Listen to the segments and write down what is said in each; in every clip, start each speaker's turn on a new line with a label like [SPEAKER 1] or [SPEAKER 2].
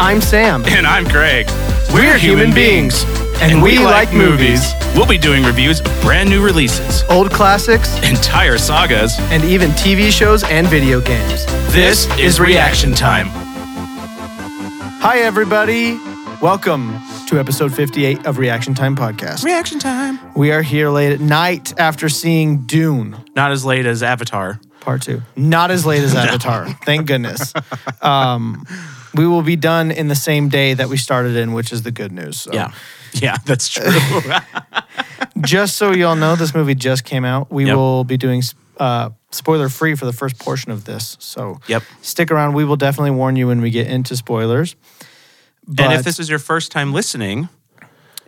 [SPEAKER 1] I'm Sam.
[SPEAKER 2] And I'm Craig.
[SPEAKER 1] We're, human beings, and, we, like movies,
[SPEAKER 2] We'll be doing reviews of brand new releases,
[SPEAKER 1] old classics,
[SPEAKER 2] entire sagas.
[SPEAKER 1] and even TV shows and video games.
[SPEAKER 2] This is Reaction Time.
[SPEAKER 1] Hi, everybody. Welcome to episode 58 of Reaction Time Podcast.
[SPEAKER 2] Reaction Time.
[SPEAKER 1] We are here late at night after seeing Dune
[SPEAKER 2] Not as late as Avatar.
[SPEAKER 1] Part 2. Not as late as Avatar. Thank goodness. Um, we will be done in the same day that we started in, which is the good news. So.
[SPEAKER 2] Yeah, that's true.
[SPEAKER 1] just so y'all know, this movie just came out. We
[SPEAKER 2] Yep.
[SPEAKER 1] will be doing uh, spoiler free for the first portion of this. So
[SPEAKER 2] Yep.
[SPEAKER 1] stick around. We will definitely warn you when we get into spoilers. But
[SPEAKER 2] and if this is your first time listening,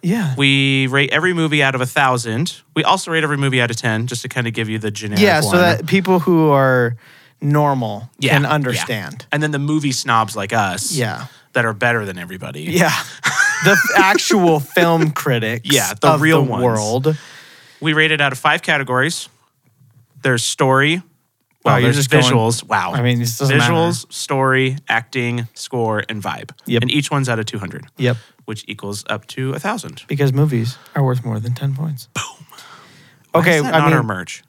[SPEAKER 1] yeah,
[SPEAKER 2] we rate every movie out of a thousand. We also rate every movie out of ten, just to kind of give you the generic.
[SPEAKER 1] yeah, so
[SPEAKER 2] one.
[SPEAKER 1] that people who are normal
[SPEAKER 2] Yeah,
[SPEAKER 1] can
[SPEAKER 2] yeah.
[SPEAKER 1] understand.
[SPEAKER 2] And then the movie snobs like us,
[SPEAKER 1] Yeah.
[SPEAKER 2] that are better than everybody.
[SPEAKER 1] Yeah. the actual film critics
[SPEAKER 2] Yeah, the
[SPEAKER 1] of
[SPEAKER 2] real
[SPEAKER 1] the
[SPEAKER 2] ones.
[SPEAKER 1] world.
[SPEAKER 2] We rated out of five categories. There's story. Well,
[SPEAKER 1] you're
[SPEAKER 2] there's
[SPEAKER 1] just going-
[SPEAKER 2] visuals. wow.
[SPEAKER 1] I mean, this doesn't
[SPEAKER 2] visuals, story, acting, score, and vibe.
[SPEAKER 1] Yep.
[SPEAKER 2] And each one's out of 200,
[SPEAKER 1] Yep.
[SPEAKER 2] which equals up to 1,000.
[SPEAKER 1] Because movies are worth more than 10 points. Boom.
[SPEAKER 2] Why
[SPEAKER 1] Okay,
[SPEAKER 2] is that
[SPEAKER 1] I
[SPEAKER 2] not
[SPEAKER 1] mean,
[SPEAKER 2] our merch.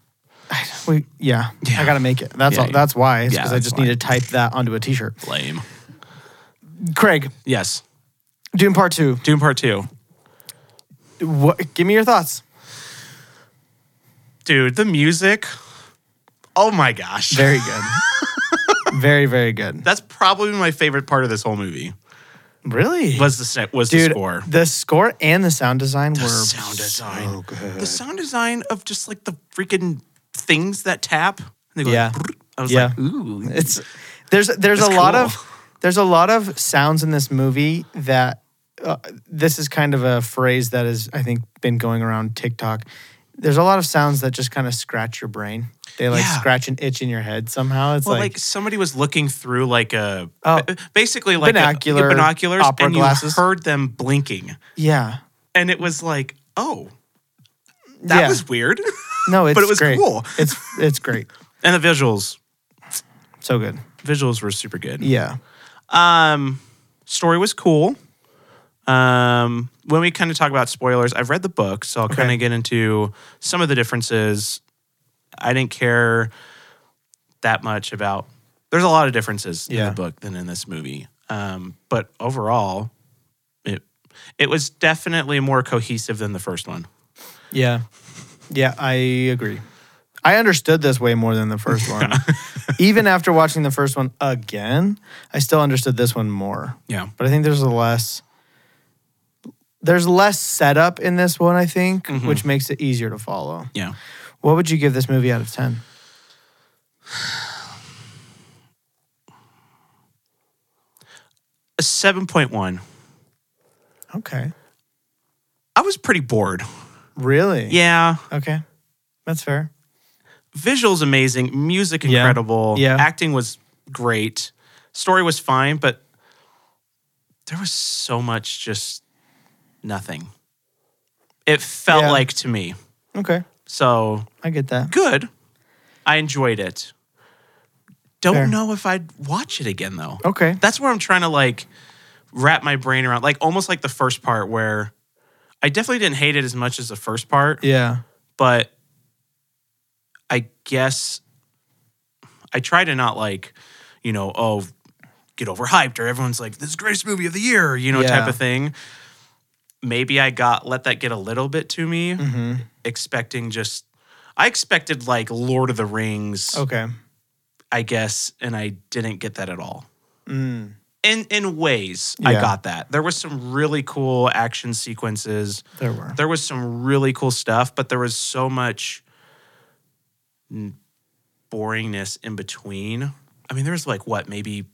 [SPEAKER 1] We, yeah,
[SPEAKER 2] Yeah.
[SPEAKER 1] I gotta make it. That's
[SPEAKER 2] Yeah,
[SPEAKER 1] all,
[SPEAKER 2] yeah.
[SPEAKER 1] that's why. It's
[SPEAKER 2] Yeah,
[SPEAKER 1] because I
[SPEAKER 2] that's
[SPEAKER 1] just
[SPEAKER 2] why.
[SPEAKER 1] need to type that onto a T-shirt.
[SPEAKER 2] Lame.
[SPEAKER 1] Craig,
[SPEAKER 2] Yes.
[SPEAKER 1] Doom Part Two.
[SPEAKER 2] Doom Part 2.
[SPEAKER 1] What? Give me your thoughts.
[SPEAKER 2] Dude, the music. Oh my gosh.
[SPEAKER 1] Very good. very very good.
[SPEAKER 2] That's probably my favorite part of this whole movie
[SPEAKER 1] Really,
[SPEAKER 2] was the sna- was
[SPEAKER 1] dude.
[SPEAKER 2] the score.
[SPEAKER 1] the score and the sound design were
[SPEAKER 2] sound design.
[SPEAKER 1] so good.
[SPEAKER 2] The sound design of just like the freaking things that tap. And they go
[SPEAKER 1] Yeah.
[SPEAKER 2] "Brrr." I was
[SPEAKER 1] Yeah.
[SPEAKER 2] like, ooh.
[SPEAKER 1] It's there's there's a
[SPEAKER 2] It's
[SPEAKER 1] lot
[SPEAKER 2] cool.
[SPEAKER 1] of there's a lot of sounds in this movie that uh, this is kind of a phrase that has I think been going around TikTok. There's a lot of sounds that just kind of scratch your brain. They like
[SPEAKER 2] Yeah.
[SPEAKER 1] scratch an itch in your head somehow. It's
[SPEAKER 2] Well,
[SPEAKER 1] like
[SPEAKER 2] like, somebody was looking through like a
[SPEAKER 1] Oh.
[SPEAKER 2] b- basically like a-
[SPEAKER 1] Binocular,
[SPEAKER 2] binoculars
[SPEAKER 1] opera
[SPEAKER 2] and
[SPEAKER 1] glasses.
[SPEAKER 2] you heard them blinking.
[SPEAKER 1] yeah,
[SPEAKER 2] And it was like, oh, that
[SPEAKER 1] Yeah.
[SPEAKER 2] was weird.
[SPEAKER 1] No, it's
[SPEAKER 2] But it was
[SPEAKER 1] great.
[SPEAKER 2] cool.
[SPEAKER 1] It's it's great.
[SPEAKER 2] and the visuals.
[SPEAKER 1] So good.
[SPEAKER 2] Visuals were super good.
[SPEAKER 1] Yeah.
[SPEAKER 2] Um story was cool. Um when we kind of talk about spoilers, I've read the book, so I'll kind
[SPEAKER 1] Okay.
[SPEAKER 2] of get into some of the differences. I didn't care that much about there's a lot of differences
[SPEAKER 1] Yeah.
[SPEAKER 2] in the book than in this movie. Um, but overall, it it was definitely more cohesive than the first one.
[SPEAKER 1] Yeah. Yeah, I agree. I understood this way more than the first one. Even after watching the first one again, I still understood this one more.
[SPEAKER 2] Yeah.
[SPEAKER 1] But I think there's a less there's less setup in this one, I think,
[SPEAKER 2] Mm-hmm.
[SPEAKER 1] which makes it easier to follow.
[SPEAKER 2] Yeah.
[SPEAKER 1] What would you give this movie out of 10?
[SPEAKER 2] A 7.1.
[SPEAKER 1] Okay.
[SPEAKER 2] I was pretty bored.
[SPEAKER 1] Really?
[SPEAKER 2] Yeah.
[SPEAKER 1] Okay. That's fair.
[SPEAKER 2] visuals amazing, music
[SPEAKER 1] Yeah.
[SPEAKER 2] incredible,
[SPEAKER 1] Yeah.
[SPEAKER 2] acting was great, story was fine, but there was so much just nothing. It felt
[SPEAKER 1] Yeah.
[SPEAKER 2] like to me.
[SPEAKER 1] Okay.
[SPEAKER 2] So
[SPEAKER 1] I get that.
[SPEAKER 2] good. I enjoyed it. Don't
[SPEAKER 1] Fair.
[SPEAKER 2] know if I'd watch it again though.
[SPEAKER 1] Okay.
[SPEAKER 2] That's where I'm trying to like wrap my brain around, like almost like the first part where I definitely didn't hate it as much as the first part
[SPEAKER 1] Yeah.
[SPEAKER 2] but I guess I try to not like, you know, oh, get overhyped or everyone's like, this is the greatest movie of the year, you know,
[SPEAKER 1] Yeah.
[SPEAKER 2] type of thing. Maybe I got let that get a little bit to me,
[SPEAKER 1] Mhm.
[SPEAKER 2] expecting just, I expected like Lord of the Rings,
[SPEAKER 1] Okay.
[SPEAKER 2] I guess, and I didn't get that at all.
[SPEAKER 1] Mm.
[SPEAKER 2] In in ways, I
[SPEAKER 1] Yeah.
[SPEAKER 2] got that. There was some really cool action sequences
[SPEAKER 1] There were.
[SPEAKER 2] there was some really cool stuff, but there was so much n- boringness in between. I mean, there was like what, maybe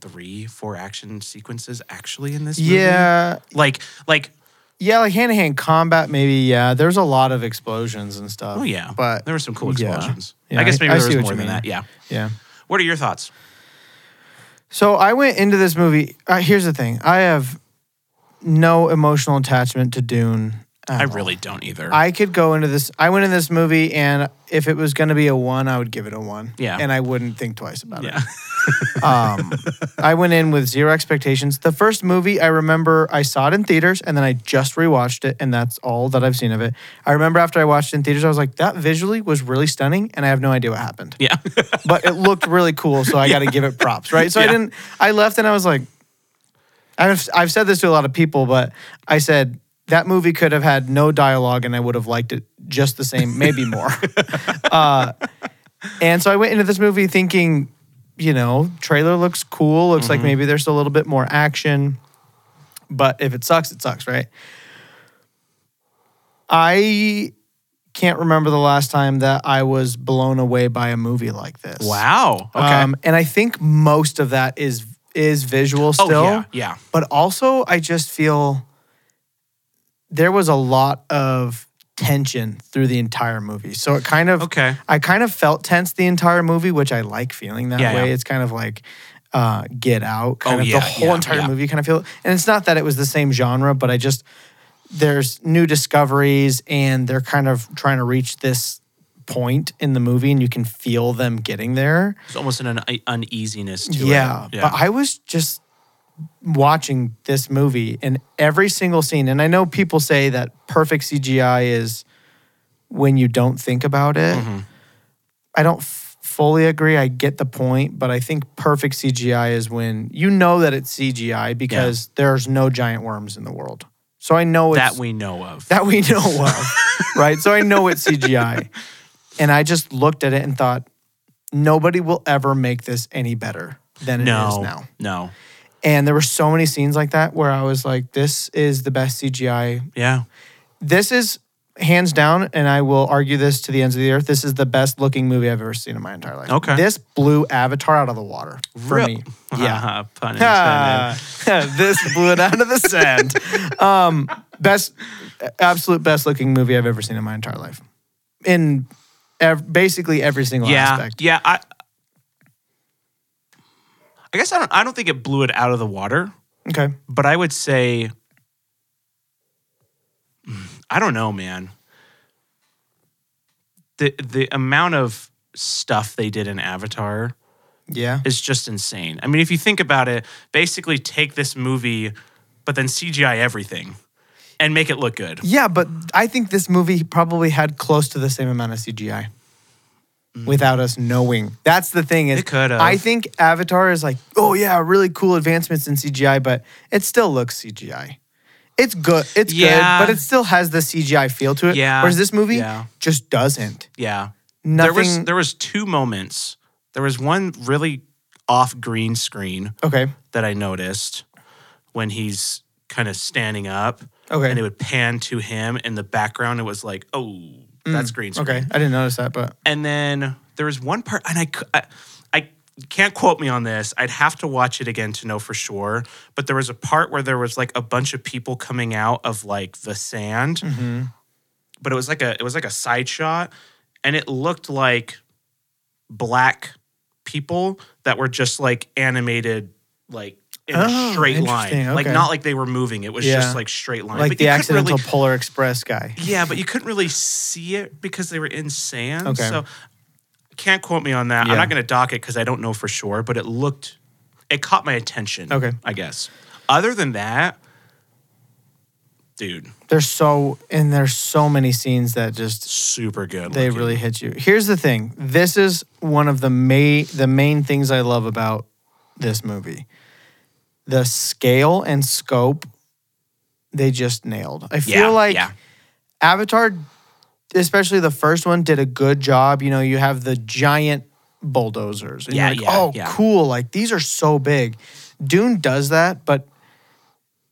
[SPEAKER 2] three, four action sequences actually in this movie.
[SPEAKER 1] Yeah,
[SPEAKER 2] Like, like,
[SPEAKER 1] yeah, like hand to hand combat, maybe. Yeah, there's a lot of explosions and stuff.
[SPEAKER 2] oh yeah,
[SPEAKER 1] but
[SPEAKER 2] there were some cool
[SPEAKER 1] yeah.
[SPEAKER 2] explosions.
[SPEAKER 1] Yeah,
[SPEAKER 2] I guess
[SPEAKER 1] I-
[SPEAKER 2] maybe
[SPEAKER 1] I
[SPEAKER 2] there
[SPEAKER 1] see
[SPEAKER 2] was
[SPEAKER 1] what
[SPEAKER 2] more
[SPEAKER 1] you
[SPEAKER 2] than
[SPEAKER 1] mean.
[SPEAKER 2] that. Yeah.
[SPEAKER 1] yeah.
[SPEAKER 2] What are your thoughts?
[SPEAKER 1] So I went into this movie. Uh, here's the thing: I have no emotional attachment to Dune
[SPEAKER 2] I really don't either.
[SPEAKER 1] I could go into this. I went in this movie, and if it was going to be a one, I would give it a one.
[SPEAKER 2] Yeah.
[SPEAKER 1] and I wouldn't think twice about
[SPEAKER 2] yeah.
[SPEAKER 1] it. Um, I went in with zero expectations. The first movie I remember, I saw it in theaters, and then I just rewatched it, and that's all that I've seen of it. I remember after I watched it in theaters, I was like, that visually was really stunning, and I have no idea what happened,
[SPEAKER 2] yeah.
[SPEAKER 1] but it looked really cool, so I got to give it props, right? So I
[SPEAKER 2] Yeah.
[SPEAKER 1] didn't. I left, and I was like, I've I've said this to a lot of people, but I said that movie could have had no dialogue and I would have liked it just the same, maybe more. uh, and so I went into this movie thinking, you know, trailer looks cool. Looks
[SPEAKER 2] Mm-hmm.
[SPEAKER 1] like maybe there's a little bit more action, but if it sucks, it sucks, right? I can't remember the last time that I was blown away by a movie like this.
[SPEAKER 2] wow. Okay.
[SPEAKER 1] Um, and I think most of that is is visual
[SPEAKER 2] oh
[SPEAKER 1] still
[SPEAKER 2] yeah. Yeah.
[SPEAKER 1] but also I just feel there was a lot of tension through the entire movie. So it kind of
[SPEAKER 2] Okay.
[SPEAKER 1] I kind of felt tense the entire movie, which I like feeling that
[SPEAKER 2] Yeah,
[SPEAKER 1] way.
[SPEAKER 2] yeah.
[SPEAKER 1] It's kind of like uh, Get Out, kind
[SPEAKER 2] Oh,
[SPEAKER 1] of
[SPEAKER 2] yeah,
[SPEAKER 1] the whole
[SPEAKER 2] yeah,
[SPEAKER 1] entire
[SPEAKER 2] yeah.
[SPEAKER 1] movie. Kind of feel, and it's not that it was the same genre, but I just there's new discoveries, and they're kind of trying to reach this point in the movie, and you can feel them getting there
[SPEAKER 2] It's almost an, une- uneasiness to
[SPEAKER 1] yeah,
[SPEAKER 2] it.
[SPEAKER 1] But I was just watching this movie and every single scene. And I know people say that perfect CGI is when you don't think about it.
[SPEAKER 2] Mm-hmm.
[SPEAKER 1] I don't f- fully agree. I get the point, but I think perfect CGI is when you know that it's CGI because there's no giant worms in the world. So I know it's
[SPEAKER 2] that we know of.
[SPEAKER 1] that we know of, right? So I know it's CGI. And I just looked at it and thought, nobody will ever make this any better than it is
[SPEAKER 2] no.
[SPEAKER 1] now.
[SPEAKER 2] No.
[SPEAKER 1] And there were so many scenes like that where I was like, this is the best CGI.
[SPEAKER 2] Yeah.
[SPEAKER 1] This is hands down, and I will argue this to the ends of the earth. This is the best looking movie I've ever seen in my entire life.
[SPEAKER 2] Okay.
[SPEAKER 1] This blew Avatar out of the water for
[SPEAKER 2] Real-
[SPEAKER 1] me. Yeah.
[SPEAKER 2] Pun intended.
[SPEAKER 1] Ah, this blew it out of the sand. Um, best, absolute best looking movie I've ever seen in my entire life. In ev- basically every single
[SPEAKER 2] yeah.
[SPEAKER 1] aspect.
[SPEAKER 2] Yeah. I. I guess I don't. I don't think it blew it out of the water,
[SPEAKER 1] Okay.
[SPEAKER 2] but I would say. I don't know, man. The the amount of stuff they did in Avatar.
[SPEAKER 1] Yeah.
[SPEAKER 2] is just insane. I mean, if you think about it, basically take this movie, but then CGI everything and make it look good.
[SPEAKER 1] Yeah, but I think this movie probably had close to the same amount of CGI without us knowing. That's the thing is
[SPEAKER 2] Mm. It could've.
[SPEAKER 1] I think Avatar is like, "Oh yeah, really cool advancements in CGI, but it still looks CGI." It's good. It's
[SPEAKER 2] Yeah.
[SPEAKER 1] good, but it still has the CGI feel to it.
[SPEAKER 2] Yeah.
[SPEAKER 1] Whereas this movie
[SPEAKER 2] Yeah.
[SPEAKER 1] just doesn't.
[SPEAKER 2] Yeah.
[SPEAKER 1] Nothing.
[SPEAKER 2] There was there was two moments. There was one really off green screen
[SPEAKER 1] okay.
[SPEAKER 2] that I noticed when he's kind of standing up
[SPEAKER 1] Okay.
[SPEAKER 2] and it would pan to him in the background. It was like, oh, that's green screen.
[SPEAKER 1] Mm, Okay. I didn't notice that, but
[SPEAKER 2] And then there was one part, and I, cou- I, I you can't quote me on this. I'd have to watch it again to know for sure. But there was a part where there was like a bunch of people coming out of like the sand,
[SPEAKER 1] mm-hmm.
[SPEAKER 2] but it was like a it was like a side shot, and it looked like black people that were just like animated, like in
[SPEAKER 1] Oh,
[SPEAKER 2] a straight line,
[SPEAKER 1] interesting.
[SPEAKER 2] like
[SPEAKER 1] Okay.
[SPEAKER 2] not like they were moving. It was
[SPEAKER 1] Yeah.
[SPEAKER 2] just like straight line,
[SPEAKER 1] like
[SPEAKER 2] But
[SPEAKER 1] the
[SPEAKER 2] you couldn't really-
[SPEAKER 1] accidental Polar Express guy.
[SPEAKER 2] yeah, but you couldn't really see it because they were in sand.
[SPEAKER 1] Okay.
[SPEAKER 2] So can't quote me on that.
[SPEAKER 1] Yeah.
[SPEAKER 2] I'm not going to dock it because I don't know for sure, but it looked, it caught my attention.
[SPEAKER 1] Okay.
[SPEAKER 2] I guess. Other than that, dude,
[SPEAKER 1] There's so and there's so many scenes that just
[SPEAKER 2] super good.
[SPEAKER 1] They
[SPEAKER 2] looking.
[SPEAKER 1] really hit you. Here's the thing. This is one of the main the main things I love about this movie. The scale and scope they just nailed. I feel
[SPEAKER 2] Yeah,
[SPEAKER 1] like
[SPEAKER 2] yeah.
[SPEAKER 1] Avatar especially the first one did a good job. You know, you have the giant bulldozers. And
[SPEAKER 2] Yeah,
[SPEAKER 1] you're like,
[SPEAKER 2] yeah,
[SPEAKER 1] "Oh,
[SPEAKER 2] yeah.
[SPEAKER 1] cool. Like these are so big." Dune does that, but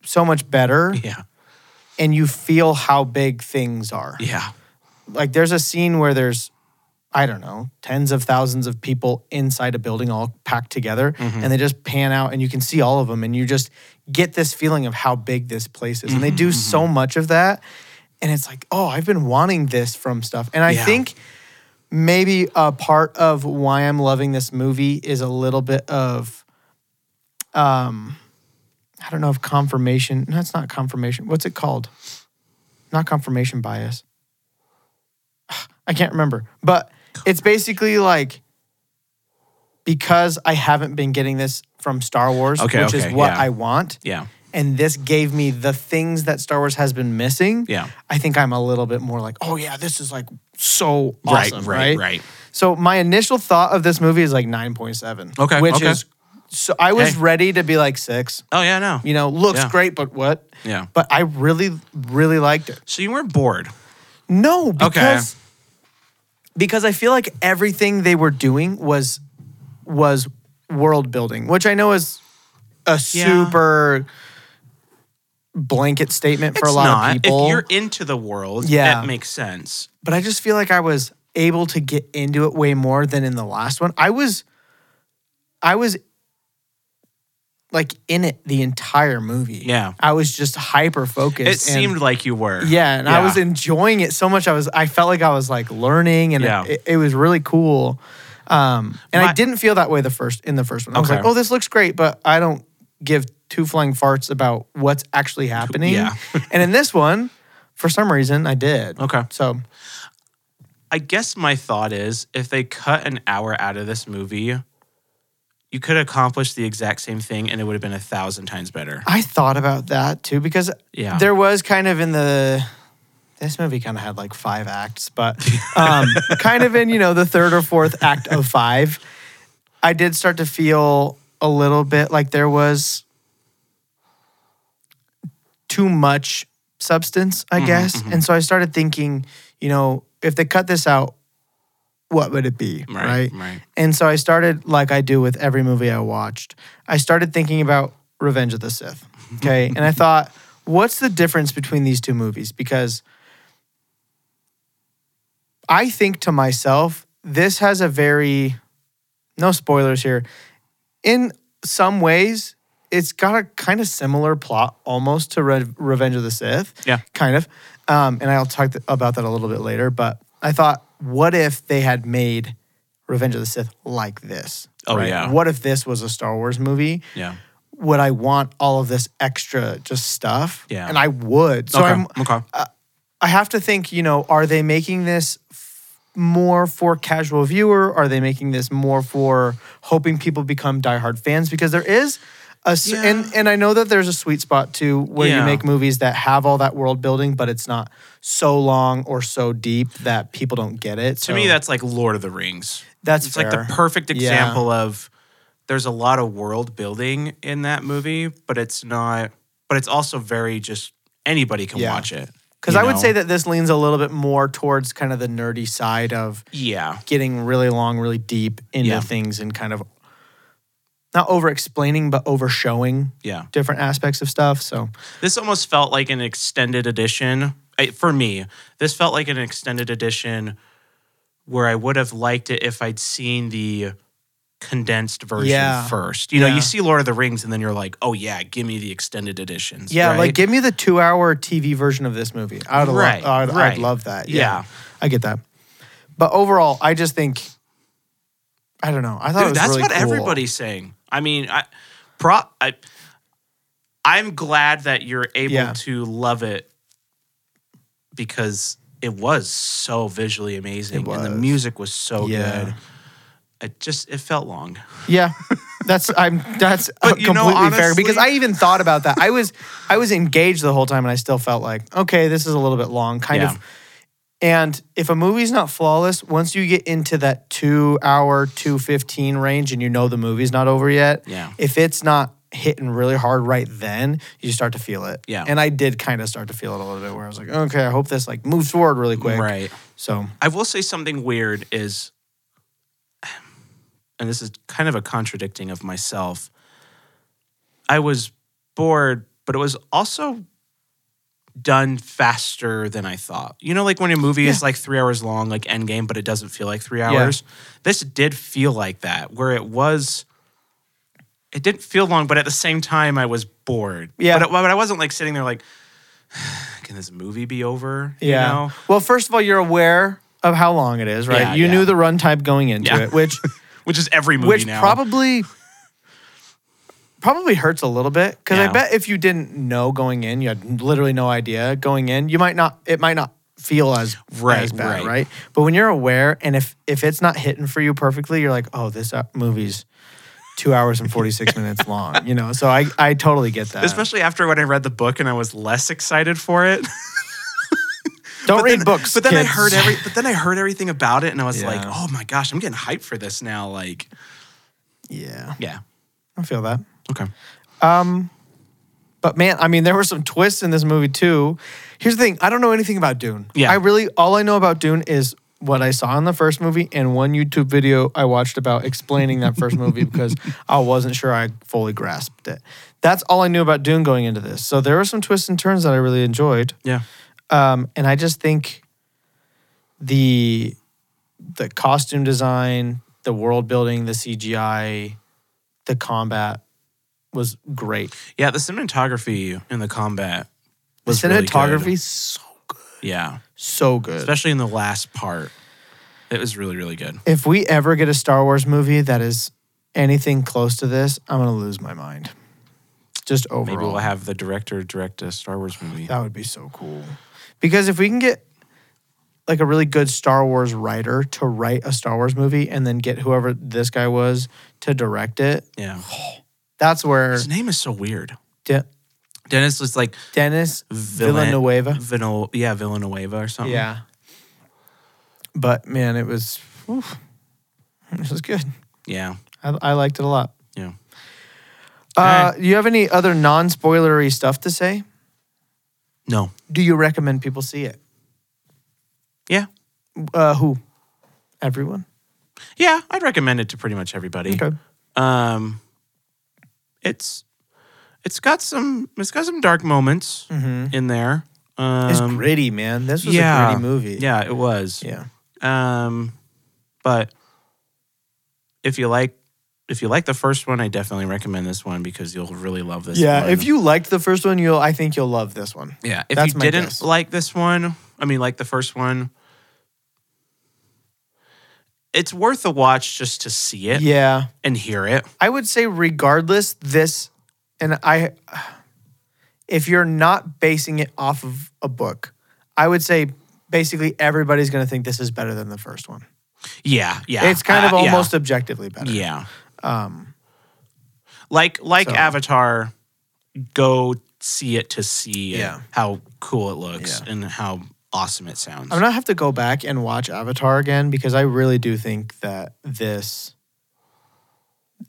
[SPEAKER 1] so much better
[SPEAKER 2] Yeah.
[SPEAKER 1] and you feel how big things are
[SPEAKER 2] Yeah.
[SPEAKER 1] like there's a scene where there's I don't know, tens of thousands of people inside a building all packed together and they just pan out and you can see all of them and you just get this feeling of how big this place is. And they do so much of that and it's like, "Oh, I've been wanting this from stuff." And I
[SPEAKER 2] Yeah.
[SPEAKER 1] think maybe a part of why I'm loving this movie is a little bit of um I don't know if confirmation. No, it's not confirmation. What's it called? not confirmation bias. I can't remember, but it's basically like because I haven't been getting this from Star Wars,
[SPEAKER 2] Okay,
[SPEAKER 1] which
[SPEAKER 2] okay,
[SPEAKER 1] is what
[SPEAKER 2] yeah.
[SPEAKER 1] I want,
[SPEAKER 2] Yeah.
[SPEAKER 1] and this gave me the things that Star Wars has been missing.
[SPEAKER 2] Yeah.
[SPEAKER 1] I think I'm a little bit more like, oh yeah, this is like so awesome,
[SPEAKER 2] right, right,
[SPEAKER 1] right?
[SPEAKER 2] right.
[SPEAKER 1] So my initial thought of this movie is like 9.7.
[SPEAKER 2] Okay,
[SPEAKER 1] Which
[SPEAKER 2] okay.
[SPEAKER 1] is so I was
[SPEAKER 2] Hey.
[SPEAKER 1] ready to be like six.
[SPEAKER 2] Oh yeah, no.
[SPEAKER 1] You know, looks
[SPEAKER 2] Yeah.
[SPEAKER 1] great, but what?
[SPEAKER 2] Yeah.
[SPEAKER 1] But I really, really liked it.
[SPEAKER 2] So you weren't bored.
[SPEAKER 1] No, because because I feel like everything they were doing was was world building, which I know is a super blanket statement for
[SPEAKER 2] it's
[SPEAKER 1] a lot
[SPEAKER 2] not.
[SPEAKER 1] of people.
[SPEAKER 2] If you're into the world,
[SPEAKER 1] Yeah.
[SPEAKER 2] that makes sense.
[SPEAKER 1] but I just feel like I was able to get into it way more than in the last one. I was I was like in it the entire movie.
[SPEAKER 2] Yeah.
[SPEAKER 1] I was just hyper focused.
[SPEAKER 2] It seemed like you were.
[SPEAKER 1] yeah, and I was enjoying it so much. I was I felt like I was like learning and
[SPEAKER 2] Yeah.
[SPEAKER 1] it, it was really cool. Um and
[SPEAKER 2] My-
[SPEAKER 1] I didn't feel that way the first in the first one. I was
[SPEAKER 2] Okay.
[SPEAKER 1] like, "Oh, this looks great, but I don't give two flying farts about what's actually happening."
[SPEAKER 2] Yeah.
[SPEAKER 1] and in this one, for some reason, I did.
[SPEAKER 2] Okay.
[SPEAKER 1] So,
[SPEAKER 2] I guess my thought is if they cut an hour out of this movie, you could accomplish the exact same thing and it would have been a thousand times better.
[SPEAKER 1] I thought about that too because
[SPEAKER 2] Yeah.
[SPEAKER 1] there was kind of in the this movie kind of had like five acts, but um, kind of in you know the third or fourth act of five, I did start to feel a little bit like there was too much substance,
[SPEAKER 2] Mm-hmm,
[SPEAKER 1] I guess, and so I started thinking, you know, if they cut this out, what would it be,
[SPEAKER 2] Right, right.
[SPEAKER 1] And so I started, like I do with every movie I watched, I started thinking about Revenge of the Sith. Okay. and I thought, what's the difference between these two movies? Because I think to myself, this has a very, no spoilers here. In some ways, it's got a kind of similar plot almost to Re- Revenge of the Sith.
[SPEAKER 2] Yeah.
[SPEAKER 1] Kind of. Um, and I'll talk th- about that a little bit later. But I thought, what if they had made Revenge of the Sith like this?
[SPEAKER 2] Oh, yeah.
[SPEAKER 1] What if this was a Star Wars movie?
[SPEAKER 2] Yeah.
[SPEAKER 1] Would I want all of this extra just stuff?
[SPEAKER 2] Yeah.
[SPEAKER 1] And I would. So
[SPEAKER 2] okay.
[SPEAKER 1] I'm, uh,
[SPEAKER 2] okay.
[SPEAKER 1] I have to think, you know, are they making this f- more for casual viewer? Are they making this more for hoping people become diehard fans? Because there is a s-
[SPEAKER 2] Yeah.
[SPEAKER 1] and and I know that there's a sweet spot too where
[SPEAKER 2] Yeah.
[SPEAKER 1] you make movies that have all that world building, but it's not so long or so deep that people don't get it.
[SPEAKER 2] to me, that's like Lord of the Rings.
[SPEAKER 1] that's
[SPEAKER 2] It's like the
[SPEAKER 1] fair.
[SPEAKER 2] perfect
[SPEAKER 1] Yeah.
[SPEAKER 2] example of there's a lot of world building in that movie, but it's not, but it's also very just anybody can
[SPEAKER 1] Yeah.
[SPEAKER 2] watch it.
[SPEAKER 1] because
[SPEAKER 2] you
[SPEAKER 1] I would
[SPEAKER 2] know?
[SPEAKER 1] say that this leans a little bit more towards kind of the nerdy side of
[SPEAKER 2] Yeah.
[SPEAKER 1] getting really long, really deep into
[SPEAKER 2] Yeah.
[SPEAKER 1] things and kind of not over explaining but over showing
[SPEAKER 2] Yeah.
[SPEAKER 1] different aspects of stuff. So
[SPEAKER 2] This almost felt like an extended edition I- for me. This felt like an extended edition where I would have liked it if I'd seen the condensed version
[SPEAKER 1] Yeah.
[SPEAKER 2] first. You know,
[SPEAKER 1] Yeah.
[SPEAKER 2] you see Lord of the Rings and then you're like, "Oh yeah, give me the extended editions."
[SPEAKER 1] yeah,
[SPEAKER 2] right?
[SPEAKER 1] like give me the two-hour TV version of this movie. I would
[SPEAKER 2] Right,
[SPEAKER 1] right, I'd,
[SPEAKER 2] right.
[SPEAKER 1] I'd love that.
[SPEAKER 2] Yeah.
[SPEAKER 1] Yeah, I get that. But overall, I just think I don't know. I thought it
[SPEAKER 2] Dude,
[SPEAKER 1] was
[SPEAKER 2] that's
[SPEAKER 1] really
[SPEAKER 2] what
[SPEAKER 1] cool.
[SPEAKER 2] everybody's saying. I mean, I prop I I'm glad that you're able
[SPEAKER 1] Yeah.
[SPEAKER 2] to love it because it was so visually amazing and the
[SPEAKER 1] was.
[SPEAKER 2] music was so
[SPEAKER 1] Yeah.
[SPEAKER 2] good. It just it felt long.
[SPEAKER 1] Yeah, that's I'm that's
[SPEAKER 2] But you
[SPEAKER 1] completely
[SPEAKER 2] know,
[SPEAKER 1] fair because I
[SPEAKER 2] honestly-
[SPEAKER 1] even thought about that. I was I was engaged the whole time, and I still felt like okay, this is a little bit long, kind
[SPEAKER 2] Yeah.
[SPEAKER 1] of. And if a movie's not flawless, once you get into that two hour, two fifteen range, and you know the movie's not over yet,
[SPEAKER 2] Yeah.
[SPEAKER 1] if it's not hitting really hard right then, you start to feel it.
[SPEAKER 2] Yeah.
[SPEAKER 1] and I did kind of start to feel it a little bit, where I was like, okay, I hope this like moves forward really quick.
[SPEAKER 2] Right.
[SPEAKER 1] So
[SPEAKER 2] I will say something weird is, and this is kind of a contradicting of myself. I was bored, but it was also done faster than I thought. You know, like when a movie is like three hours long, like Endgame, but it doesn't feel like three hours. This did feel like that, where it was. It didn't feel long, but at the same time, I was bored.
[SPEAKER 1] Yeah.
[SPEAKER 2] but, it- but I wasn't like sitting there like, can this movie be over? You
[SPEAKER 1] Yeah.
[SPEAKER 2] know?
[SPEAKER 1] Well, first of all, you're aware of how long it is, right?
[SPEAKER 2] Yeah,
[SPEAKER 1] you
[SPEAKER 2] yeah.
[SPEAKER 1] knew the runtime going into
[SPEAKER 2] Yeah.
[SPEAKER 1] it, which
[SPEAKER 2] which is every movie
[SPEAKER 1] which
[SPEAKER 2] now.
[SPEAKER 1] probably probably hurts a little bit because
[SPEAKER 2] Yeah.
[SPEAKER 1] I bet if you didn't know going in, you had literally no idea going in, you might not. It might not feel as
[SPEAKER 2] Right,
[SPEAKER 1] as bad,
[SPEAKER 2] right.
[SPEAKER 1] right. But when you're aware, and if if it's not hitting for you perfectly, you're like, oh, this uh, movie's two hours and forty six minutes long. You know, so I I totally get that.
[SPEAKER 2] Especially after when I read the book and I was less excited for it.
[SPEAKER 1] Don't
[SPEAKER 2] but
[SPEAKER 1] read
[SPEAKER 2] then,
[SPEAKER 1] books.
[SPEAKER 2] But then I
[SPEAKER 1] kids.
[SPEAKER 2] heard every. But then I heard everything about it, and I was like,
[SPEAKER 1] Yeah.
[SPEAKER 2] "Oh my gosh, I'm getting hyped for this now!" Like,
[SPEAKER 1] yeah,
[SPEAKER 2] yeah,
[SPEAKER 1] I feel that.
[SPEAKER 2] okay,
[SPEAKER 1] But man, I mean, there were some twists in this movie too. Here's the thing: I don't know anything about Dune.
[SPEAKER 2] Yeah.
[SPEAKER 1] I really all I know about Dune is what I saw in the first movie and one YouTube video I watched about explaining that first movie because I wasn't sure I fully grasped it. That's all I knew about Dune going into this. So there were some twists and turns that I really enjoyed,
[SPEAKER 2] yeah,
[SPEAKER 1] um, and I just think the the costume design, the world building, the CGI, the combat was great.
[SPEAKER 2] yeah. The cinematography in the combat
[SPEAKER 1] The
[SPEAKER 2] was really good.
[SPEAKER 1] cinematography so good,
[SPEAKER 2] Yeah,
[SPEAKER 1] so good.
[SPEAKER 2] especially in the last part, it was really really good.
[SPEAKER 1] if we ever get a Star Wars movie that is anything close to this, I'm gonna lose my mind. Just overall,
[SPEAKER 2] Maybe we'll have the director direct a Star Wars movie.
[SPEAKER 1] that would be so cool. Because if we can get like a really good Star Wars writer to write a Star Wars movie, and then get whoever this guy was to direct it,
[SPEAKER 2] Yeah,
[SPEAKER 1] that's where
[SPEAKER 2] his name is so weird.
[SPEAKER 1] De-
[SPEAKER 2] Dennis was like
[SPEAKER 1] Dennis
[SPEAKER 2] Villan-
[SPEAKER 1] Villanueva.
[SPEAKER 2] Vino- yeah, Villanueva or something.
[SPEAKER 1] Yeah. But man, it was whew, it was good.
[SPEAKER 2] yeah,
[SPEAKER 1] I, I liked it a lot.
[SPEAKER 2] yeah.
[SPEAKER 1] Uh, do you have any other non-spoilery stuff to say?
[SPEAKER 2] No,
[SPEAKER 1] Do you recommend people see it?
[SPEAKER 2] yeah,
[SPEAKER 1] Uh, who? Everyone.
[SPEAKER 2] yeah. I'd recommend it to pretty much everybody.
[SPEAKER 1] Okay.
[SPEAKER 2] Um, it's it's got some it's got some dark moments in there. Mm-hmm. Um,
[SPEAKER 1] It's gritty, man. This was
[SPEAKER 2] yeah,
[SPEAKER 1] a gritty movie.
[SPEAKER 2] Yeah, it was.
[SPEAKER 1] Yeah.
[SPEAKER 2] Um, but if you like if you like the first one, I definitely recommend this one because you'll really love this.
[SPEAKER 1] Yeah.
[SPEAKER 2] one.
[SPEAKER 1] If you liked the first one, you'll. I think you'll love this one.
[SPEAKER 2] yeah if
[SPEAKER 1] that's
[SPEAKER 2] you
[SPEAKER 1] my
[SPEAKER 2] didn't
[SPEAKER 1] guess.
[SPEAKER 2] like this one, I mean, like the first one. It's worth a watch just to see it
[SPEAKER 1] Yeah.
[SPEAKER 2] and hear it.
[SPEAKER 1] I would say, regardless, this, and I, if you're not basing it off of a book, I would say basically everybody's going to think this is better than the first one.
[SPEAKER 2] Yeah, yeah.
[SPEAKER 1] It's kind of
[SPEAKER 2] Uh, yeah.
[SPEAKER 1] almost objectively better.
[SPEAKER 2] Yeah. Um, like like
[SPEAKER 1] so-
[SPEAKER 2] Avatar, go see it to see it,
[SPEAKER 1] Yeah.
[SPEAKER 2] how cool it looks
[SPEAKER 1] Yeah.
[SPEAKER 2] and how awesome it sounds.
[SPEAKER 1] I'm gonna have to go back and watch Avatar again because I really do think that this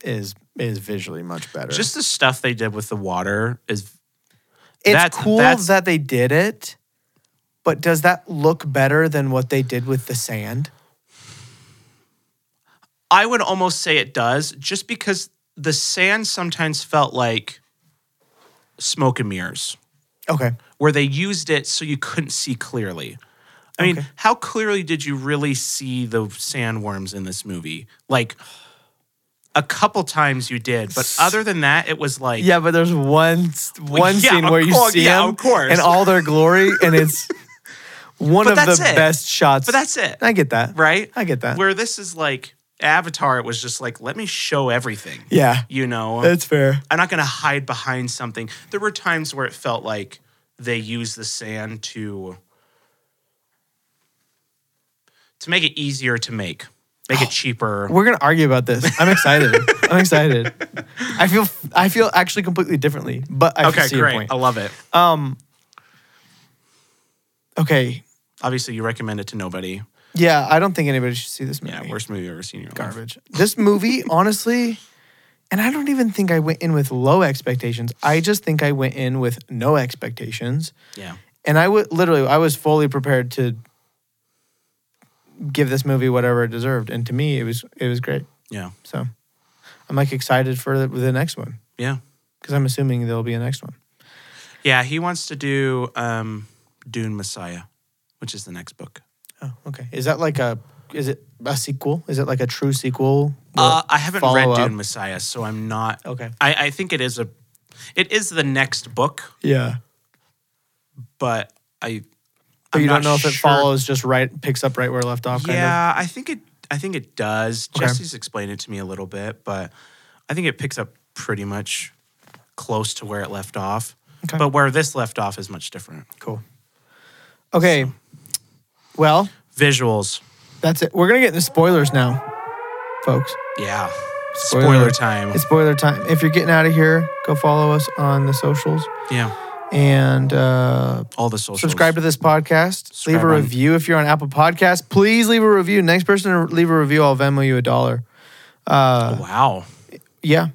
[SPEAKER 1] is is visually much better.
[SPEAKER 2] Just the stuff they did with the water is
[SPEAKER 1] it's
[SPEAKER 2] that's-
[SPEAKER 1] cool
[SPEAKER 2] that's-
[SPEAKER 1] that they did it, but does that look better than what they did with the sand?
[SPEAKER 2] I would almost say it does, just because the sand sometimes felt like smoke and mirrors,
[SPEAKER 1] Okay,
[SPEAKER 2] where they used it so you couldn't see clearly. I mean,
[SPEAKER 1] Okay.
[SPEAKER 2] how clearly did you really see the sandworms in this movie? Like a couple times you did, but other than that, it was like
[SPEAKER 1] yeah, but there's one s- one
[SPEAKER 2] yeah,
[SPEAKER 1] scene
[SPEAKER 2] of
[SPEAKER 1] where you
[SPEAKER 2] course-
[SPEAKER 1] see
[SPEAKER 2] yeah,
[SPEAKER 1] them
[SPEAKER 2] of course.
[SPEAKER 1] in all their glory, and it's one
[SPEAKER 2] But
[SPEAKER 1] of the
[SPEAKER 2] that's it.
[SPEAKER 1] best shots.
[SPEAKER 2] But that's it,
[SPEAKER 1] I get that.
[SPEAKER 2] right?
[SPEAKER 1] I get that.
[SPEAKER 2] Where this is like Avatar, it was just like, let me show everything.
[SPEAKER 1] yeah,
[SPEAKER 2] You know,
[SPEAKER 1] that's fair.
[SPEAKER 2] I'm not going to hide behind something. There were times where it felt like they used the sand to to make it easier to make, make it
[SPEAKER 1] Oh,
[SPEAKER 2] cheaper.
[SPEAKER 1] We're gonna argue about this. I'm excited. I'm excited. I feel I feel actually completely differently, but I
[SPEAKER 2] okay,
[SPEAKER 1] see your
[SPEAKER 2] great.
[SPEAKER 1] point.
[SPEAKER 2] I love it.
[SPEAKER 1] Um. Okay.
[SPEAKER 2] Obviously, you recommend it to nobody.
[SPEAKER 1] Yeah, I don't think anybody should see this movie.
[SPEAKER 2] Yeah, worst movie you've ever seen in your life.
[SPEAKER 1] garbage. This movie, honestly, and I don't even think I went in with low expectations. I just think I went in with no expectations,
[SPEAKER 2] Yeah.
[SPEAKER 1] and I would literally I was fully prepared to give this movie whatever it deserved, and to me, it was it was great.
[SPEAKER 2] Yeah.
[SPEAKER 1] So, I'm like excited for the, the next one.
[SPEAKER 2] Yeah.
[SPEAKER 1] because I'm assuming there'll be a next one.
[SPEAKER 2] Yeah, he wants to do um, Dune Messiah, which is the next book.
[SPEAKER 1] Oh, okay. Is that like a is it a sequel? Is it like a true sequel?
[SPEAKER 2] Uh, I haven't read
[SPEAKER 1] follow up?
[SPEAKER 2] Dune Messiah, so I'm not.
[SPEAKER 1] Okay.
[SPEAKER 2] I, I think it is a, it is the next book,
[SPEAKER 1] Yeah.
[SPEAKER 2] but I.
[SPEAKER 1] But
[SPEAKER 2] I'm
[SPEAKER 1] you don't
[SPEAKER 2] not
[SPEAKER 1] know if it
[SPEAKER 2] sure.
[SPEAKER 1] follows just right picks up right where it left off. Kind
[SPEAKER 2] Yeah, I think it. I think it does.
[SPEAKER 1] Okay.
[SPEAKER 2] Jesse's explained it to me a little bit, but I think it picks up pretty much close to where it left off.
[SPEAKER 1] Okay.
[SPEAKER 2] But where this left off is much different.
[SPEAKER 1] Cool. Okay. Well,
[SPEAKER 2] Visuals.
[SPEAKER 1] that's it. We're gonna get into spoilers now, folks.
[SPEAKER 2] Yeah.
[SPEAKER 1] Spoiler.
[SPEAKER 2] Spoiler, time.
[SPEAKER 1] It's spoiler time. If you're getting out of here, go follow us on the socials
[SPEAKER 2] yeah.
[SPEAKER 1] and uh,
[SPEAKER 2] All the socials.
[SPEAKER 1] subscribe to this podcast. leave
[SPEAKER 2] Subscribe
[SPEAKER 1] a
[SPEAKER 2] on-
[SPEAKER 1] review if you're on Apple Podcasts. Please leave a review. Next person to leave a review, I'll Venmo you a dollar. Uh,
[SPEAKER 2] Wow.
[SPEAKER 1] yeah,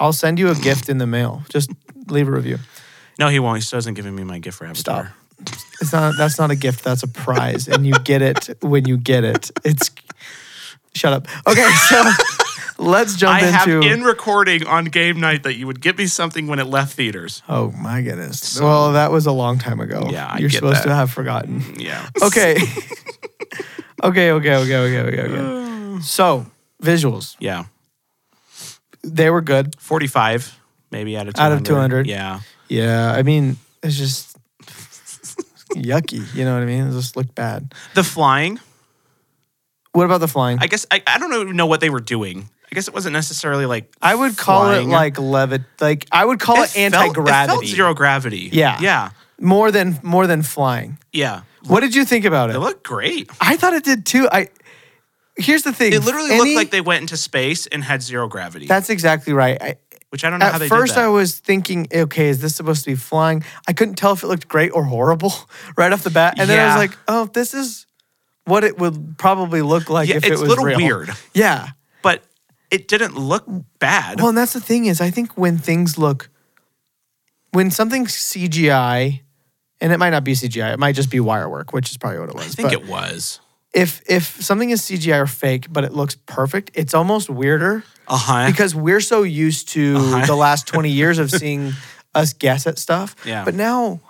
[SPEAKER 1] I'll send you a gift in the mail. Just leave a review.
[SPEAKER 2] No, he won't. He still hasn't given me my gift for
[SPEAKER 1] Stop.
[SPEAKER 2] Avatar.
[SPEAKER 1] It's not. That's not a gift. That's a prize, and you get it when you get it. It's. Shut up. Okay, so let's jump
[SPEAKER 2] I have
[SPEAKER 1] into.
[SPEAKER 2] in recording on game night that you would get me something when it left theaters.
[SPEAKER 1] oh my goodness. well, that was a long time ago.
[SPEAKER 2] Yeah, I
[SPEAKER 1] you're
[SPEAKER 2] get
[SPEAKER 1] supposed
[SPEAKER 2] that.
[SPEAKER 1] to have forgotten.
[SPEAKER 2] Yeah.
[SPEAKER 1] Okay. okay. Okay. Okay. Okay. Okay. Okay. So visuals,
[SPEAKER 2] Yeah.
[SPEAKER 1] they were good.
[SPEAKER 2] 45 maybe out of 200.
[SPEAKER 1] Out of 200.
[SPEAKER 2] Yeah.
[SPEAKER 1] Yeah, I mean, it's just yucky. You know what I mean? It just looked bad.
[SPEAKER 2] The flying.
[SPEAKER 1] What about the flying?
[SPEAKER 2] I guess I, I don't even know what they were doing. I guess it wasn't necessarily like
[SPEAKER 1] I would call
[SPEAKER 2] flying.
[SPEAKER 1] it like levit, like I would call it,
[SPEAKER 2] felt-
[SPEAKER 1] anti
[SPEAKER 2] felt
[SPEAKER 1] gravity.
[SPEAKER 2] zero gravity.
[SPEAKER 1] Yeah.
[SPEAKER 2] Yeah.
[SPEAKER 1] More than more than flying.
[SPEAKER 2] Yeah.
[SPEAKER 1] What did you think about
[SPEAKER 2] They
[SPEAKER 1] it?
[SPEAKER 2] looked great.
[SPEAKER 1] I thought it did too. I here's the thing.
[SPEAKER 2] It literally
[SPEAKER 1] Any-
[SPEAKER 2] looked like they went into space and had zero gravity.
[SPEAKER 1] That's exactly right. I,
[SPEAKER 2] which I don't know how
[SPEAKER 1] at
[SPEAKER 2] they
[SPEAKER 1] first,
[SPEAKER 2] did that.
[SPEAKER 1] I was thinking, okay, is this supposed to be flying? I couldn't tell if it looked great or horrible right off the bat, and then I was
[SPEAKER 2] Yeah.
[SPEAKER 1] like, oh, this is what it would probably look like
[SPEAKER 2] yeah,
[SPEAKER 1] if it
[SPEAKER 2] it's
[SPEAKER 1] was
[SPEAKER 2] a little
[SPEAKER 1] real.
[SPEAKER 2] weird,
[SPEAKER 1] Yeah.
[SPEAKER 2] but it didn't look bad.
[SPEAKER 1] Well, and that's the thing is, I think when things look, when something's CGI, and it might not be CGI, it might just be wire work, which is probably what it was.
[SPEAKER 2] I think
[SPEAKER 1] but
[SPEAKER 2] it was.
[SPEAKER 1] if if something is CGI or fake, but it looks perfect, it's almost weirder
[SPEAKER 2] Uh huh.
[SPEAKER 1] because we're so used to
[SPEAKER 2] Uh-huh.
[SPEAKER 1] the last 20 years of seeing us guess at stuff.
[SPEAKER 2] Yeah.
[SPEAKER 1] But now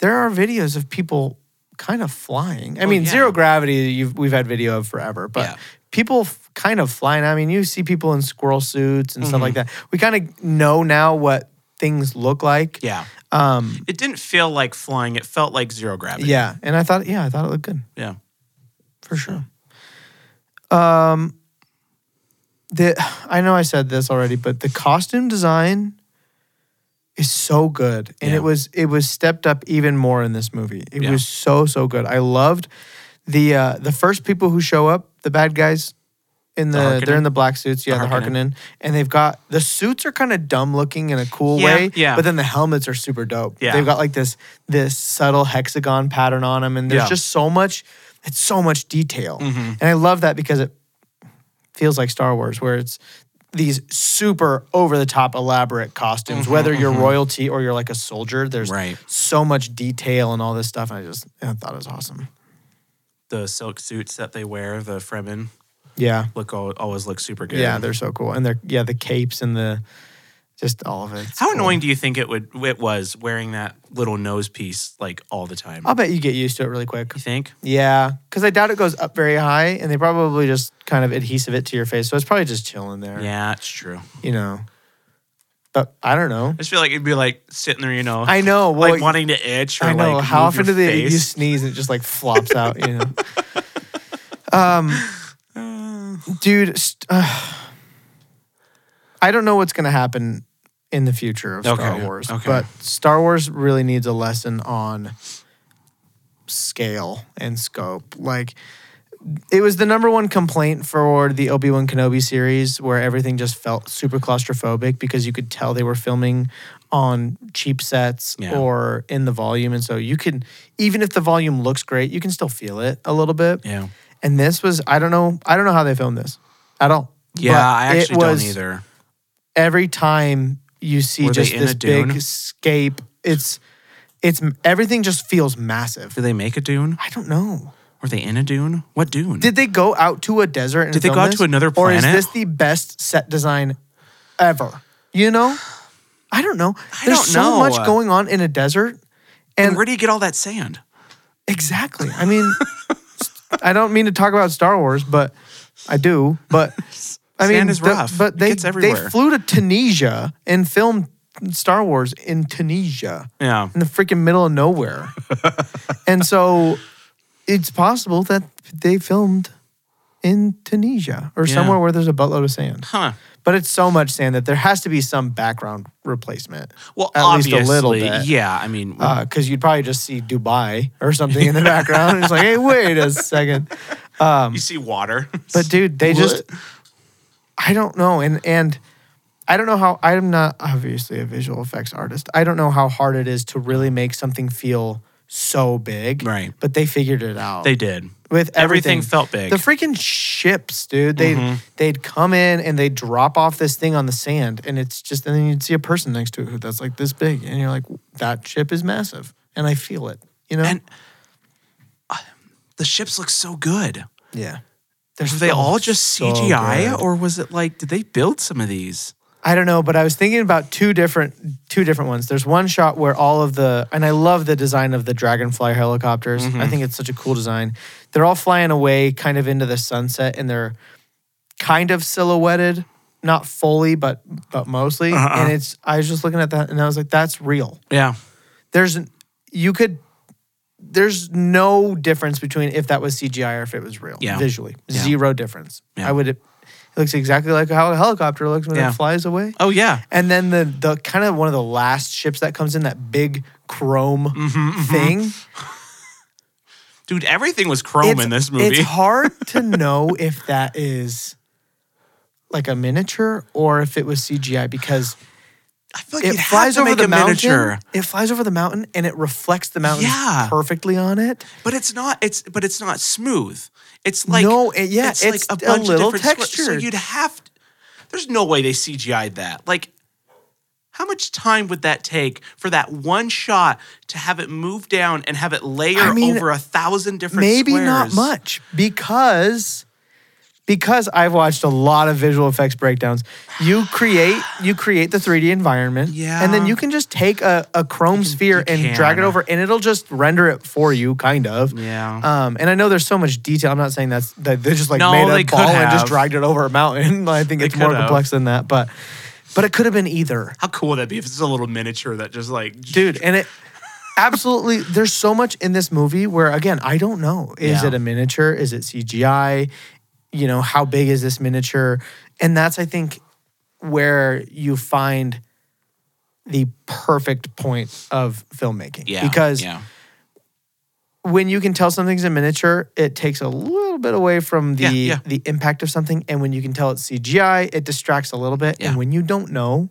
[SPEAKER 1] there are videos of people kind of flying. I mean,
[SPEAKER 2] Oh, yeah.
[SPEAKER 1] zero gravity you've, we've had video of forever, but
[SPEAKER 2] Yeah.
[SPEAKER 1] people f- kind of flying. I mean, you see people in squirrel suits and stuff like
[SPEAKER 2] Mm-hmm.
[SPEAKER 1] that. We kind of know now what things look like.
[SPEAKER 2] Yeah.
[SPEAKER 1] Um,
[SPEAKER 2] It didn't feel like flying. It felt like zero gravity.
[SPEAKER 1] yeah. And I thought, yeah, I thought it looked good.
[SPEAKER 2] Yeah.
[SPEAKER 1] for sure. Um, the I know I said this already, but the costume design is so good, and
[SPEAKER 2] Yeah.
[SPEAKER 1] it was it was stepped up even more in this movie. It
[SPEAKER 2] Yeah.
[SPEAKER 1] was so so good. I loved the uh, the first people who show up, the bad guys. In
[SPEAKER 2] The
[SPEAKER 1] the, they're in
[SPEAKER 2] Harkonnen?
[SPEAKER 1] the black suits, yeah, the
[SPEAKER 2] The Harkonnen.
[SPEAKER 1] Harkonnen, and they've got the suits are kind of dumb looking in a cool
[SPEAKER 2] Yeah,
[SPEAKER 1] way,
[SPEAKER 2] yeah.
[SPEAKER 1] But then the helmets are super dope.
[SPEAKER 2] Yeah.
[SPEAKER 1] They've got like this this subtle hexagon pattern on them, and there's
[SPEAKER 2] Yeah. Mm-hmm.
[SPEAKER 1] just so much. It's so much detail, and I love that because it feels like Star Wars, where it's these super over the top elaborate costumes. Whether you're royalty or you're like a soldier, there's
[SPEAKER 2] Mm-hmm, Right.
[SPEAKER 1] so much detail and all this stuff. And I just I thought it was awesome.
[SPEAKER 2] The silk suits that they wear, the Fremen,
[SPEAKER 1] Yeah,
[SPEAKER 2] look al- always look super good.
[SPEAKER 1] yeah, they're so cool, and they're yeah the capes and the just all of it. It's
[SPEAKER 2] How
[SPEAKER 1] cool.
[SPEAKER 2] annoying do you think it would it was wearing that little nose piece like all the time?
[SPEAKER 1] I'll bet you get used to it really quick.
[SPEAKER 2] you think?
[SPEAKER 1] Yeah, because I doubt it goes up very high, and they probably just kind of adhesive it to your face, so it's probably just chilling there.
[SPEAKER 2] Yeah, it's true.
[SPEAKER 1] you know. But I don't know.
[SPEAKER 2] I just feel like it'd be like sitting there, you know,
[SPEAKER 1] I know. Well,
[SPEAKER 2] like wanting to itch. Or
[SPEAKER 1] I know.
[SPEAKER 2] Like
[SPEAKER 1] How
[SPEAKER 2] move
[SPEAKER 1] often do
[SPEAKER 2] your
[SPEAKER 1] they
[SPEAKER 2] face.
[SPEAKER 1] you sneeze and it just like flops out? You know. Um, dude, st- uh, I don't know what's gonna happen in the future of Star
[SPEAKER 2] Okay,
[SPEAKER 1] Wars,
[SPEAKER 2] okay.
[SPEAKER 1] but Star Wars really needs a lesson on scale and scope. Like. It was the number one complaint for the Obi Wan Kenobi series, where everything just felt super claustrophobic because you could tell they were filming on cheap sets
[SPEAKER 2] Yeah.
[SPEAKER 1] or in the volume, and so you can even if the volume looks great, you can still feel it a little bit.
[SPEAKER 2] Yeah.
[SPEAKER 1] And this was I don't know I don't know how they filmed this at all.
[SPEAKER 2] Yeah,
[SPEAKER 1] But
[SPEAKER 2] I
[SPEAKER 1] it
[SPEAKER 2] actually
[SPEAKER 1] was-
[SPEAKER 2] don't either.
[SPEAKER 1] Every time you see
[SPEAKER 2] Were they
[SPEAKER 1] just
[SPEAKER 2] in a
[SPEAKER 1] this big
[SPEAKER 2] dune?
[SPEAKER 1] scape, it's it's everything just feels massive.
[SPEAKER 2] Did they make a dune?
[SPEAKER 1] I don't know.
[SPEAKER 2] Were they in a dune? What dune?
[SPEAKER 1] Did they go out to a desert? And
[SPEAKER 2] Did they
[SPEAKER 1] film
[SPEAKER 2] go out
[SPEAKER 1] this?
[SPEAKER 2] to another
[SPEAKER 1] Or
[SPEAKER 2] planet?
[SPEAKER 1] is this the best set design ever? You know, I don't know.
[SPEAKER 2] I
[SPEAKER 1] There's
[SPEAKER 2] don't
[SPEAKER 1] so
[SPEAKER 2] know.
[SPEAKER 1] much going on in a desert,
[SPEAKER 2] and
[SPEAKER 1] and
[SPEAKER 2] where do you get all that sand?
[SPEAKER 1] exactly. I mean, I don't mean to talk about Star Wars, but I do. But I mean,
[SPEAKER 2] Sand is
[SPEAKER 1] the-
[SPEAKER 2] rough.
[SPEAKER 1] but
[SPEAKER 2] It
[SPEAKER 1] they
[SPEAKER 2] gets
[SPEAKER 1] they
[SPEAKER 2] everywhere.
[SPEAKER 1] flew to Tunisia and filmed Star Wars in Tunisia
[SPEAKER 2] Yeah.
[SPEAKER 1] in the freaking middle of nowhere. and so it's possible that they filmed in Tunisia or
[SPEAKER 2] Yeah.
[SPEAKER 1] somewhere where there's a buttload of sand.
[SPEAKER 2] Huh.
[SPEAKER 1] But it's so much sand that there has to be some background replacement.
[SPEAKER 2] Well,
[SPEAKER 1] At least
[SPEAKER 2] obviously,
[SPEAKER 1] a little bit.
[SPEAKER 2] yeah. I mean,
[SPEAKER 1] because Uh, you'd probably just see Dubai or something in the background. it's like, hey, wait a second.
[SPEAKER 2] you see water,
[SPEAKER 1] But dude, they just I don't know. And and I don't know how I'm not obviously a visual effects artist. I don't know how hard it is to really make something feel so big.
[SPEAKER 2] Right.
[SPEAKER 1] But they figured it out.
[SPEAKER 2] they did.
[SPEAKER 1] with everything,
[SPEAKER 2] everything felt big. Mm-hmm.
[SPEAKER 1] The freaking ships, dude. They would they'd come in and they'd drop off this thing on the sand, and it's just and then you'd see a person next to it who that's like this big, and you're like, that ship is massive, and I feel it. You know.
[SPEAKER 2] And uh, the ships look so good.
[SPEAKER 1] yeah.
[SPEAKER 2] Were they
[SPEAKER 1] so-
[SPEAKER 2] all just
[SPEAKER 1] Oh, so
[SPEAKER 2] CGI,
[SPEAKER 1] good.
[SPEAKER 2] or was it like did they build some of these?
[SPEAKER 1] I don't know, but I was thinking about two different two different ones. There's one shot where all of the and I love the design of the dragonfly helicopters.
[SPEAKER 2] Mm-hmm.
[SPEAKER 1] I think it's such a cool design. They're all flying away kind of into the sunset and they're kind of silhouetted, not fully, but but mostly.
[SPEAKER 2] Uh-huh.
[SPEAKER 1] And it's I was just looking at that and I was like, that's real.
[SPEAKER 2] Yeah,
[SPEAKER 1] There's you could there's no difference between if that was CGI or if it was real
[SPEAKER 2] Yeah.
[SPEAKER 1] visually.
[SPEAKER 2] Yeah.
[SPEAKER 1] Zero difference.
[SPEAKER 2] Yeah.
[SPEAKER 1] I would it looks exactly like how a helicopter looks when
[SPEAKER 2] Yeah.
[SPEAKER 1] it flies away.
[SPEAKER 2] Oh yeah.
[SPEAKER 1] And then the the kind of one of the last ships that comes in that big chrome
[SPEAKER 2] Mm-hmm,
[SPEAKER 1] thing.
[SPEAKER 2] Dude, everything was chrome
[SPEAKER 1] It's-
[SPEAKER 2] in this movie.
[SPEAKER 1] It's hard to know if that is like a miniature or if it was CGI because
[SPEAKER 2] I feel like
[SPEAKER 1] it
[SPEAKER 2] you'd have
[SPEAKER 1] flies
[SPEAKER 2] to
[SPEAKER 1] over
[SPEAKER 2] make
[SPEAKER 1] the
[SPEAKER 2] a
[SPEAKER 1] mountain.
[SPEAKER 2] miniature.
[SPEAKER 1] It flies over the mountain and it reflects the mountain
[SPEAKER 2] Yeah.
[SPEAKER 1] perfectly on it.
[SPEAKER 2] But it's not it's but it's not smooth. It's like
[SPEAKER 1] No, it- yeah, it's a little
[SPEAKER 2] squares. So
[SPEAKER 1] textured.
[SPEAKER 2] you'd have to, there's no way they CGI'd that. Like how much time would that take for that one shot to have it move down and have it layer
[SPEAKER 1] I mean,
[SPEAKER 2] over a thousand different
[SPEAKER 1] Maybe not
[SPEAKER 2] squares?
[SPEAKER 1] much because because I've watched a lot of visual effects breakdowns. You create you create the 3D environment, and
[SPEAKER 2] Yeah.
[SPEAKER 1] then you can just take a, a chrome sphere and drag it
[SPEAKER 2] can.
[SPEAKER 1] over, and it'll just render it for you, kind of.
[SPEAKER 2] Yeah.
[SPEAKER 1] Um, and I know there's so much detail. I'm not saying that's that they just like
[SPEAKER 2] No,
[SPEAKER 1] made
[SPEAKER 2] they
[SPEAKER 1] a
[SPEAKER 2] could
[SPEAKER 1] ball and just
[SPEAKER 2] have.
[SPEAKER 1] dragged it over a mountain. I think it's more
[SPEAKER 2] could have.
[SPEAKER 1] complex than that, but but it could have been either
[SPEAKER 2] How cool would that be if it's a little miniature that just like
[SPEAKER 1] dude and it absolutely there's so much in this movie where again i don't know is
[SPEAKER 2] Yeah.
[SPEAKER 1] it a miniature is it cgi you know how big is this miniature and that's i think where you find the perfect point of filmmaking
[SPEAKER 2] yeah,
[SPEAKER 1] because
[SPEAKER 2] yeah.
[SPEAKER 1] when you can tell something's a miniature it takes a little bit away from the
[SPEAKER 2] Yeah, yeah.
[SPEAKER 1] the impact of something and when you can tell it's cgi it distracts a little bit
[SPEAKER 2] Yeah.
[SPEAKER 1] and when you don't know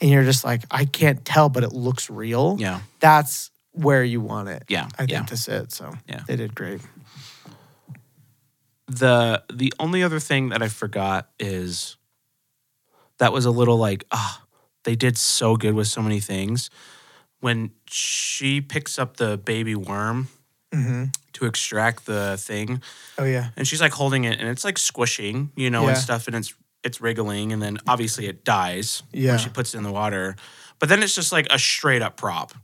[SPEAKER 1] and you're just like i can't tell but it looks real
[SPEAKER 2] Yeah.
[SPEAKER 1] that's where you want it.
[SPEAKER 2] Yeah,
[SPEAKER 1] I think
[SPEAKER 2] yeah.
[SPEAKER 1] to sit. So
[SPEAKER 2] Yeah.
[SPEAKER 1] they did great.
[SPEAKER 2] the the only other thing that I forgot is that was a little like ah they did so good with so many things when she picks up the baby worm
[SPEAKER 1] Mm-hmm.
[SPEAKER 2] to extract the thing
[SPEAKER 1] Oh yeah,
[SPEAKER 2] and she's like holding it and it's like squishing you know and
[SPEAKER 1] Yeah.
[SPEAKER 2] stuff and it's it's wriggling and then obviously it dies
[SPEAKER 1] Yeah.
[SPEAKER 2] when she puts it in the water but then it's just like a straight up prop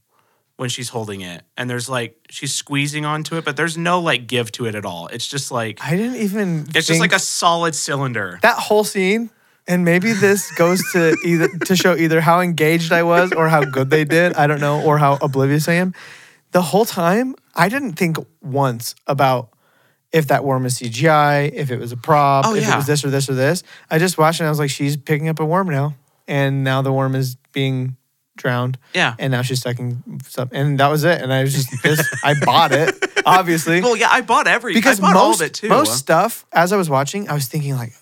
[SPEAKER 2] when she's holding it and there's like she's squeezing onto it but there's no like give to it at all it's just like
[SPEAKER 1] I didn't even.
[SPEAKER 2] it's just
[SPEAKER 1] think-
[SPEAKER 2] like a solid cylinder
[SPEAKER 1] that whole scene. And maybe this goes to either to show either how engaged I was or how good they did. I don't know, or how oblivious I am. The whole time, I didn't think once about if that worm is CGI, if it was a prop,
[SPEAKER 2] Oh,
[SPEAKER 1] if
[SPEAKER 2] yeah.
[SPEAKER 1] it was this or this or this. I just watched it and I was like, she's picking up a worm now. And now the worm is being drowned.
[SPEAKER 2] Yeah.
[SPEAKER 1] and now she's sucking stuff and that was it and i was just this i bought it obviously
[SPEAKER 2] well, yeah, I bought every
[SPEAKER 1] because
[SPEAKER 2] I bought
[SPEAKER 1] most,
[SPEAKER 2] all of it too.
[SPEAKER 1] most stuff as i was watching i was thinking like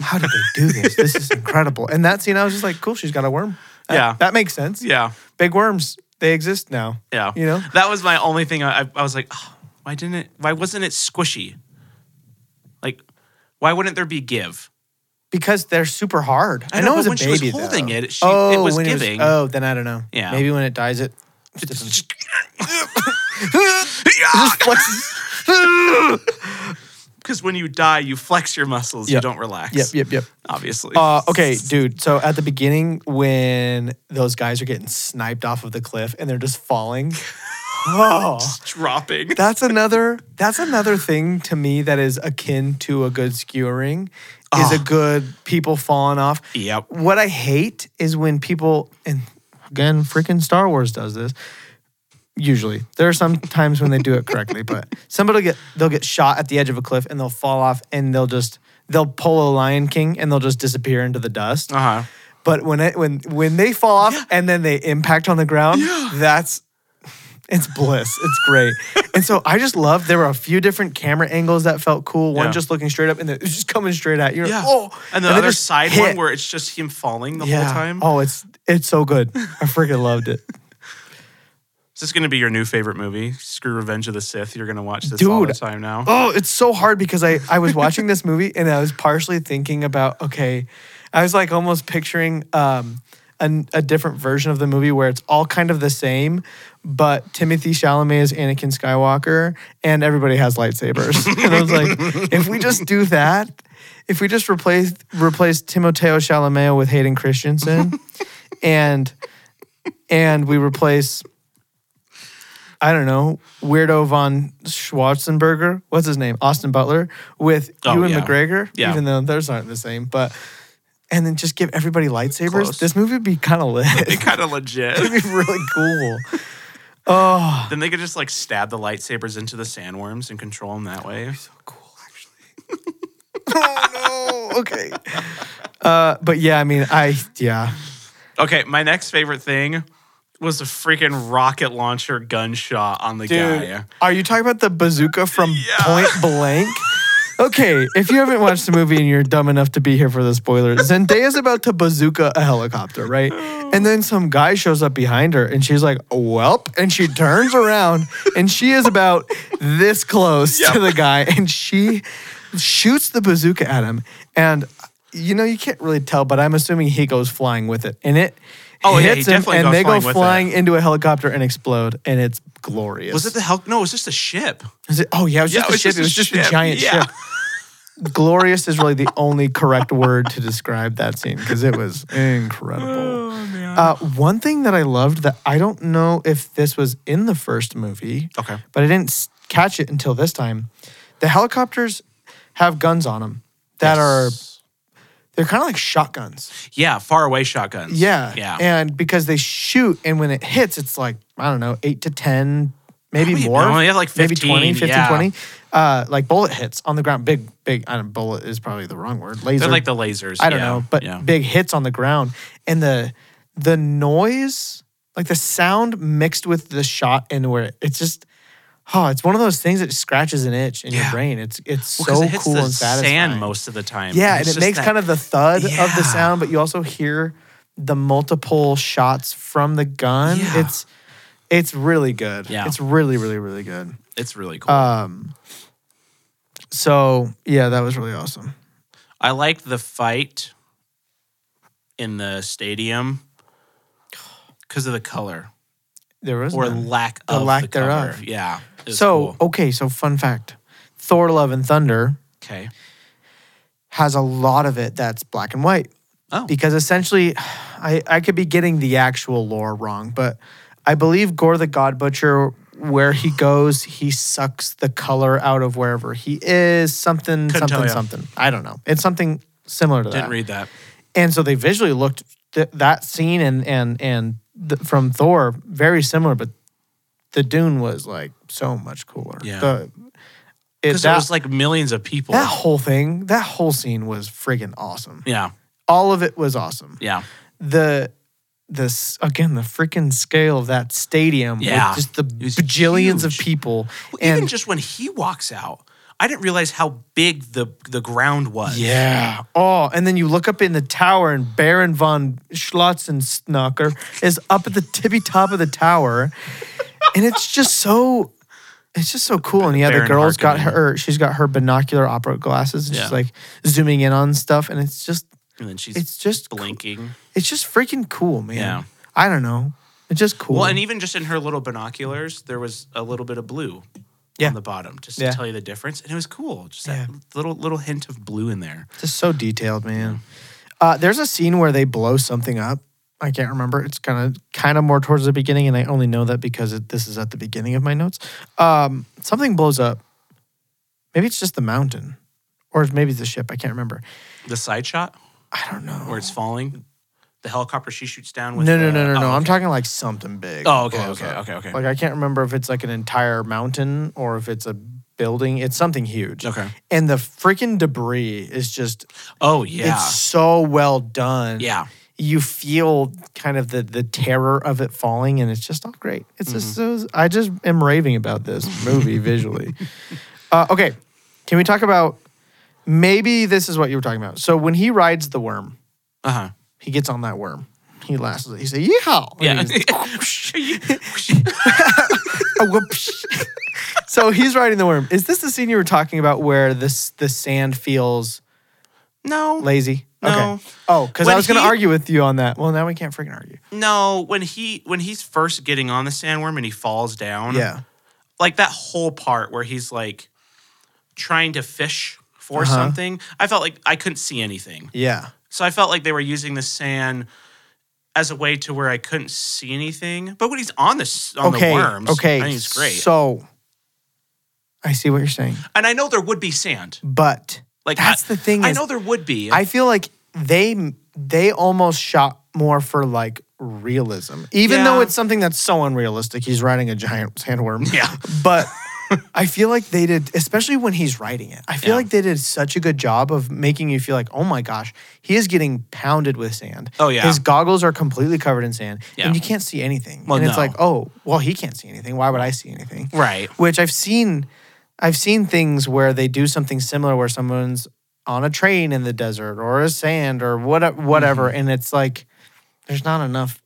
[SPEAKER 1] how did they do this this is incredible and that scene i was just like cool she's got a worm That-
[SPEAKER 2] Yeah.
[SPEAKER 1] that makes sense
[SPEAKER 2] yeah,
[SPEAKER 1] big worms they exist now
[SPEAKER 2] yeah.
[SPEAKER 1] you know
[SPEAKER 2] that was my only thing. I, I was like, oh, why didn't it? Why wasn't it squishy? Like, why wouldn't there be give?
[SPEAKER 1] because they're super hard i,
[SPEAKER 2] I
[SPEAKER 1] know,
[SPEAKER 2] know,
[SPEAKER 1] as
[SPEAKER 2] but
[SPEAKER 1] a
[SPEAKER 2] when she
[SPEAKER 1] baby
[SPEAKER 2] was holding
[SPEAKER 1] though.
[SPEAKER 2] it, she- it
[SPEAKER 1] oh,
[SPEAKER 2] was
[SPEAKER 1] when
[SPEAKER 2] giving.
[SPEAKER 1] oh then i don't know
[SPEAKER 2] Yeah.
[SPEAKER 1] maybe when it dies it
[SPEAKER 2] It's
[SPEAKER 1] just
[SPEAKER 2] just-
[SPEAKER 1] flexes.
[SPEAKER 2] Because when you die, you flex your muscles. You
[SPEAKER 1] Yep.
[SPEAKER 2] don't relax.
[SPEAKER 1] yep yep yep
[SPEAKER 2] Obviously.
[SPEAKER 1] Uh, okay, dude. So at the beginning, when those guys are getting sniped off of the cliff and they're just falling, oh,
[SPEAKER 2] Dropping.
[SPEAKER 1] that's another. That's another thing to me that is akin to a good skewering, is a good people falling off.
[SPEAKER 2] Yep.
[SPEAKER 1] What I hate is when people and again, freaking Star Wars does this. Usually, there are some times when they do it correctly, but somebody will get they'll get shot at the edge of a cliff and they'll fall off and they'll just they'll pull a Lion King and they'll just disappear into the dust.
[SPEAKER 2] Uh huh.
[SPEAKER 1] But when it when when they fall off and then they impact on the ground, that's it's bliss. It's great. and so I just loved there were a few different camera angles that felt cool. One
[SPEAKER 2] Yeah.
[SPEAKER 1] just looking straight up and then it's just coming straight at you. You're
[SPEAKER 2] Yeah.
[SPEAKER 1] like, oh,
[SPEAKER 2] and the
[SPEAKER 1] they
[SPEAKER 2] other
[SPEAKER 1] just
[SPEAKER 2] side
[SPEAKER 1] hit.
[SPEAKER 2] one where it's just him falling the
[SPEAKER 1] yeah.
[SPEAKER 2] whole time.
[SPEAKER 1] Oh, it's it's so good. I freaking loved it.
[SPEAKER 2] Is this going to be your new favorite movie? Screw Revenge of the Sith. You're going to watch this all the
[SPEAKER 1] Dude.
[SPEAKER 2] time now.
[SPEAKER 1] Oh, it's so hard because I, I was watching this movie and I was partially thinking about, okay, I was like almost picturing um, an, a different version of the movie where it's all kind of the same, but Timothy Chalamet is Anakin Skywalker and everybody has lightsabers. and I was like, if we just do that, if we just replace replace Timoteo Chalamet with Hayden Christensen and and we replace I don't know, weirdo von Schwarzenberger, what's his name, Austin Butler, with
[SPEAKER 2] Oh,
[SPEAKER 1] Ewan
[SPEAKER 2] yeah.
[SPEAKER 1] McGregor,
[SPEAKER 2] Yeah.
[SPEAKER 1] even though those aren't the same, but and then just give everybody lightsabers.
[SPEAKER 2] Close.
[SPEAKER 1] This movie would be kind of lit. It'd
[SPEAKER 2] kind of legit.
[SPEAKER 1] be really cool. Oh,
[SPEAKER 2] then they could just like stab the lightsabers into the sandworms and control them that way.
[SPEAKER 1] cool actually. oh no. Okay. Uh, but yeah, I mean, I yeah.
[SPEAKER 2] Okay, my next favorite thing was a freaking rocket launcher gunshot on the guy.
[SPEAKER 1] Are you talking about the bazooka from
[SPEAKER 2] Yeah.
[SPEAKER 1] Point Blank? Okay, if you haven't watched the movie and you're dumb enough to be here for the spoiler, Zendaya's about to bazooka a helicopter, right? And then some guy shows up behind her and she's like, Welp. And she turns around and she is about this close to the guy and she shoots the bazooka at him. And you know, you can't really tell, but I'm assuming he goes flying with it. And it
[SPEAKER 2] Oh, yeah, he
[SPEAKER 1] hits him
[SPEAKER 2] definitely
[SPEAKER 1] and
[SPEAKER 2] goes
[SPEAKER 1] they go
[SPEAKER 2] flying with it.
[SPEAKER 1] flying into a helicopter and explode. And it's glorious.
[SPEAKER 2] Was it the hell? No, it was just a ship.
[SPEAKER 1] Is it- oh yeah, it was
[SPEAKER 2] Yeah,
[SPEAKER 1] just a ship. it was just a
[SPEAKER 2] ship.
[SPEAKER 1] giant
[SPEAKER 2] Yeah.
[SPEAKER 1] ship. Glorious is really the only correct word to describe that scene because it was incredible.
[SPEAKER 2] man.
[SPEAKER 1] Uh, one thing that I loved that I don't know if this was in the first movie,
[SPEAKER 2] Okay.
[SPEAKER 1] but I didn't s- catch it until this time. The helicopters have guns on them that are they're kind of like shotguns.
[SPEAKER 2] yeah, far away shotguns.
[SPEAKER 1] Yeah.
[SPEAKER 2] yeah.
[SPEAKER 1] And because they shoot, and when it hits, it's like, I don't know, eight to 10, maybe
[SPEAKER 2] Probably-
[SPEAKER 1] more.
[SPEAKER 2] no, they have like
[SPEAKER 1] maybe 20,
[SPEAKER 2] 15,
[SPEAKER 1] 15,
[SPEAKER 2] yeah.
[SPEAKER 1] 20. Uh, like bullet hits on the ground. Big, big, I don't bullet is probably the wrong word. Laser.
[SPEAKER 2] They're like the lasers.
[SPEAKER 1] I don't
[SPEAKER 2] yeah,
[SPEAKER 1] know, but
[SPEAKER 2] yeah.
[SPEAKER 1] big hits on the ground. And the the noise, like the sound mixed with the shot and where it's just, oh, it's one of those things that scratches an itch in your
[SPEAKER 2] Yeah.
[SPEAKER 1] brain. It's it's
[SPEAKER 2] Well, 'cause
[SPEAKER 1] so
[SPEAKER 2] it hits
[SPEAKER 1] cool
[SPEAKER 2] the
[SPEAKER 1] and satisfying.
[SPEAKER 2] Sand most of the time.
[SPEAKER 1] Yeah, and
[SPEAKER 2] It's
[SPEAKER 1] it
[SPEAKER 2] just
[SPEAKER 1] makes
[SPEAKER 2] that-
[SPEAKER 1] kind of the thud of
[SPEAKER 2] Yeah.
[SPEAKER 1] the sound, but you also hear the multiple shots from the gun.
[SPEAKER 2] Yeah.
[SPEAKER 1] It's it's really good.
[SPEAKER 2] Yeah.
[SPEAKER 1] It's really, really, really good.
[SPEAKER 2] It's really cool.
[SPEAKER 1] Um so yeah, that was really awesome.
[SPEAKER 2] I like the fight in the stadium because of the color
[SPEAKER 1] There was
[SPEAKER 2] or
[SPEAKER 1] none.
[SPEAKER 2] lack
[SPEAKER 1] The
[SPEAKER 2] of
[SPEAKER 1] lack
[SPEAKER 2] the color.
[SPEAKER 1] thereof.
[SPEAKER 2] Yeah. it was
[SPEAKER 1] so
[SPEAKER 2] cool.
[SPEAKER 1] okay, so fun fact. Thor Love and Thunder
[SPEAKER 2] okay.
[SPEAKER 1] has a lot of it that's black and white.
[SPEAKER 2] Oh.
[SPEAKER 1] because essentially I, I could be getting the actual lore wrong but i believe gore the god butcher where he goes he sucks the color out of wherever he is something
[SPEAKER 2] Couldn't tell
[SPEAKER 1] something
[SPEAKER 2] ya.
[SPEAKER 1] something i don't know it's something similar to that
[SPEAKER 2] Didn't read that.
[SPEAKER 1] and so they visually looked th- that scene and and and th- from thor very similar but the dune was like so much cooler
[SPEAKER 2] Yeah.
[SPEAKER 1] The- it,
[SPEAKER 2] Because
[SPEAKER 1] that,
[SPEAKER 2] it was like millions of people.
[SPEAKER 1] that whole thing that whole scene was friggin' awesome
[SPEAKER 2] Yeah.
[SPEAKER 1] all of it was awesome
[SPEAKER 2] Yeah.
[SPEAKER 1] the this again the freaking scale of that stadium
[SPEAKER 2] Yeah.
[SPEAKER 1] with just the
[SPEAKER 2] It was
[SPEAKER 1] bajillions of
[SPEAKER 2] huge.
[SPEAKER 1] people
[SPEAKER 2] Well,
[SPEAKER 1] and
[SPEAKER 2] even just when he walks out, I didn't realize how big the the ground was.
[SPEAKER 1] yeah oh and then you look up in the tower and baron von schlotzensnacker is up at the tippy top of the tower and it's just so it's just so cool and yeah the
[SPEAKER 2] Baron
[SPEAKER 1] girl's got
[SPEAKER 2] Harkonnen.
[SPEAKER 1] her she's got her binocular opera glasses and
[SPEAKER 2] Yeah.
[SPEAKER 1] she's like zooming in on stuff and it's just
[SPEAKER 2] And then she's
[SPEAKER 1] it's just cool.
[SPEAKER 2] blinking.
[SPEAKER 1] it's just freaking cool man
[SPEAKER 2] Yeah.
[SPEAKER 1] i don't know it's just cool
[SPEAKER 2] Well, and even just in her little binoculars, there was a little bit of blue
[SPEAKER 1] Yeah.
[SPEAKER 2] on the bottom, just
[SPEAKER 1] Yeah.
[SPEAKER 2] to tell you the difference. And it was cool. Just that
[SPEAKER 1] Yeah.
[SPEAKER 2] little little hint of blue in there.
[SPEAKER 1] Just so detailed, man. Uh, there's a scene where they blow something up. I can't remember. It's kind of kind of more towards the beginning, and I only know that because it, this is at the beginning of my notes. Um, something blows up. Maybe it's just the mountain, or maybe it's the ship. I can't remember.
[SPEAKER 2] The side shot
[SPEAKER 1] I don't know.
[SPEAKER 2] where it's falling, the helicopter she shoots down
[SPEAKER 1] no,
[SPEAKER 2] with.
[SPEAKER 1] no, no,
[SPEAKER 2] the-
[SPEAKER 1] no, no,
[SPEAKER 2] oh,
[SPEAKER 1] I'm
[SPEAKER 2] okay.
[SPEAKER 1] talking like something big.
[SPEAKER 2] Oh, okay,
[SPEAKER 1] blows
[SPEAKER 2] okay,
[SPEAKER 1] up.
[SPEAKER 2] okay, okay.
[SPEAKER 1] Like I can't remember if it's like an entire mountain or if it's a building. It's something huge.
[SPEAKER 2] Okay.
[SPEAKER 1] And the freaking debris is just
[SPEAKER 2] Oh yeah.
[SPEAKER 1] it's so well done.
[SPEAKER 2] yeah.
[SPEAKER 1] You feel kind of the the terror of it falling and it's just not great. It's just
[SPEAKER 2] Mm-hmm.
[SPEAKER 1] so I just am raving about this movie visually. Uh, okay. Can we talk about maybe this is what you were talking about. So when he rides the worm,
[SPEAKER 2] Uh huh.
[SPEAKER 1] he gets on that worm. He lashes it. He says, Yeehaw. And
[SPEAKER 2] Yeah.
[SPEAKER 1] he goes, Oh, whoops. so he's riding the worm. Is this the scene you were talking about where this the sand feels
[SPEAKER 2] no.
[SPEAKER 1] lazy?
[SPEAKER 2] No.
[SPEAKER 1] Oh, because I
[SPEAKER 2] When
[SPEAKER 1] was going to
[SPEAKER 2] he-
[SPEAKER 1] argue with you on that. Well, now we can't freaking argue.
[SPEAKER 2] No. When he when he's first getting on the sandworm and he falls down.
[SPEAKER 1] Yeah.
[SPEAKER 2] Like that whole part where he's like trying to fish for
[SPEAKER 1] Uh-huh.
[SPEAKER 2] something. I felt like I couldn't see anything.
[SPEAKER 1] Yeah.
[SPEAKER 2] So I felt like they were using the sand as a way to where I couldn't see anything. But when he's on the s- on
[SPEAKER 1] okay.
[SPEAKER 2] the worms,
[SPEAKER 1] okay.
[SPEAKER 2] I think it's great.
[SPEAKER 1] So I see what you're saying,
[SPEAKER 2] and I know there would be sand.
[SPEAKER 1] but
[SPEAKER 2] Like
[SPEAKER 1] that's
[SPEAKER 2] I,
[SPEAKER 1] the thing.
[SPEAKER 2] I
[SPEAKER 1] is,
[SPEAKER 2] know there would be.
[SPEAKER 1] I feel like they they almost shot more for like realism, even though
[SPEAKER 2] Yeah.
[SPEAKER 1] it's something that's so unrealistic. He's riding a giant sandworm.
[SPEAKER 2] Yeah.
[SPEAKER 1] but I feel like they did, especially when he's writing it. I feel
[SPEAKER 2] Yeah.
[SPEAKER 1] like they did such a good job of making you feel like, oh my gosh, he is getting pounded with sand.
[SPEAKER 2] Oh, yeah.
[SPEAKER 1] his goggles are completely covered in sand,
[SPEAKER 2] Yeah.
[SPEAKER 1] and you can't see anything.
[SPEAKER 2] Well,
[SPEAKER 1] and it's
[SPEAKER 2] no.
[SPEAKER 1] like, oh, well, he can't see anything. Why would I see anything?
[SPEAKER 2] right.
[SPEAKER 1] which I've seen I've seen things where they do something similar where someone's on a train in the desert or a sand or what, whatever
[SPEAKER 2] Mm-hmm.
[SPEAKER 1] and it's like there's not enough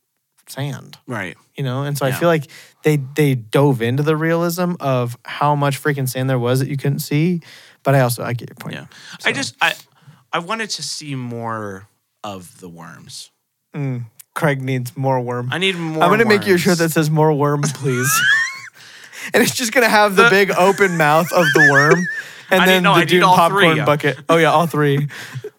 [SPEAKER 1] sand
[SPEAKER 2] Right.
[SPEAKER 1] you know and so I
[SPEAKER 2] Yeah.
[SPEAKER 1] feel like they they dove into the realism of how much freaking sand there was that you couldn't see but I also I get your point
[SPEAKER 2] Yeah. I just I I wanted to see more of the worms.
[SPEAKER 1] Mm, Craig needs more worm
[SPEAKER 2] I need more.
[SPEAKER 1] I'm gonna make you a
[SPEAKER 2] worms.
[SPEAKER 1] shirt that says "More worm, please," and it's just gonna have the
[SPEAKER 2] The-
[SPEAKER 1] big open mouth of the worm, and
[SPEAKER 2] I need-
[SPEAKER 1] then
[SPEAKER 2] no,
[SPEAKER 1] the
[SPEAKER 2] I need
[SPEAKER 1] Dune
[SPEAKER 2] all
[SPEAKER 1] popcorn
[SPEAKER 2] three.
[SPEAKER 1] bucket. Oh yeah, all three,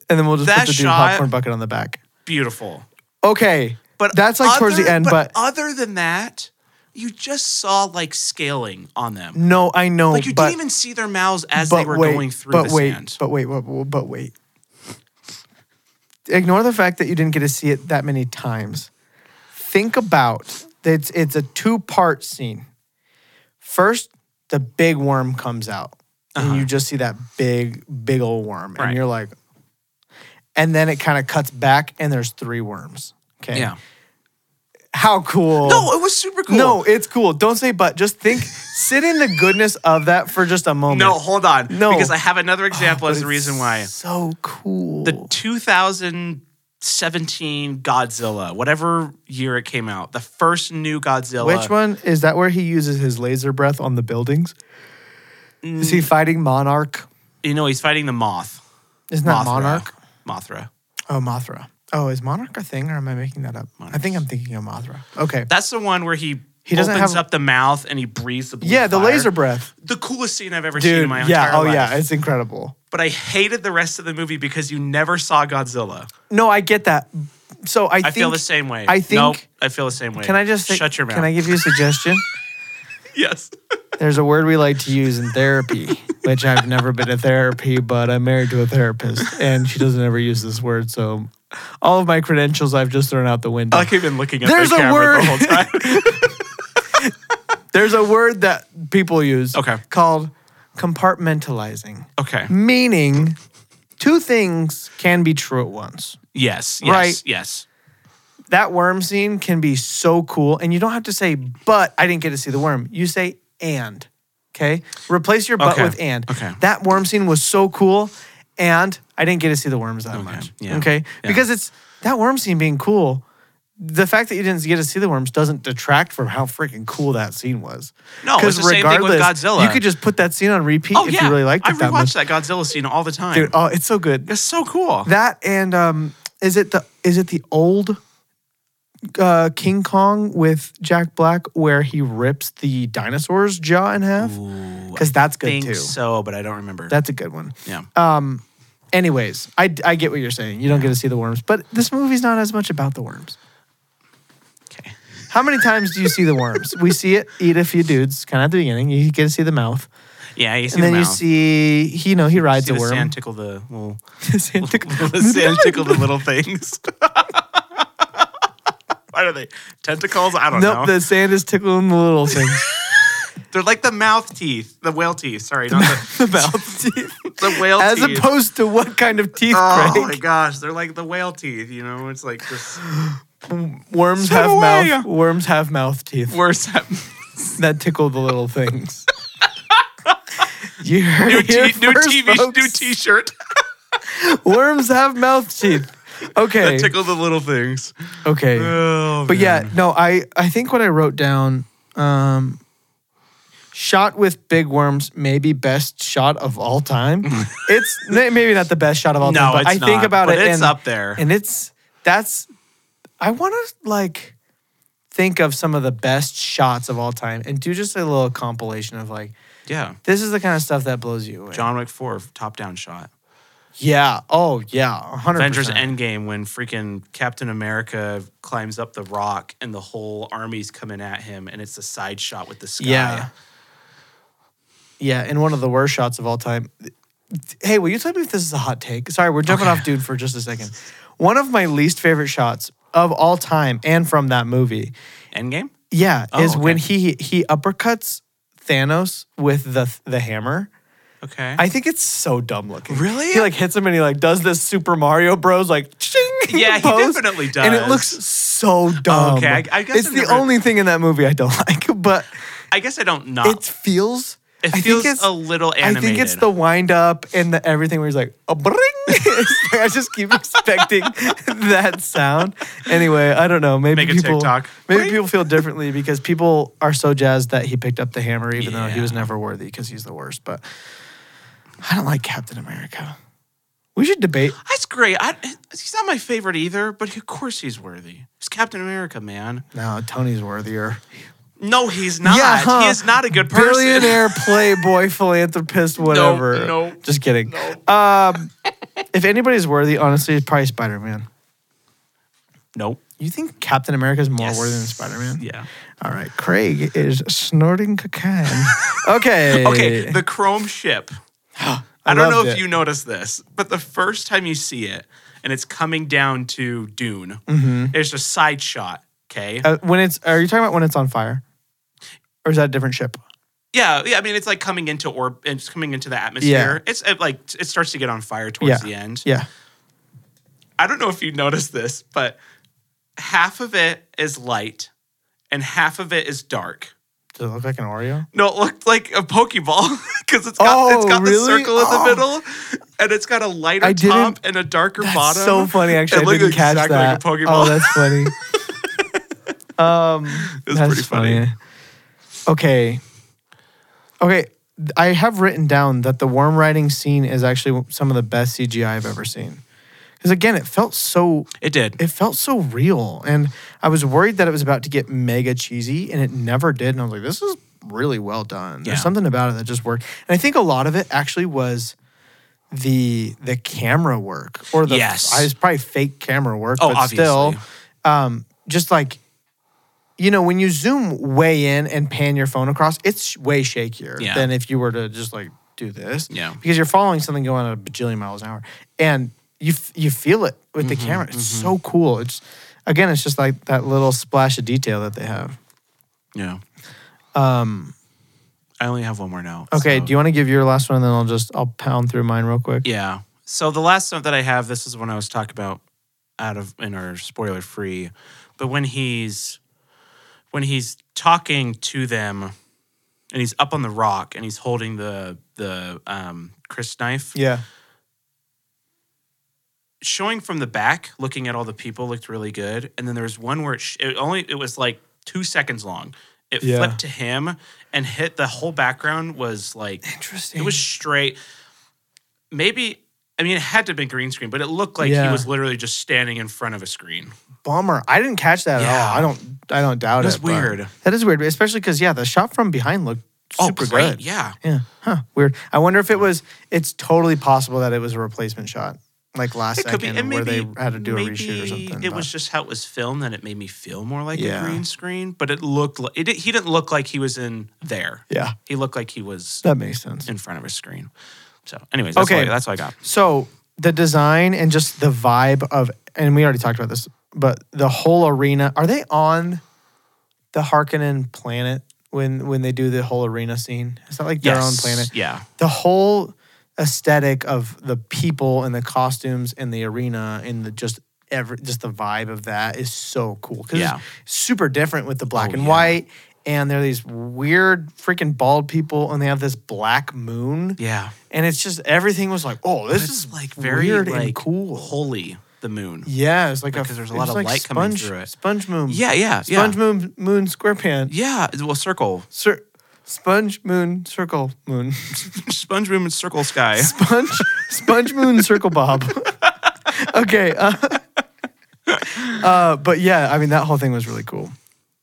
[SPEAKER 1] and then we'll just put
[SPEAKER 2] That
[SPEAKER 1] the Dune
[SPEAKER 2] shot-
[SPEAKER 1] popcorn bucket on the back.
[SPEAKER 2] beautiful.
[SPEAKER 1] Okay,
[SPEAKER 2] But
[SPEAKER 1] that's like towards the
[SPEAKER 2] other-
[SPEAKER 1] end. But,
[SPEAKER 2] other than that, you just saw like scaling on them.
[SPEAKER 1] no, I know.
[SPEAKER 2] Like you
[SPEAKER 1] but,
[SPEAKER 2] didn't even see their mouths as
[SPEAKER 1] but
[SPEAKER 2] they were
[SPEAKER 1] wait,
[SPEAKER 2] going through
[SPEAKER 1] but
[SPEAKER 2] the
[SPEAKER 1] wait,
[SPEAKER 2] sand.
[SPEAKER 1] But wait, but, but, but wait. Ignore the fact that you didn't get to see it that many times. Think about it's it's a two part scene. First, the big worm comes out, and you just see that big big old worm,
[SPEAKER 2] Uh-huh. Right.
[SPEAKER 1] and you're like, and then it kind of cuts back, and there's three worms. Okay,
[SPEAKER 2] yeah.
[SPEAKER 1] how cool?
[SPEAKER 2] No, it was super cool.
[SPEAKER 1] No, it's cool. Don't say but. Just think, sit in the goodness of that for just a moment.
[SPEAKER 2] No, hold on.
[SPEAKER 1] No. Oh,
[SPEAKER 2] Because I have another example as the
[SPEAKER 1] But
[SPEAKER 2] reason
[SPEAKER 1] it's
[SPEAKER 2] why.
[SPEAKER 1] So cool.
[SPEAKER 2] The 2017 Godzilla, whatever year it came out, the first new Godzilla.
[SPEAKER 1] Which one is that where he uses his laser breath on the buildings? Is
[SPEAKER 2] Mm.
[SPEAKER 1] he fighting Monarch?
[SPEAKER 2] You know, he's fighting the moth.
[SPEAKER 1] Isn't that Monarch?
[SPEAKER 2] Mothra.
[SPEAKER 1] Oh, Mothra. Oh, is Monarch a thing or am I making that up? I think I'm thinking of Mothra. Okay.
[SPEAKER 2] That's the one where he,
[SPEAKER 1] He doesn't
[SPEAKER 2] opens
[SPEAKER 1] have-
[SPEAKER 2] up the mouth and he breathes the blue
[SPEAKER 1] yeah, the
[SPEAKER 2] fire.
[SPEAKER 1] laser breath.
[SPEAKER 2] The coolest scene I've ever seen
[SPEAKER 1] Dude,
[SPEAKER 2] in my
[SPEAKER 1] yeah.
[SPEAKER 2] entire
[SPEAKER 1] Oh,
[SPEAKER 2] life.
[SPEAKER 1] yeah. It's incredible.
[SPEAKER 2] But I hated the rest of the movie because you never saw Godzilla.
[SPEAKER 1] No, I get that. So I,
[SPEAKER 2] I
[SPEAKER 1] think,
[SPEAKER 2] feel the same way.
[SPEAKER 1] I think-
[SPEAKER 2] Nope, I feel the same way.
[SPEAKER 1] Can I just say-
[SPEAKER 2] shut your mouth?
[SPEAKER 1] Can I give you a suggestion?
[SPEAKER 2] yes.
[SPEAKER 1] There's a word we like to use in therapy, which I've never been to therapy, but I'm married to a therapist and she doesn't ever use this word. So all of my credentials I've just thrown out the window.
[SPEAKER 2] I like even looking at
[SPEAKER 1] There's
[SPEAKER 2] the
[SPEAKER 1] a
[SPEAKER 2] camera
[SPEAKER 1] word.
[SPEAKER 2] the whole time.
[SPEAKER 1] There's a word that people use
[SPEAKER 2] Okay.
[SPEAKER 1] called compartmentalizing,
[SPEAKER 2] okay.
[SPEAKER 1] meaning two things can be true at once.
[SPEAKER 2] Yes. Yes.
[SPEAKER 1] Right.
[SPEAKER 2] Yes.
[SPEAKER 1] That worm scene can be so cool, and you don't have to say, but I didn't get to see the worm. You say, and. Okay. Replace your but
[SPEAKER 2] Okay.
[SPEAKER 1] with and.
[SPEAKER 2] Okay.
[SPEAKER 1] That worm scene was so cool, and I didn't get to see the worms that much.
[SPEAKER 2] Yeah.
[SPEAKER 1] Okay.
[SPEAKER 2] Yeah.
[SPEAKER 1] Because it's that worm scene being cool. The fact that you didn't get to see the worms doesn't detract from how freaking cool that scene was.
[SPEAKER 2] No, it's
[SPEAKER 1] 'Cause
[SPEAKER 2] the same thing with
[SPEAKER 1] regardless,
[SPEAKER 2] Godzilla.
[SPEAKER 1] You could just put that scene on repeat
[SPEAKER 2] oh
[SPEAKER 1] if
[SPEAKER 2] yeah.
[SPEAKER 1] you really liked it
[SPEAKER 2] I
[SPEAKER 1] that
[SPEAKER 2] rewatch
[SPEAKER 1] much.
[SPEAKER 2] that Godzilla scene all the time.
[SPEAKER 1] Dude, oh, it's so good.
[SPEAKER 2] It's so cool.
[SPEAKER 1] That and um, is it the is it the old uh, King Kong with Jack Black where he rips the dinosaur's jaw in half? Because that's good
[SPEAKER 2] think
[SPEAKER 1] too.
[SPEAKER 2] so, but I don't remember.
[SPEAKER 1] That's uh, a good one.
[SPEAKER 2] yeah.
[SPEAKER 1] Anyways, I, I get what you're saying. You don't get to see the worms, but this movie's not as much about the worms.
[SPEAKER 2] okay.
[SPEAKER 1] How many times do you see the worms? We see it eat a few dudes, kind of at the beginning. You get to see the mouth,
[SPEAKER 2] Yeah. You see
[SPEAKER 1] and then
[SPEAKER 2] the
[SPEAKER 1] you
[SPEAKER 2] mouth.
[SPEAKER 1] see he, you know, he rides
[SPEAKER 2] See
[SPEAKER 1] a
[SPEAKER 2] the
[SPEAKER 1] worm.
[SPEAKER 2] sand tickle the little,
[SPEAKER 1] Sand tickle.
[SPEAKER 2] the sand tickle the little things. what are they? Tentacles? I don't
[SPEAKER 1] Nope,
[SPEAKER 2] know.
[SPEAKER 1] the sand is tickling the little things.
[SPEAKER 2] They're like the mouth teeth, the whale teeth. Sorry, not the,
[SPEAKER 1] the mouth teeth.
[SPEAKER 2] the whale
[SPEAKER 1] As
[SPEAKER 2] teeth.
[SPEAKER 1] opposed to what kind of teeth,
[SPEAKER 2] oh
[SPEAKER 1] Craig?
[SPEAKER 2] my gosh, they're like the whale teeth. You know, it's like just
[SPEAKER 1] Worms
[SPEAKER 2] Swim
[SPEAKER 1] have
[SPEAKER 2] away.
[SPEAKER 1] mouth. Worms have mouth teeth
[SPEAKER 2] worse. at-
[SPEAKER 1] that tickle the little things. you heard
[SPEAKER 2] New,
[SPEAKER 1] it here
[SPEAKER 2] t- new
[SPEAKER 1] first,
[SPEAKER 2] TV,
[SPEAKER 1] folks.
[SPEAKER 2] new T-shirt.
[SPEAKER 1] Worms have mouth teeth. Okay.
[SPEAKER 2] that tickle the little things.
[SPEAKER 1] okay.
[SPEAKER 2] Oh,
[SPEAKER 1] but yeah,
[SPEAKER 2] man.
[SPEAKER 1] no, I I think what I wrote down, um, shot with big worms, maybe best shot of all time. it's may- maybe not the best shot of all
[SPEAKER 2] no,
[SPEAKER 1] time, but
[SPEAKER 2] it's
[SPEAKER 1] I
[SPEAKER 2] not,
[SPEAKER 1] think about
[SPEAKER 2] but
[SPEAKER 1] it
[SPEAKER 2] It's
[SPEAKER 1] and,
[SPEAKER 2] up there.
[SPEAKER 1] and it's that's I want to like think of some of the best shots of all time and do just a little compilation of like
[SPEAKER 2] yeah,
[SPEAKER 1] this is the kind of stuff that blows you away.
[SPEAKER 2] John Wick Four top-down shot.
[SPEAKER 1] Yeah. Oh yeah. hundred
[SPEAKER 2] Avengers
[SPEAKER 1] percent.
[SPEAKER 2] Endgame when freaking Captain America climbs up the rock and the whole army's coming at him and it's a side shot with the sky.
[SPEAKER 1] Yeah. Yeah, and one of the worst shots of all time. Hey, will you tell me if this is a hot take? Sorry, we're jumping
[SPEAKER 2] Okay.
[SPEAKER 1] off dude for just a second. One of my least favorite shots of all time and from that movie,
[SPEAKER 2] Endgame?
[SPEAKER 1] yeah,
[SPEAKER 2] Oh,
[SPEAKER 1] is when
[SPEAKER 2] okay.
[SPEAKER 1] he he uppercuts Thanos with the the hammer.
[SPEAKER 2] Okay.
[SPEAKER 1] I think it's so dumb looking.
[SPEAKER 2] Really?
[SPEAKER 1] He like hits him and he like does this Super Mario Bros like ching
[SPEAKER 2] Yeah, he
[SPEAKER 1] pose,
[SPEAKER 2] definitely
[SPEAKER 1] And it
[SPEAKER 2] does.
[SPEAKER 1] looks so dumb.
[SPEAKER 2] Okay, I- I guess
[SPEAKER 1] it's
[SPEAKER 2] I've
[SPEAKER 1] the
[SPEAKER 2] never-
[SPEAKER 1] only thing in that movie I don't like, but
[SPEAKER 2] I guess I don't know.
[SPEAKER 1] it feels
[SPEAKER 2] Uh, It
[SPEAKER 1] I
[SPEAKER 2] feels
[SPEAKER 1] think it's
[SPEAKER 2] a little animated.
[SPEAKER 1] I think it's the wind up and the everything where he's like, a bring. I just keep expecting that sound. Anyway, I don't know. Maybe
[SPEAKER 2] Make a
[SPEAKER 1] people
[SPEAKER 2] TikTok.
[SPEAKER 1] maybe
[SPEAKER 2] Bring.
[SPEAKER 1] people feel differently because people are so jazzed that he picked up the hammer, even though he was
[SPEAKER 2] Yeah.
[SPEAKER 1] never worthy because he's the worst. But I don't like Captain America. We should debate.
[SPEAKER 2] That's great. I, he's not my favorite either, but of course he's worthy. He's Captain America, man.
[SPEAKER 1] No, Tony's worthier.
[SPEAKER 2] No, he's not.
[SPEAKER 1] Yeah, huh.
[SPEAKER 2] He is not a good person.
[SPEAKER 1] Billionaire, playboy, philanthropist, whatever.
[SPEAKER 2] no.
[SPEAKER 1] Just kidding. Um, if anybody's worthy, honestly, it's probably Spider Man.
[SPEAKER 2] Nope.
[SPEAKER 1] You think Captain America is more
[SPEAKER 2] Yes.
[SPEAKER 1] worthy than Spider Man?
[SPEAKER 2] Yeah.
[SPEAKER 1] All right. Craig is snorting cocaine. okay.
[SPEAKER 2] Okay, the Chrome ship. I, don't know
[SPEAKER 1] Eh. loved
[SPEAKER 2] if
[SPEAKER 1] it.
[SPEAKER 2] you noticed this, but the first time you see it and it's coming down to Dune, there's a side shot. Okay.
[SPEAKER 1] Mm-hmm. Uh, when it's are you talking about when it's on fire, or is that a different ship?
[SPEAKER 2] yeah, yeah. I mean, it's like coming into orb, it's coming into the atmosphere. It's it, like it starts to get on fire towards
[SPEAKER 1] Yeah.
[SPEAKER 2] the end.
[SPEAKER 1] Yeah.
[SPEAKER 2] I don't know if you noticed this, but half of it is light and half of it is dark.
[SPEAKER 1] Does it look like an Oreo?
[SPEAKER 2] No, it looked like a Pokeball because it's got it's
[SPEAKER 1] Oh,
[SPEAKER 2] got the
[SPEAKER 1] really?
[SPEAKER 2] circle in the
[SPEAKER 1] Oh.
[SPEAKER 2] middle, and it's got a lighter
[SPEAKER 1] I didn't-
[SPEAKER 2] top and a darker
[SPEAKER 1] That's
[SPEAKER 2] bottom.
[SPEAKER 1] so funny. Actually,
[SPEAKER 2] It
[SPEAKER 1] I
[SPEAKER 2] looked
[SPEAKER 1] didn't catch
[SPEAKER 2] exactly
[SPEAKER 1] that.
[SPEAKER 2] like a Pokeball.
[SPEAKER 1] Oh, that's funny. um,
[SPEAKER 2] was
[SPEAKER 1] that's
[SPEAKER 2] pretty funny.
[SPEAKER 1] Okay. Okay. I have written down that the worm riding scene is actually some of the best CGI I've ever seen. Because again, it felt so
[SPEAKER 2] It did.
[SPEAKER 1] it felt so real. And I was worried that it was about to get mega cheesy, and it never did. And I was like, this is really well done. There's
[SPEAKER 2] Yeah.
[SPEAKER 1] something about it that just worked. And I think a lot of it actually was the the camera work or the
[SPEAKER 2] Yes.
[SPEAKER 1] I was probably fake camera work,
[SPEAKER 2] Oh,
[SPEAKER 1] but
[SPEAKER 2] obviously.
[SPEAKER 1] still um just like you know, when you zoom way in and pan your phone across, it's way shakier
[SPEAKER 2] Yeah.
[SPEAKER 1] than if you were to just like do this.
[SPEAKER 2] Yeah.
[SPEAKER 1] Because you're following something going at a bajillion miles an hour, and you f- you feel it with
[SPEAKER 2] Mm-hmm,
[SPEAKER 1] the camera. It's so cool. It's again, it's just like that little splash of detail that they have.
[SPEAKER 2] Yeah. Um, I only have one more now.
[SPEAKER 1] Um, Okay,
[SPEAKER 2] so-
[SPEAKER 1] do you want to give your last one, and then I'll just I'll pound through mine real quick.
[SPEAKER 2] Yeah. So the last note that I have, this is when I was talking about out of in our spoiler free, but when he's when he's talking to them and he's up on the rock and he's holding the the um Chris knife.
[SPEAKER 1] Yeah.
[SPEAKER 2] Showing from the back, looking at all the people looked really good. And then there was one where it, sh- it only it was like two seconds long. It
[SPEAKER 1] Yeah.
[SPEAKER 2] flipped to him and hit the whole background was like
[SPEAKER 1] Interesting.
[SPEAKER 2] It was straight. Maybe I mean it had to have been green screen, but it looked like he
[SPEAKER 1] Yeah.
[SPEAKER 2] was literally just standing in front of a screen.
[SPEAKER 1] bummer. I didn't catch that
[SPEAKER 2] Yeah.
[SPEAKER 1] at all. I don't I don't doubt
[SPEAKER 2] It was
[SPEAKER 1] it. but-
[SPEAKER 2] weird.
[SPEAKER 1] That is weird, especially because yeah, the shot from behind looked super
[SPEAKER 2] oh, great!
[SPEAKER 1] good.
[SPEAKER 2] Yeah,
[SPEAKER 1] Yeah. Huh. Weird. I wonder if it was. It's totally possible that it was a replacement shot, like last
[SPEAKER 2] it could be.
[SPEAKER 1] second,
[SPEAKER 2] And
[SPEAKER 1] where
[SPEAKER 2] maybe
[SPEAKER 1] they had to do a
[SPEAKER 2] maybe
[SPEAKER 1] reshoot or something.
[SPEAKER 2] It
[SPEAKER 1] but-
[SPEAKER 2] was just how it was filmed, and it made me feel more like
[SPEAKER 1] Yeah.
[SPEAKER 2] a green screen. But it looked like it. did- He didn't look like he was in there.
[SPEAKER 1] Yeah,
[SPEAKER 2] He looked like he was
[SPEAKER 1] that makes sense.
[SPEAKER 2] in front of a screen. So, anyways, that's
[SPEAKER 1] Okay.
[SPEAKER 2] All, that's all I got.
[SPEAKER 1] So the design and just the vibe of, and we already talked about this, but the whole arena. Are they on the Harkonnen planet? when when they do the whole arena scene. It's not like their own
[SPEAKER 2] Yes,
[SPEAKER 1] planet.
[SPEAKER 2] Yeah.
[SPEAKER 1] The whole aesthetic of the people and the costumes and the arena and the just every just the vibe of that is so cool. 'Cause
[SPEAKER 2] Yeah.
[SPEAKER 1] it's super different with the black
[SPEAKER 2] Oh,
[SPEAKER 1] and
[SPEAKER 2] yeah.
[SPEAKER 1] white. And they're these weird freaking bald people, and they have this black moon,
[SPEAKER 2] Yeah.
[SPEAKER 1] and it's just everything was like, oh,
[SPEAKER 2] But
[SPEAKER 1] this
[SPEAKER 2] it's
[SPEAKER 1] is
[SPEAKER 2] like very
[SPEAKER 1] weird
[SPEAKER 2] like
[SPEAKER 1] and cool.
[SPEAKER 2] holy the moon.
[SPEAKER 1] Yeah, it's like a-
[SPEAKER 2] Because there's a
[SPEAKER 1] it
[SPEAKER 2] lot
[SPEAKER 1] was
[SPEAKER 2] of
[SPEAKER 1] like
[SPEAKER 2] light coming
[SPEAKER 1] sponge,
[SPEAKER 2] through it.
[SPEAKER 1] Sponge moon.
[SPEAKER 2] Yeah, yeah, yeah.
[SPEAKER 1] Sponge moon moon squarepants.
[SPEAKER 2] Yeah, well, circle,
[SPEAKER 1] Sir, sponge moon circle moon.
[SPEAKER 2] sponge moon, and circle sky.
[SPEAKER 1] Sponge sponge moon circle bob. okay. Uh, uh, but yeah, I mean that whole thing was really cool.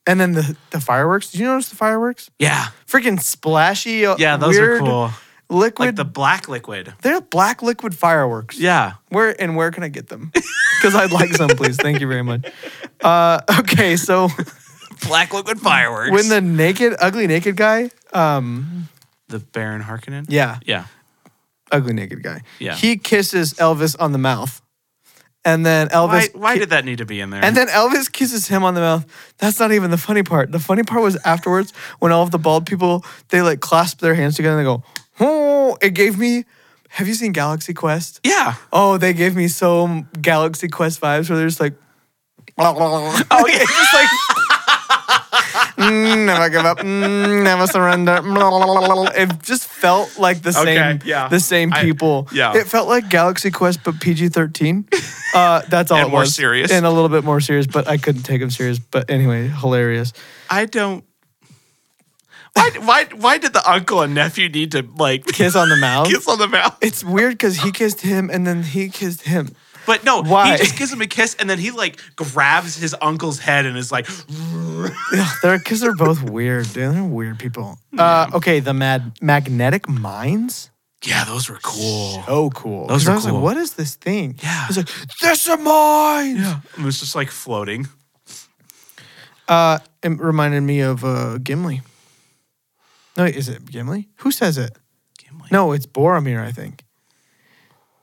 [SPEAKER 1] And then the the fireworks. Did you notice the fireworks?
[SPEAKER 2] Yeah,
[SPEAKER 1] Freaking splashy. uh,
[SPEAKER 2] yeah, those
[SPEAKER 1] weird
[SPEAKER 2] are cool.
[SPEAKER 1] Liquid.
[SPEAKER 2] Like the black liquid.
[SPEAKER 1] they're black liquid fireworks.
[SPEAKER 2] Yeah,
[SPEAKER 1] Where and where can I get them? Because I'd like some, please. Thank you very much. Uh, okay, so
[SPEAKER 2] black liquid fireworks.
[SPEAKER 1] when the naked, ugly naked guy, um,
[SPEAKER 2] the Baron Harkonnen.
[SPEAKER 1] yeah,
[SPEAKER 2] yeah,
[SPEAKER 1] ugly naked guy,
[SPEAKER 2] Yeah.
[SPEAKER 1] he kisses Elvis on the mouth, and then
[SPEAKER 2] Why,
[SPEAKER 1] Elvis,
[SPEAKER 2] why
[SPEAKER 1] ki-
[SPEAKER 2] did that need to be in there?
[SPEAKER 1] and then Elvis kisses him on the mouth. That's not even the funny part. The funny part was afterwards when all of the bald people they like clasp their hands together and they go, oh, it gave me. Have you seen Galaxy Quest?
[SPEAKER 2] yeah.
[SPEAKER 1] Oh, they gave me so Galaxy Quest vibes where they're just like,
[SPEAKER 2] Oh yeah.
[SPEAKER 1] just like "Mm, never give up, mm, never surrender. Mm, It just felt like the
[SPEAKER 2] Okay,
[SPEAKER 1] same,
[SPEAKER 2] yeah.
[SPEAKER 1] the same
[SPEAKER 2] I-
[SPEAKER 1] people.
[SPEAKER 2] yeah.
[SPEAKER 1] it felt like Galaxy Quest, but PG thirteen. Uh, that's all
[SPEAKER 2] And
[SPEAKER 1] it
[SPEAKER 2] more
[SPEAKER 1] was.
[SPEAKER 2] serious.
[SPEAKER 1] and a little bit more serious. But I couldn't take them serious. But anyway, hilarious.
[SPEAKER 2] I don't. Why, why, why did the uncle and nephew need to like
[SPEAKER 1] Kiss on the mouth.
[SPEAKER 2] kiss on the mouth?
[SPEAKER 1] It's weird because he kissed him and then he kissed him.
[SPEAKER 2] But no,
[SPEAKER 1] Why?
[SPEAKER 2] he just gives him a kiss and then he like grabs his uncle's head and is like,
[SPEAKER 1] Ugh, They're because they're both weird. Dude. They're weird people.
[SPEAKER 2] Mm.
[SPEAKER 1] Uh, okay, the mad magnetic minds.
[SPEAKER 2] yeah, those were cool.
[SPEAKER 1] so cool.
[SPEAKER 2] Those
[SPEAKER 1] 'Cause
[SPEAKER 2] are
[SPEAKER 1] I was
[SPEAKER 2] cool.
[SPEAKER 1] like, what is this thing?
[SPEAKER 2] Yeah.
[SPEAKER 1] I was like, this are mine.
[SPEAKER 2] Yeah, it was just like floating.
[SPEAKER 1] Uh, it reminded me of uh, Gimli. No, wait, is it Gimli? Who says it?
[SPEAKER 2] Gimli.
[SPEAKER 1] No, it's Boromir, I think.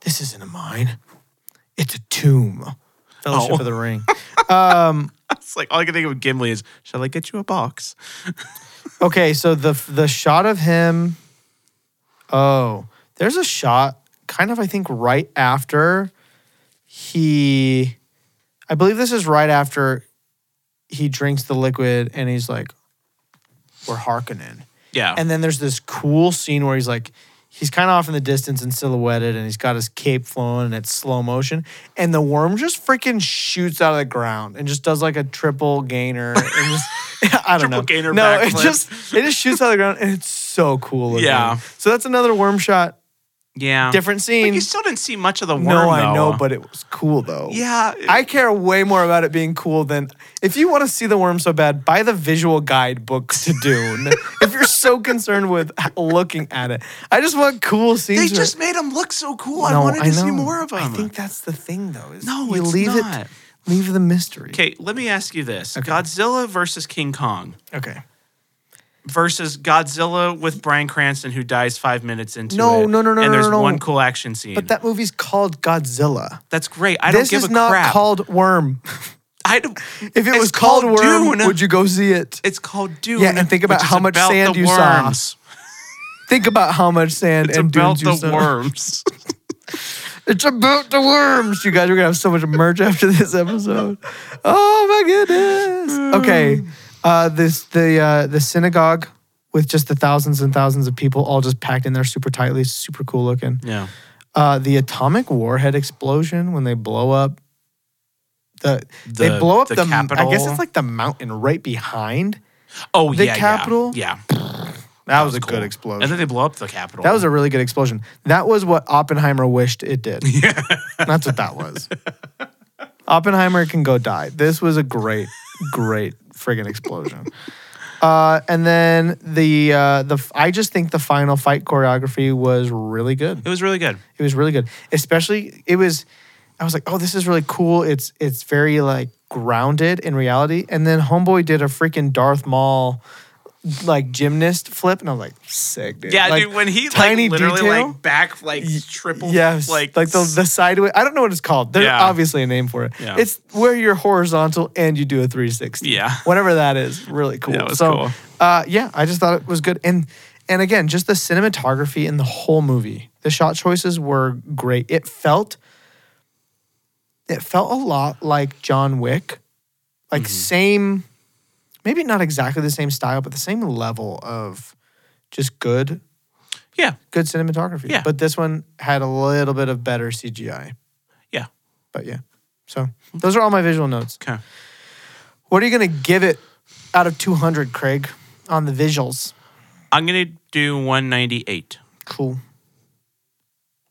[SPEAKER 1] This isn't a mine. It's a tomb. Fellowship
[SPEAKER 2] Oh.
[SPEAKER 1] of the Ring.
[SPEAKER 2] It's like all I can think of with Gimli is, shall I get you a box?
[SPEAKER 1] Okay, so the the shot of him. Oh, there's a shot, kind of. I think right after he, I believe this is right after he drinks the liquid, and he's like, "We're Harkonnen."
[SPEAKER 2] Yeah.
[SPEAKER 1] And then there's this cool scene where he's like, he's kind of off in the distance and silhouetted, and he's got his cape flowing, and it's slow motion. And the worm just freaking shoots out of the ground and just does like a triple gainer. And just, I don't
[SPEAKER 2] Triple
[SPEAKER 1] know.
[SPEAKER 2] gainer
[SPEAKER 1] no, it
[SPEAKER 2] backflip.
[SPEAKER 1] just it just shoots out of the ground, and it's so cool. Looking.
[SPEAKER 2] Yeah.
[SPEAKER 1] So that's another worm shot,
[SPEAKER 2] yeah.
[SPEAKER 1] different
[SPEAKER 2] But
[SPEAKER 1] scene.
[SPEAKER 2] you still didn't see much of the worm.
[SPEAKER 1] no, I
[SPEAKER 2] though.
[SPEAKER 1] know, but it was cool though.
[SPEAKER 2] yeah.
[SPEAKER 1] I care way more about it being cool than if you want to see the worm so bad, buy the visual guidebook to Dune. if you're so concerned with looking at it, I just want cool
[SPEAKER 2] they
[SPEAKER 1] scenes. where-
[SPEAKER 2] just made him look so cool. I
[SPEAKER 1] No,
[SPEAKER 2] wanted to see
[SPEAKER 1] know.
[SPEAKER 2] more of him.
[SPEAKER 1] I think that's the thing, though. Is
[SPEAKER 2] No,
[SPEAKER 1] you
[SPEAKER 2] it's
[SPEAKER 1] leave
[SPEAKER 2] not.
[SPEAKER 1] it, leave the mystery.
[SPEAKER 2] okay, let me ask you this: Godzilla versus King Kong
[SPEAKER 1] Okay.
[SPEAKER 2] versus Godzilla with Brian Cranston, who dies five minutes into
[SPEAKER 1] No,
[SPEAKER 2] it.
[SPEAKER 1] no, no, no, no,
[SPEAKER 2] And there's
[SPEAKER 1] no, no.
[SPEAKER 2] one cool action scene.
[SPEAKER 1] But that movie's called Godzilla.
[SPEAKER 2] That's great. I
[SPEAKER 1] this
[SPEAKER 2] don't give
[SPEAKER 1] is
[SPEAKER 2] a
[SPEAKER 1] not
[SPEAKER 2] crap.
[SPEAKER 1] called Worm.
[SPEAKER 2] I don't,
[SPEAKER 1] If it
[SPEAKER 2] It's
[SPEAKER 1] was called,
[SPEAKER 2] called
[SPEAKER 1] Worm,
[SPEAKER 2] Dune.
[SPEAKER 1] would you go see it?
[SPEAKER 2] it's called Dune.
[SPEAKER 1] Yeah, and think about
[SPEAKER 2] which is
[SPEAKER 1] how much
[SPEAKER 2] about
[SPEAKER 1] sand
[SPEAKER 2] the
[SPEAKER 1] you saw.
[SPEAKER 2] worms.
[SPEAKER 1] Think about how much sand
[SPEAKER 2] It's
[SPEAKER 1] and
[SPEAKER 2] about
[SPEAKER 1] dunes you
[SPEAKER 2] the
[SPEAKER 1] saw.
[SPEAKER 2] worms.
[SPEAKER 1] It's about the worms. You guys are gonna have so much merch after this episode. Oh my goodness. Okay. Uh, this the uh, the synagogue with just the thousands and thousands of people all just packed in there super tightly, super cool looking.
[SPEAKER 2] yeah.
[SPEAKER 1] Uh, the atomic warhead explosion when they blow up the,
[SPEAKER 2] The-
[SPEAKER 1] they blow up
[SPEAKER 2] the
[SPEAKER 1] the, m- I guess
[SPEAKER 2] Capitol.
[SPEAKER 1] it's like the mountain right behind.
[SPEAKER 2] Oh
[SPEAKER 1] The
[SPEAKER 2] yeah,
[SPEAKER 1] Capitol?
[SPEAKER 2] Yeah,
[SPEAKER 1] That, was, a
[SPEAKER 2] cool.
[SPEAKER 1] good explosion.
[SPEAKER 2] And then they blow up the Capitol.
[SPEAKER 1] That was a really good explosion. That was what Oppenheimer wished it did.
[SPEAKER 2] Yeah.
[SPEAKER 1] That's what that was. Oppenheimer can go die. This was a great, great friggin' explosion. Uh, and then the uh, the f- I just think the final fight choreography was really good.
[SPEAKER 2] it was really good.
[SPEAKER 1] It was really good, especially it was. I was like, oh, this is really cool. It's it's very like grounded in reality. And then Homeboy did a freaking Darth Maul like gymnast flip, and I was like, sick, dude.
[SPEAKER 2] Yeah,
[SPEAKER 1] Like,
[SPEAKER 2] dude, when he
[SPEAKER 1] tiny
[SPEAKER 2] like literally
[SPEAKER 1] detail?
[SPEAKER 2] like back like
[SPEAKER 1] Y-
[SPEAKER 2] triple
[SPEAKER 1] yes,
[SPEAKER 2] like
[SPEAKER 1] like, the the sideways. I don't know what it's called. There's
[SPEAKER 2] Yeah.
[SPEAKER 1] obviously a name for it.
[SPEAKER 2] Yeah.
[SPEAKER 1] It's where you're horizontal and you do a 360.
[SPEAKER 2] Yeah.
[SPEAKER 1] whatever that is, really cool.
[SPEAKER 2] That was
[SPEAKER 1] so,
[SPEAKER 2] cool.
[SPEAKER 1] Uh, yeah, I just thought it was good, and and again, just the cinematography in the whole movie. The shot choices were great. It felt it felt a lot like John Wick, like
[SPEAKER 2] Mm-hmm.
[SPEAKER 1] same, maybe not exactly the same style, but the same level of just good
[SPEAKER 2] yeah
[SPEAKER 1] good cinematography.
[SPEAKER 2] Yeah.
[SPEAKER 1] But this one had a little bit of better CGI.
[SPEAKER 2] yeah
[SPEAKER 1] But yeah. So those are all my visual notes.
[SPEAKER 2] okay.
[SPEAKER 1] What are you going to give it out of 200, Craig, on the visuals?
[SPEAKER 2] I'm gonna do 198.
[SPEAKER 1] Cool.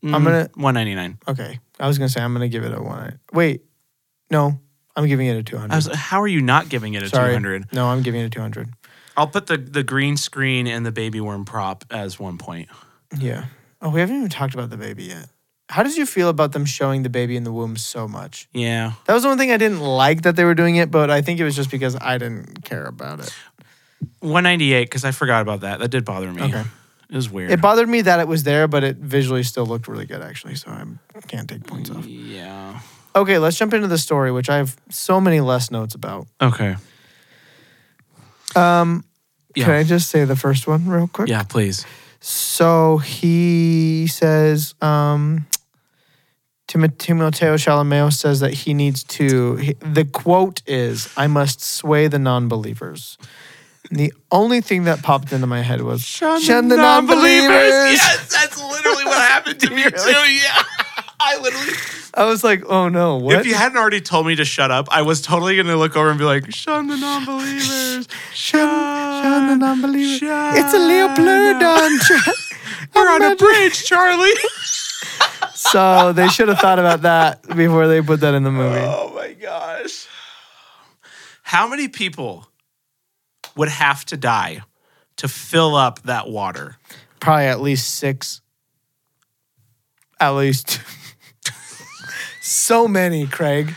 [SPEAKER 1] I'm
[SPEAKER 2] Mm,
[SPEAKER 1] gonna-
[SPEAKER 2] 199.
[SPEAKER 1] Okay. I was going to say, I'm going to give it a one. Wait. No, I'm giving it a 200.
[SPEAKER 2] I was, how are you not giving it a
[SPEAKER 1] Sorry.
[SPEAKER 2] 200?
[SPEAKER 1] No, I'm giving it a 200.
[SPEAKER 2] I'll put the the green screen and the baby worm prop as one point.
[SPEAKER 1] Yeah. Oh, we haven't even talked about the baby yet. How did you feel about them showing the baby in the womb so much?
[SPEAKER 2] Yeah.
[SPEAKER 1] That was the one thing I didn't like that they were doing it, but I think it was just because I didn't care about it.
[SPEAKER 2] 198 because I forgot about that. That did bother me.
[SPEAKER 1] Okay.
[SPEAKER 2] It was weird.
[SPEAKER 1] It bothered me that it was there, but it visually still looked really good, actually. So I can't take points
[SPEAKER 2] Mm.
[SPEAKER 1] off.
[SPEAKER 2] yeah.
[SPEAKER 1] Okay, let's jump into the story, which I have so many less notes about.
[SPEAKER 2] Okay.
[SPEAKER 1] Um,
[SPEAKER 2] Yeah.
[SPEAKER 1] Can I just say the first one real quick?
[SPEAKER 2] Yeah, please.
[SPEAKER 1] So he says, um, Tim- Timoteo Chalamet says that he needs to. he- the quote is, "I must sway the non-believers." And the only thing that popped into my head was, "Shun, the non-believers."
[SPEAKER 2] Yes, that's literally what happened to me too. Yeah. I literally
[SPEAKER 1] I was like, "Oh no, what?"
[SPEAKER 2] If you hadn't already told me to shut up, I was totally going to look over and be like, "Shun the non-believers." Shun,
[SPEAKER 1] Shun the non-believer.
[SPEAKER 2] Shun.
[SPEAKER 1] It's a Ah. Leopleurodon.
[SPEAKER 2] We're
[SPEAKER 1] Oh
[SPEAKER 2] on a bridge, Charlie.
[SPEAKER 1] so they should have thought about that before they put that in the movie.
[SPEAKER 2] oh my gosh. How many people would have to die to fill up that water?
[SPEAKER 1] Probably at least six. At least. so many, Craig.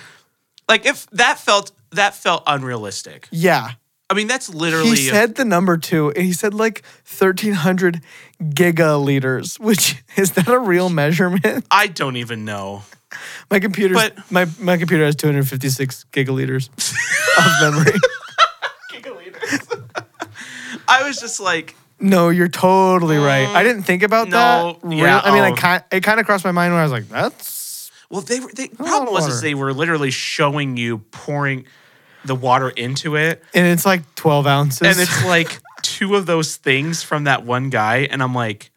[SPEAKER 2] Like if that felt that felt unrealistic.
[SPEAKER 1] Yeah.
[SPEAKER 2] I mean, that's literally
[SPEAKER 1] He said the number two. and He said like 1,300 gigaliters, which is that a real measurement?
[SPEAKER 2] I don't even know.
[SPEAKER 1] My computer,
[SPEAKER 2] But-
[SPEAKER 1] my, my computer has 256 gigaliters of memory.
[SPEAKER 2] I was just like,
[SPEAKER 1] No, you're totally right. I didn't think about
[SPEAKER 2] Mm. no,
[SPEAKER 1] that. Real-
[SPEAKER 2] yeah,
[SPEAKER 1] I mean, I
[SPEAKER 2] oh.
[SPEAKER 1] kind it kind of crossed my mind when I was like, that's
[SPEAKER 2] well, they were they the
[SPEAKER 1] lot
[SPEAKER 2] problem
[SPEAKER 1] of
[SPEAKER 2] was is
[SPEAKER 1] water.
[SPEAKER 2] they were literally showing you pouring the water into it.
[SPEAKER 1] and it's like 12 ounces.
[SPEAKER 2] and it's like two of those things from that one guy and i'm like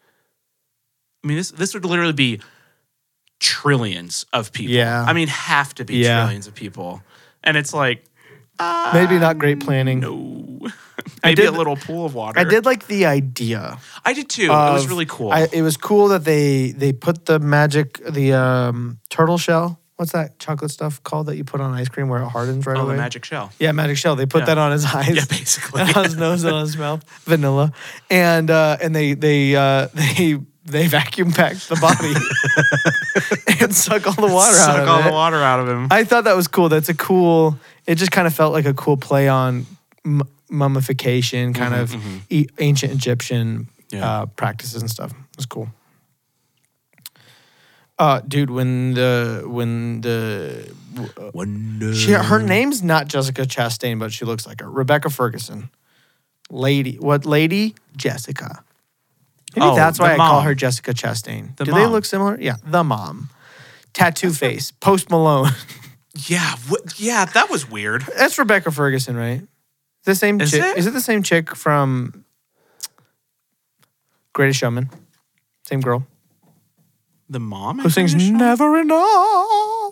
[SPEAKER 2] i mean this this would literally be trillions of people
[SPEAKER 1] Yeah.
[SPEAKER 2] i mean have to be
[SPEAKER 1] Yeah.
[SPEAKER 2] trillions of people and it's like uh,
[SPEAKER 1] maybe not great planning.
[SPEAKER 2] no maybe a
[SPEAKER 1] did-
[SPEAKER 2] little pool of water
[SPEAKER 1] I did like the idea.
[SPEAKER 2] i did too it was
[SPEAKER 1] of-
[SPEAKER 2] really cool
[SPEAKER 1] I, it was cool that they they put the magic the um, turtle shell. What's that chocolate stuff called that you put on ice cream where it hardens right
[SPEAKER 2] oh
[SPEAKER 1] away?
[SPEAKER 2] the magic shell
[SPEAKER 1] Yeah, magic shell. They put
[SPEAKER 2] Yeah.
[SPEAKER 1] that on his eyes.
[SPEAKER 2] yeah basically
[SPEAKER 1] on his nose and on his mouth, vanilla, and uh, and they they uh, they they vacuum packed the body and suck all the water out
[SPEAKER 2] suck
[SPEAKER 1] of
[SPEAKER 2] all
[SPEAKER 1] it.
[SPEAKER 2] the water out of him
[SPEAKER 1] I thought that was cool. That's a cool. It just kind of felt like a cool play on m- mummification, kind of e- ancient Egyptian
[SPEAKER 2] Mm-hmm, Yeah.
[SPEAKER 1] uh, practices and stuff. It was cool. Uh, dude, when the when the
[SPEAKER 2] Wonder.
[SPEAKER 1] Uh, she, her name's not Jessica Chastain, but she looks like her. Rebecca Ferguson, lady. What lady? Jessica. Maybe
[SPEAKER 2] Oh,
[SPEAKER 1] that's why
[SPEAKER 2] the
[SPEAKER 1] I call
[SPEAKER 2] mom.
[SPEAKER 1] her Jessica Chastain.
[SPEAKER 2] The
[SPEAKER 1] Do they
[SPEAKER 2] mom.
[SPEAKER 1] look similar? Yeah, the mom. Tattoo face. Post Malone.
[SPEAKER 2] yeah what, yeah that was weird
[SPEAKER 1] That's Rebecca Ferguson, right? The same
[SPEAKER 2] Is
[SPEAKER 1] chick.
[SPEAKER 2] it?
[SPEAKER 1] Is it the same chick from Greatest Showman? Same girl
[SPEAKER 2] the mom
[SPEAKER 1] who sings "Never Enough." I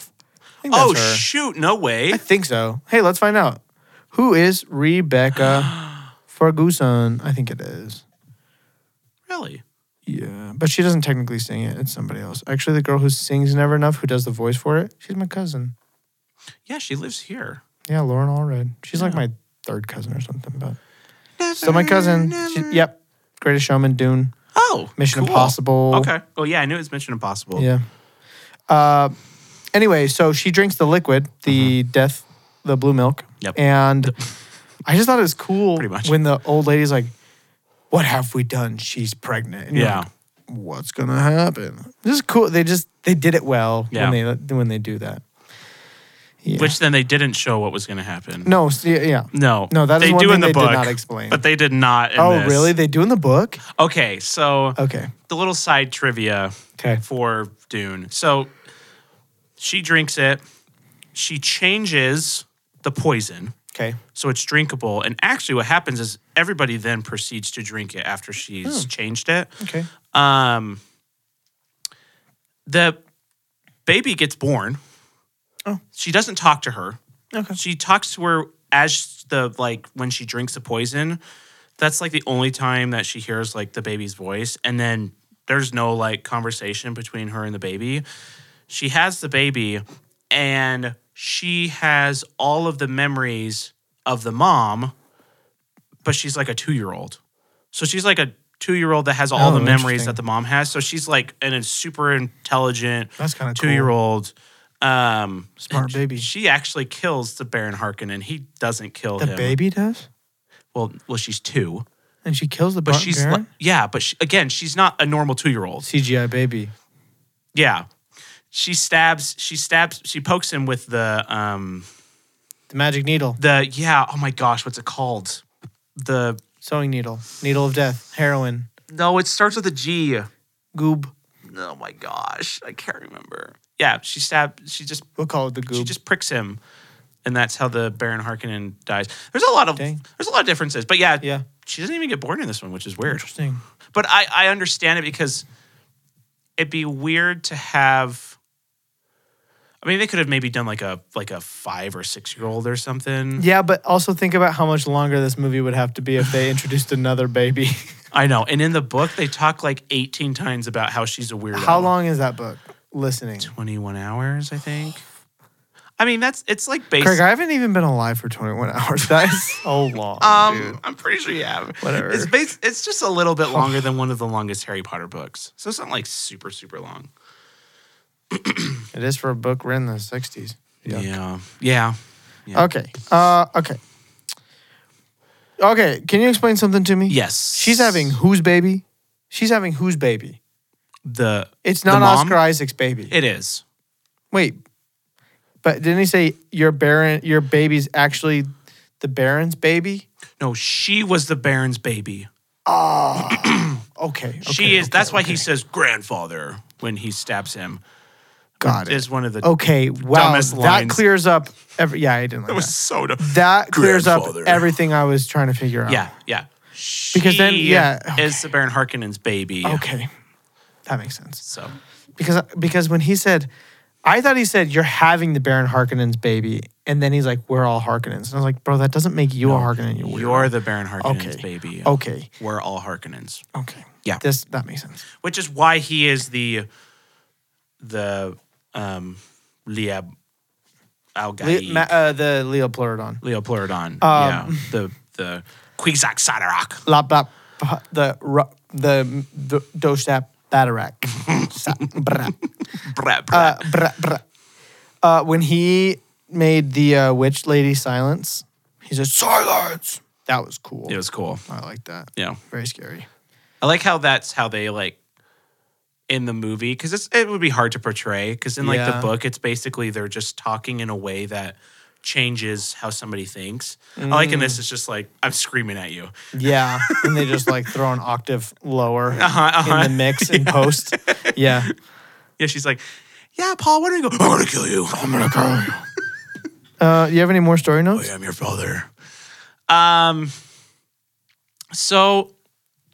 [SPEAKER 1] think that's
[SPEAKER 2] oh
[SPEAKER 1] her.
[SPEAKER 2] shoot no way
[SPEAKER 1] I think so. Hey, let's find out. Who is Rebecca Ferguson? I think it is.
[SPEAKER 2] really
[SPEAKER 1] Yeah, but she doesn't technically sing it. It's somebody else. Actually, the girl who sings "Never Enough," who does the voice for it, she's my cousin.
[SPEAKER 2] yeah she lives here
[SPEAKER 1] Yeah, Lauren Allred. She's like my third cousin or something. But so my cousin. she- yep, Greatest Showman, Dune.
[SPEAKER 2] Oh,
[SPEAKER 1] Mission
[SPEAKER 2] cool.
[SPEAKER 1] Impossible.
[SPEAKER 2] Okay. Oh yeah, I knew it was Mission Impossible.
[SPEAKER 1] Yeah. Uh, anyway, so she drinks the liquid, the death, the blue milk.
[SPEAKER 2] Mm-hmm. Yep.
[SPEAKER 1] And I just thought it was cool
[SPEAKER 2] Pretty much.
[SPEAKER 1] when the old lady's like, "What have we done? She's pregnant." And you're
[SPEAKER 2] Yeah.
[SPEAKER 1] like, What's gonna happen? This is cool. They just they did it well
[SPEAKER 2] Yeah.
[SPEAKER 1] when they when they do that. Yeah.
[SPEAKER 2] Which then they didn't show what was going to happen.
[SPEAKER 1] no, see, yeah.
[SPEAKER 2] no,
[SPEAKER 1] No, that is
[SPEAKER 2] they
[SPEAKER 1] one
[SPEAKER 2] do
[SPEAKER 1] thing
[SPEAKER 2] in the
[SPEAKER 1] they did
[SPEAKER 2] book,
[SPEAKER 1] not explain.
[SPEAKER 2] But they did not. In
[SPEAKER 1] Oh,
[SPEAKER 2] this.
[SPEAKER 1] really? They do in the book?
[SPEAKER 2] Okay, so
[SPEAKER 1] Okay.
[SPEAKER 2] the little side trivia
[SPEAKER 1] Okay.
[SPEAKER 2] for Dune. So she drinks it. She changes the poison
[SPEAKER 1] Okay.
[SPEAKER 2] so it's drinkable. And actually, what happens is everybody then proceeds to drink it after she's
[SPEAKER 1] Hmm.
[SPEAKER 2] changed it.
[SPEAKER 1] Okay.
[SPEAKER 2] Um, the baby gets born.
[SPEAKER 1] Oh.
[SPEAKER 2] She doesn't talk to her.
[SPEAKER 1] Okay.
[SPEAKER 2] She talks to her as the like when she drinks the poison. That's like the only time that she hears like the baby's voice, and then there's no like conversation between her and the baby. She has the baby, and she has all of the memories of the mom, but she's like a two year old. So she's like a two year old that has all
[SPEAKER 1] Oh,
[SPEAKER 2] the memories
[SPEAKER 1] interesting.
[SPEAKER 2] that the mom has. So she's like an, a super intelligent
[SPEAKER 1] That's kind of
[SPEAKER 2] two year old. Um,
[SPEAKER 1] Smart baby.
[SPEAKER 2] she actually kills the Baron Harkonnen, and he doesn't kill
[SPEAKER 1] The
[SPEAKER 2] him.
[SPEAKER 1] baby does?
[SPEAKER 2] Well, well, she's two,
[SPEAKER 1] And she kills the
[SPEAKER 2] but
[SPEAKER 1] bar-
[SPEAKER 2] she's
[SPEAKER 1] Baron?
[SPEAKER 2] li- yeah, but she, again, she's not a normal two year old.
[SPEAKER 1] CGI baby.
[SPEAKER 2] Yeah, she stabs, she stabs, she pokes him with the um
[SPEAKER 1] The magic needle.
[SPEAKER 2] the yeah. Oh my gosh, what's it called? The
[SPEAKER 1] Sewing needle. Needle of death. Heroin.
[SPEAKER 2] no, it starts with a G.
[SPEAKER 1] Goob.
[SPEAKER 2] Oh my gosh, I can't remember. Yeah, she stabbed. She just
[SPEAKER 1] We'll call it the
[SPEAKER 2] She
[SPEAKER 1] goob.
[SPEAKER 2] just pricks him, and that's how the Baron Harkonnen dies. There's a lot of
[SPEAKER 1] Dang.
[SPEAKER 2] there's a lot of differences, but yeah,
[SPEAKER 1] Yeah.
[SPEAKER 2] she doesn't even get born in this one, which is weird.
[SPEAKER 1] Interesting.
[SPEAKER 2] But I I understand it because it'd be weird to have. I mean, they could have maybe done like a like a five or six year old or something.
[SPEAKER 1] Yeah, but also think about how much longer this movie would have to be if they introduced another baby.
[SPEAKER 2] I know. And in the book, they talk like eighteen times about how she's a weirdo.
[SPEAKER 1] how long is that book? Listening.
[SPEAKER 2] Twenty one hours, I think. I mean, that's it's like basic.
[SPEAKER 1] Craig, I haven't even been alive for 21 hours. That is so long.
[SPEAKER 2] Um,
[SPEAKER 1] dude.
[SPEAKER 2] I'm pretty sure you have.
[SPEAKER 1] Whatever.
[SPEAKER 2] It's bas- it's just a little bit longer than one of the longest Harry Potter books, so it's not like super super long.
[SPEAKER 1] It is for a book written in the 60s.
[SPEAKER 2] Yeah, yeah. Yeah.
[SPEAKER 1] Okay. Uh, okay. Okay. Can you explain something to me?
[SPEAKER 2] Yes,
[SPEAKER 1] She's having whose baby? She's having whose baby?
[SPEAKER 2] the.
[SPEAKER 1] It's
[SPEAKER 2] the
[SPEAKER 1] not
[SPEAKER 2] mom?
[SPEAKER 1] Oscar Isaac's baby.
[SPEAKER 2] It is.
[SPEAKER 1] Wait. But didn't he say your baron your baby's actually the baron's baby?
[SPEAKER 2] No, she was the Baron's baby.
[SPEAKER 1] Okay. okay
[SPEAKER 2] she is.
[SPEAKER 1] okay,
[SPEAKER 2] that's why
[SPEAKER 1] okay.
[SPEAKER 2] he says grandfather when he stabs him.
[SPEAKER 1] got it.
[SPEAKER 2] Is one of the.
[SPEAKER 1] Okay. Wow.
[SPEAKER 2] dumbest
[SPEAKER 1] That
[SPEAKER 2] lines.
[SPEAKER 1] clears up every yeah, I didn't like
[SPEAKER 2] That was so. dumb.
[SPEAKER 1] that. That clears up
[SPEAKER 2] Grandfather.
[SPEAKER 1] everything I was trying to figure out.
[SPEAKER 2] Yeah, yeah.
[SPEAKER 1] Because then-
[SPEAKER 2] She
[SPEAKER 1] yeah,
[SPEAKER 2] is the Baron Harkonnen's baby.
[SPEAKER 1] Okay. That makes sense.
[SPEAKER 2] So
[SPEAKER 1] because because when he said, I thought he said you're having the Baron Harkonnen's baby, and then he's like, we're all Harkonnens, and I was like, bro, that doesn't make you a Harkonnen. You weird.
[SPEAKER 2] you're the Baron Harkonnen's
[SPEAKER 1] Okay.
[SPEAKER 2] baby.
[SPEAKER 1] Okay.
[SPEAKER 2] We're all Harkonnens.
[SPEAKER 1] Okay.
[SPEAKER 2] Yeah.
[SPEAKER 1] This that makes sense.
[SPEAKER 2] which is why he is the the um Liab Al
[SPEAKER 1] Le-
[SPEAKER 2] Gai
[SPEAKER 1] Ma- uh, the Leo Pleurodon.
[SPEAKER 2] Leo Pleurodon. yeah,
[SPEAKER 1] Um,
[SPEAKER 2] the the Quixac Sadarok.
[SPEAKER 1] Lop lop. pa- The ru- the the Dostap Batarak. Sa- bra.
[SPEAKER 2] Brep, brep.
[SPEAKER 1] Uh, bra, bra. Uh, when he made the uh, witch lady silence, he said silence. That was cool.
[SPEAKER 2] it was cool.
[SPEAKER 1] I like that.
[SPEAKER 2] Yeah,
[SPEAKER 1] Very scary.
[SPEAKER 2] I like how that's how they like in the movie because it's it would be hard to portray because in like
[SPEAKER 1] Yeah.
[SPEAKER 2] the book it's basically they're just talking in a way that changes how somebody thinks. I like in
[SPEAKER 1] Mm.
[SPEAKER 2] this it's just like I'm screaming at you.
[SPEAKER 1] Yeah, and they just like throw an octave lower
[SPEAKER 2] Uh-huh,
[SPEAKER 1] in the mix in post. Yeah,
[SPEAKER 2] Yeah, she's like, yeah, Paul, what are you going? I'm gonna kill you. I'm gonna kill you.
[SPEAKER 1] uh, you have any more story notes?
[SPEAKER 2] I am your father. Um, so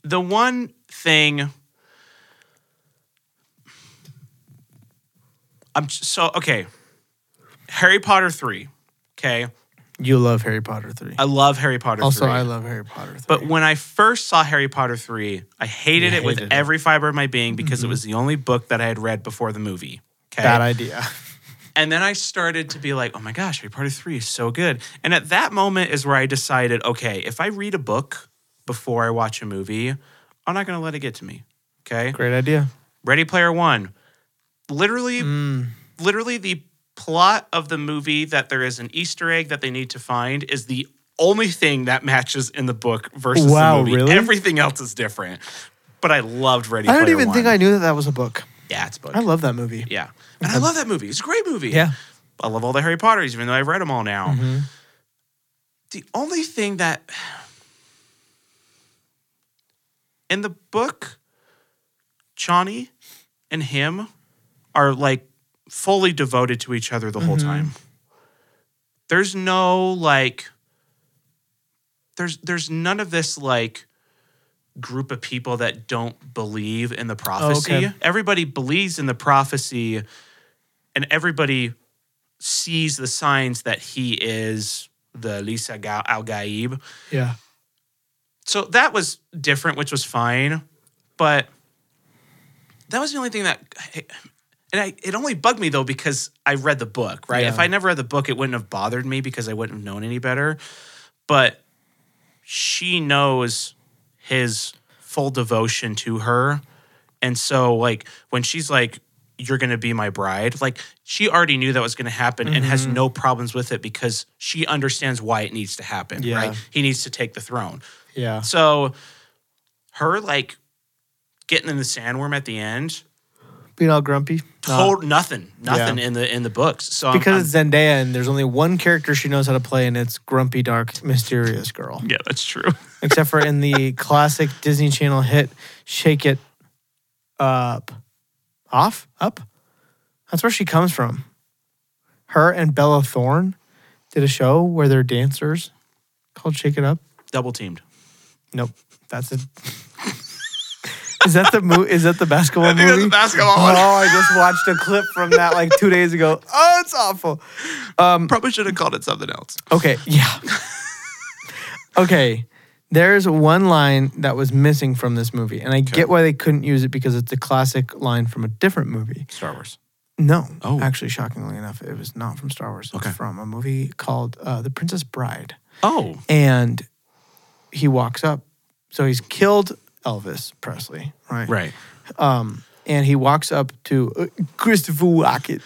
[SPEAKER 2] the one thing I'm j- so okay. Harry Potter three. Okay,
[SPEAKER 1] You love Harry Potter three.
[SPEAKER 2] I love Harry Potter.
[SPEAKER 1] also,
[SPEAKER 2] 3.
[SPEAKER 1] I love Harry Potter three.
[SPEAKER 2] But when I first saw Harry Potter 3, I hated
[SPEAKER 1] You
[SPEAKER 2] it with
[SPEAKER 1] hated it. Mm-hmm.
[SPEAKER 2] every fiber of my being because it was the only book that I had read before the movie. Okay.
[SPEAKER 1] bad idea.
[SPEAKER 2] And then I started to be like, oh my gosh, Harry Potter 3 is so good. And at that moment is where I decided, okay, if I read a book before I watch a movie, I'm not going to let it get to me. Okay.
[SPEAKER 1] Great idea.
[SPEAKER 2] Ready Player One. Literally,
[SPEAKER 1] Mm.
[SPEAKER 2] literally the plot of the movie that there is an Easter egg that they need to find is the only thing that matches in the book versus
[SPEAKER 1] Wow,
[SPEAKER 2] the movie.
[SPEAKER 1] really?
[SPEAKER 2] Everything else is different. But I loved Ready
[SPEAKER 1] I
[SPEAKER 2] Player
[SPEAKER 1] don't even
[SPEAKER 2] One.
[SPEAKER 1] think I knew that that was a book.
[SPEAKER 2] Yeah, it's a book.
[SPEAKER 1] I love that movie.
[SPEAKER 2] yeah, and I love that movie. It's a great movie.
[SPEAKER 1] Yeah.
[SPEAKER 2] I love all the Harry Potters, even though I've read them all now.
[SPEAKER 1] Mm-hmm.
[SPEAKER 2] The only thing that in the book, Johnny and him are like fully devoted to each other the whole time. There's no like there's there's none of this like group of people that don't believe in the prophecy. Everybody believes in the prophecy and everybody sees the signs that he is the Lisa Ga- Al Gaib.
[SPEAKER 1] Yeah.
[SPEAKER 2] So that was different, which was fine, but that was the only thing that, and I, it only bugged me though because I read the book, right?
[SPEAKER 1] Yeah.
[SPEAKER 2] If I never read the book, it wouldn't have bothered me because I wouldn't have known any better. But she knows his full devotion to her, and so like when she's like, "You're gonna be my bride," like she already knew that was gonna happen and has
[SPEAKER 1] Mm-hmm.
[SPEAKER 2] no problems with it because she understands why it needs to happen.
[SPEAKER 1] Yeah.
[SPEAKER 2] Right? He needs to take the throne.
[SPEAKER 1] Yeah.
[SPEAKER 2] So her like getting in the sandworm at the end,
[SPEAKER 1] Being all grumpy. Nah.
[SPEAKER 2] told nothing, nothing in the in the books. So I'm-
[SPEAKER 1] Uh. because
[SPEAKER 2] I'm-
[SPEAKER 1] it's Zendaya and there's only one character she knows how to play, and it's grumpy, dark, mysterious girl.
[SPEAKER 2] yeah, that's true.
[SPEAKER 1] Except for in the classic Disney Channel hit "Shake It Up," off up. That's where she comes from. Her and Bella Thorne did a show where they're dancers called "Shake It Up."
[SPEAKER 2] Double teamed.
[SPEAKER 1] Nope, that's it. is that the mo- Is that the basketball movie?
[SPEAKER 2] basketball
[SPEAKER 1] Oh, I just watched a clip from that like two days ago. Oh, it's awful. Um,
[SPEAKER 2] Probably should have called it something else.
[SPEAKER 1] Okay, yeah. okay, there's one line that was missing from this movie, and I get why they couldn't use it because it's a classic line from a different movie.
[SPEAKER 2] Star Wars.
[SPEAKER 1] No,
[SPEAKER 2] Oh.
[SPEAKER 1] actually, shockingly enough, it was not from Star Wars. It's
[SPEAKER 2] Okay.
[SPEAKER 1] from a movie called uh, The Princess Bride,
[SPEAKER 2] Oh,
[SPEAKER 1] and he walks up. So he's killed Elvis Presley, right?
[SPEAKER 2] right.
[SPEAKER 1] And he walks up to uh, Christopher Walken,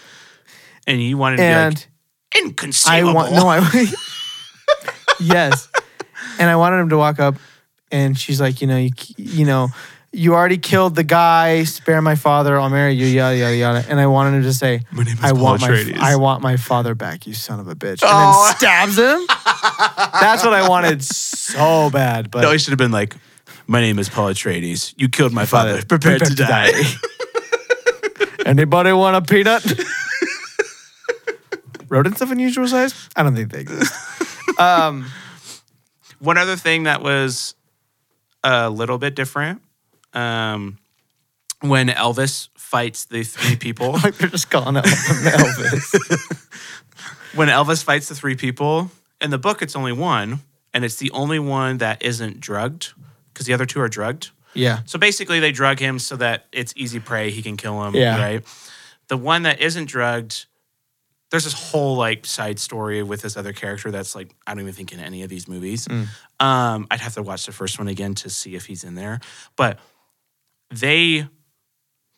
[SPEAKER 2] And you wanted to
[SPEAKER 1] and.
[SPEAKER 2] be like inconceivable.
[SPEAKER 1] I want no, I yes, and I wanted him to walk up, and she's like, you know, you you know, you already killed the guy. Spare my father. I'll marry you. Yada yada yada. And I wanted him to say,
[SPEAKER 2] My name is
[SPEAKER 1] I
[SPEAKER 2] Paul
[SPEAKER 1] want
[SPEAKER 2] Atreides."
[SPEAKER 1] my I want my father back. You son of a bitch. And
[SPEAKER 2] Oh.
[SPEAKER 1] then stabs him. That's what I wanted so bad, but
[SPEAKER 2] no, I should have been like, my name is Paul Atreides. You killed my father. Prepare to die.
[SPEAKER 1] Anybody want a peanut? Rodents of unusual size? I don't think they exist. Um,
[SPEAKER 2] One other thing that was a little bit different. Um, when Elvis fights the three people,
[SPEAKER 1] like they're just calling out Elvis.
[SPEAKER 2] when Elvis fights the three people, in the book it's only one, and it's the only one that isn't drugged because the other two are drugged.
[SPEAKER 1] Yeah.
[SPEAKER 2] So basically, they drug him so that it's easy prey. He can kill him.
[SPEAKER 1] Yeah.
[SPEAKER 2] Right. The one that isn't drugged, there's this whole like side story with this other character that's like I don't even think in any of these movies.
[SPEAKER 1] Mm.
[SPEAKER 2] Um, I'd have to watch the first one again to see if he's in there. But they,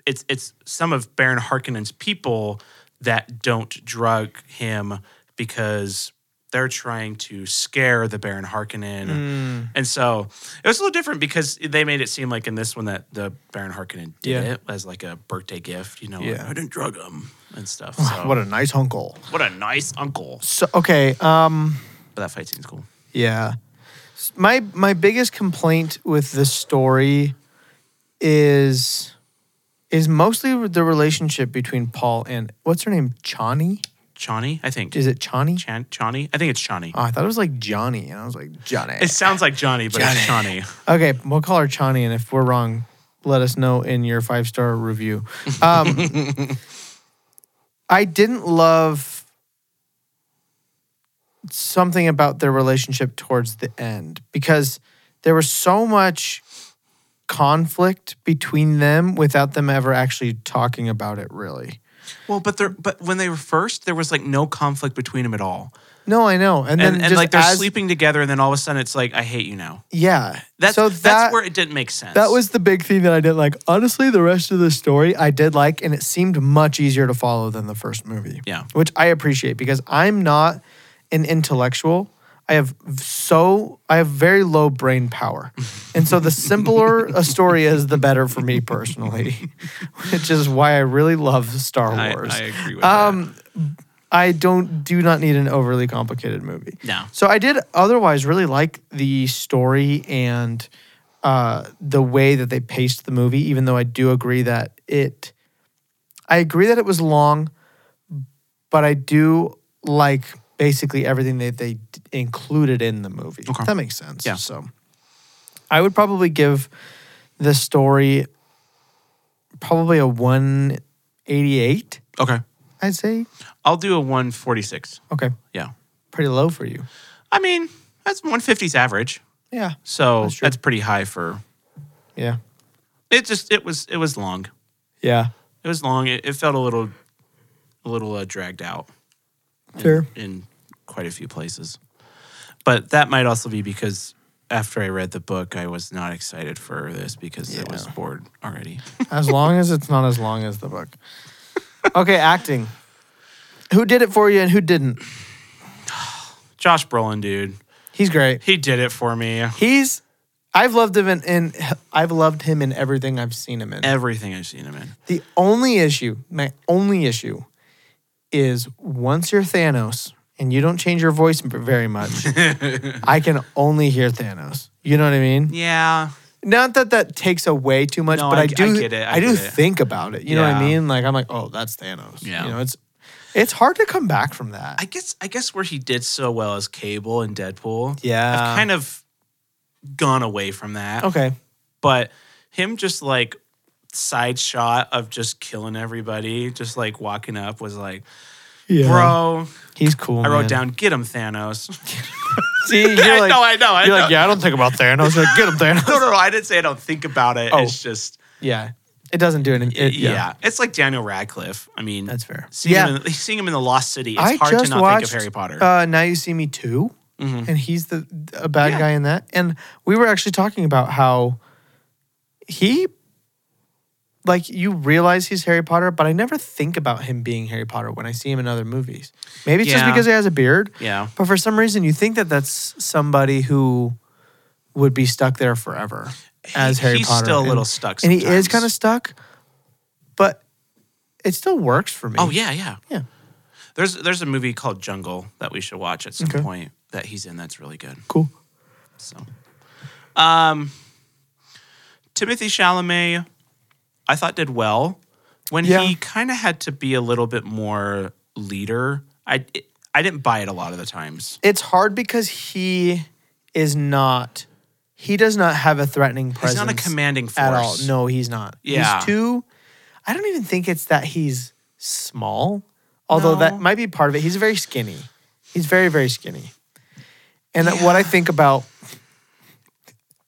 [SPEAKER 2] it's it's some of Baron Harkonnen's people that don't drug him because they're trying to scare the Baron Harkonnen.
[SPEAKER 1] Mm.
[SPEAKER 2] And so it was a little different because they made it seem like in this one that the Baron Harkonnen did
[SPEAKER 1] Yeah.
[SPEAKER 2] it as like a birthday gift, you know,
[SPEAKER 1] Yeah.
[SPEAKER 2] like, I didn't drug him and stuff. So.
[SPEAKER 1] What a nice uncle.
[SPEAKER 2] what a nice uncle.
[SPEAKER 1] So okay, um
[SPEAKER 2] But that fight scene's cool.
[SPEAKER 1] yeah. S- My my biggest complaint with this story is is mostly the relationship between Paul and what's her name? Chani?
[SPEAKER 2] Chani, I think.
[SPEAKER 1] Is it Chani?
[SPEAKER 2] Chan- Chani? I think it's Chani.
[SPEAKER 1] Oh, I thought it was like Johnny and I was like Johnny.
[SPEAKER 2] It sounds like Johnny, but it's Chani.
[SPEAKER 1] Okay, we'll call her Chani, and if we're wrong, let us know in your five star review. Um, I didn't love something about their relationship towards the end because there was so much conflict between them without them ever actually talking about it really.
[SPEAKER 2] Well, but there, but when they were first, there was like no conflict between them at all,
[SPEAKER 1] No, I know. And then
[SPEAKER 2] and, and,
[SPEAKER 1] just
[SPEAKER 2] like they're
[SPEAKER 1] as-
[SPEAKER 2] sleeping together, and then all of a sudden it's like I hate you now.
[SPEAKER 1] Yeah.
[SPEAKER 2] That's
[SPEAKER 1] so that-
[SPEAKER 2] that's where it didn't make sense.
[SPEAKER 1] That was the big thing that I didn't like. Honestly, the rest of the story I did like, and it seemed much easier to follow than the first movie.
[SPEAKER 2] Yeah.
[SPEAKER 1] Which I appreciate because I'm not an intellectual. I have so I have very low brain power, and so the simpler a story is, the better for me personally, which is why I really love Star
[SPEAKER 2] I,
[SPEAKER 1] Wars.
[SPEAKER 2] I agree with
[SPEAKER 1] Um, I don't do not need an overly complicated movie.
[SPEAKER 2] that. No.
[SPEAKER 1] So I did otherwise really like the story and uh, the way that they paced the movie, even though I do agree that it. I agree that it was long, but I do like basically everything that they d- included in the movie.
[SPEAKER 2] Okay.
[SPEAKER 1] If that makes sense.
[SPEAKER 2] Yeah.
[SPEAKER 1] So I would probably give the story probably a 188,
[SPEAKER 2] Okay.
[SPEAKER 1] I'd say.
[SPEAKER 2] I'll do a 146.
[SPEAKER 1] Okay.
[SPEAKER 2] Yeah.
[SPEAKER 1] Pretty low for you.
[SPEAKER 2] I mean, that's 150's average.
[SPEAKER 1] Yeah.
[SPEAKER 2] So
[SPEAKER 1] That's
[SPEAKER 2] that's,
[SPEAKER 1] true.
[SPEAKER 2] pretty high for
[SPEAKER 1] Yeah.
[SPEAKER 2] it just it was it was long.
[SPEAKER 1] Yeah.
[SPEAKER 2] It was long. It, it felt a little a little uh, dragged out
[SPEAKER 1] Fair.
[SPEAKER 2] in quite a few places. But that might also be because after I read the book, I was not excited for this because I was
[SPEAKER 1] Yeah.
[SPEAKER 2] bored already.
[SPEAKER 1] As long as it's not as long as the book. Okay, acting. Who did it for you and who didn't?
[SPEAKER 2] Josh Brolin, dude,
[SPEAKER 1] He's great.
[SPEAKER 2] he did it for me.
[SPEAKER 1] He's I've loved him in, in I've loved him in everything I've seen him in.
[SPEAKER 2] Everything I've seen him in.
[SPEAKER 1] The only issue, my only issue, is once you're Thanos and you don't change your voice very much, I can only hear Thanos. You know what I mean?
[SPEAKER 2] Yeah,
[SPEAKER 1] Not that that takes away too much,
[SPEAKER 2] No,
[SPEAKER 1] but
[SPEAKER 2] I
[SPEAKER 1] I,
[SPEAKER 2] g-
[SPEAKER 1] do.
[SPEAKER 2] I get it, I
[SPEAKER 1] do
[SPEAKER 2] get it.
[SPEAKER 1] think about it. You know what I
[SPEAKER 2] Yeah.
[SPEAKER 1] mean? Like I'm like, oh, that's Thanos.
[SPEAKER 2] Yeah.
[SPEAKER 1] You know, it's it's hard to come back from that.
[SPEAKER 2] I guess I guess where he did so well as Cable and Deadpool.
[SPEAKER 1] yeah.
[SPEAKER 2] I've kind of gone away from that.
[SPEAKER 1] okay.
[SPEAKER 2] But him just like side shot of just killing everybody, just like walking up was like,
[SPEAKER 1] Yeah.
[SPEAKER 2] bro.
[SPEAKER 1] he's cool.
[SPEAKER 2] I
[SPEAKER 1] man.
[SPEAKER 2] wrote down, get him, Thanos.
[SPEAKER 1] See, you're like,
[SPEAKER 2] no, I know. I
[SPEAKER 1] you're
[SPEAKER 2] know.
[SPEAKER 1] like, yeah, I don't think about Thanos. Like, get him, Thanos.
[SPEAKER 2] No, no, no. I didn't say I don't think about it.
[SPEAKER 1] Oh.
[SPEAKER 2] It's just,
[SPEAKER 1] yeah. It doesn't do anything. It,
[SPEAKER 2] yeah.
[SPEAKER 1] yeah.
[SPEAKER 2] It's like Daniel Radcliffe. I mean,
[SPEAKER 1] That's fair.
[SPEAKER 2] Seeing,
[SPEAKER 1] Yeah.
[SPEAKER 2] him in, seeing him in the Lost City, it's
[SPEAKER 1] I
[SPEAKER 2] hard
[SPEAKER 1] just
[SPEAKER 2] to not
[SPEAKER 1] watched
[SPEAKER 2] think of Harry Potter.
[SPEAKER 1] Uh, now you see me too,
[SPEAKER 2] Mhm.
[SPEAKER 1] and he's the a bad
[SPEAKER 2] Yeah.
[SPEAKER 1] guy in that. And we were actually talking about how he, like, you realize he's Harry Potter, but I never think about him being Harry Potter when I see him in other movies. Maybe it's just
[SPEAKER 2] Yeah.
[SPEAKER 1] because he has a beard,
[SPEAKER 2] yeah.
[SPEAKER 1] but for some reason you think that that's somebody who would be stuck there forever as
[SPEAKER 2] He-
[SPEAKER 1] Harry
[SPEAKER 2] he's
[SPEAKER 1] Potter.
[SPEAKER 2] still a
[SPEAKER 1] And-
[SPEAKER 2] little stuck.
[SPEAKER 1] and he is
[SPEAKER 2] sometimes.
[SPEAKER 1] kind of stuck, but it still works for me.
[SPEAKER 2] Oh yeah, yeah,
[SPEAKER 1] Yeah.
[SPEAKER 2] There's there's a movie called Jungle that we should watch at some
[SPEAKER 1] Okay.
[SPEAKER 2] point that he's in. That's really good.
[SPEAKER 1] cool.
[SPEAKER 2] So, um, Timothy Chalamet, I thought did well when
[SPEAKER 1] Yeah.
[SPEAKER 2] he kind of had to be a little bit more leader. I it, I didn't buy it a lot of the times.
[SPEAKER 1] It's hard because he is not. He does not have a threatening presence.
[SPEAKER 2] He's not a commanding force
[SPEAKER 1] at all. No, he's not.
[SPEAKER 2] Yeah.
[SPEAKER 1] He's too. I don't even think it's that he's small, although that
[SPEAKER 2] No.
[SPEAKER 1] might be part of it. He's very skinny. He's very very skinny. And what I think about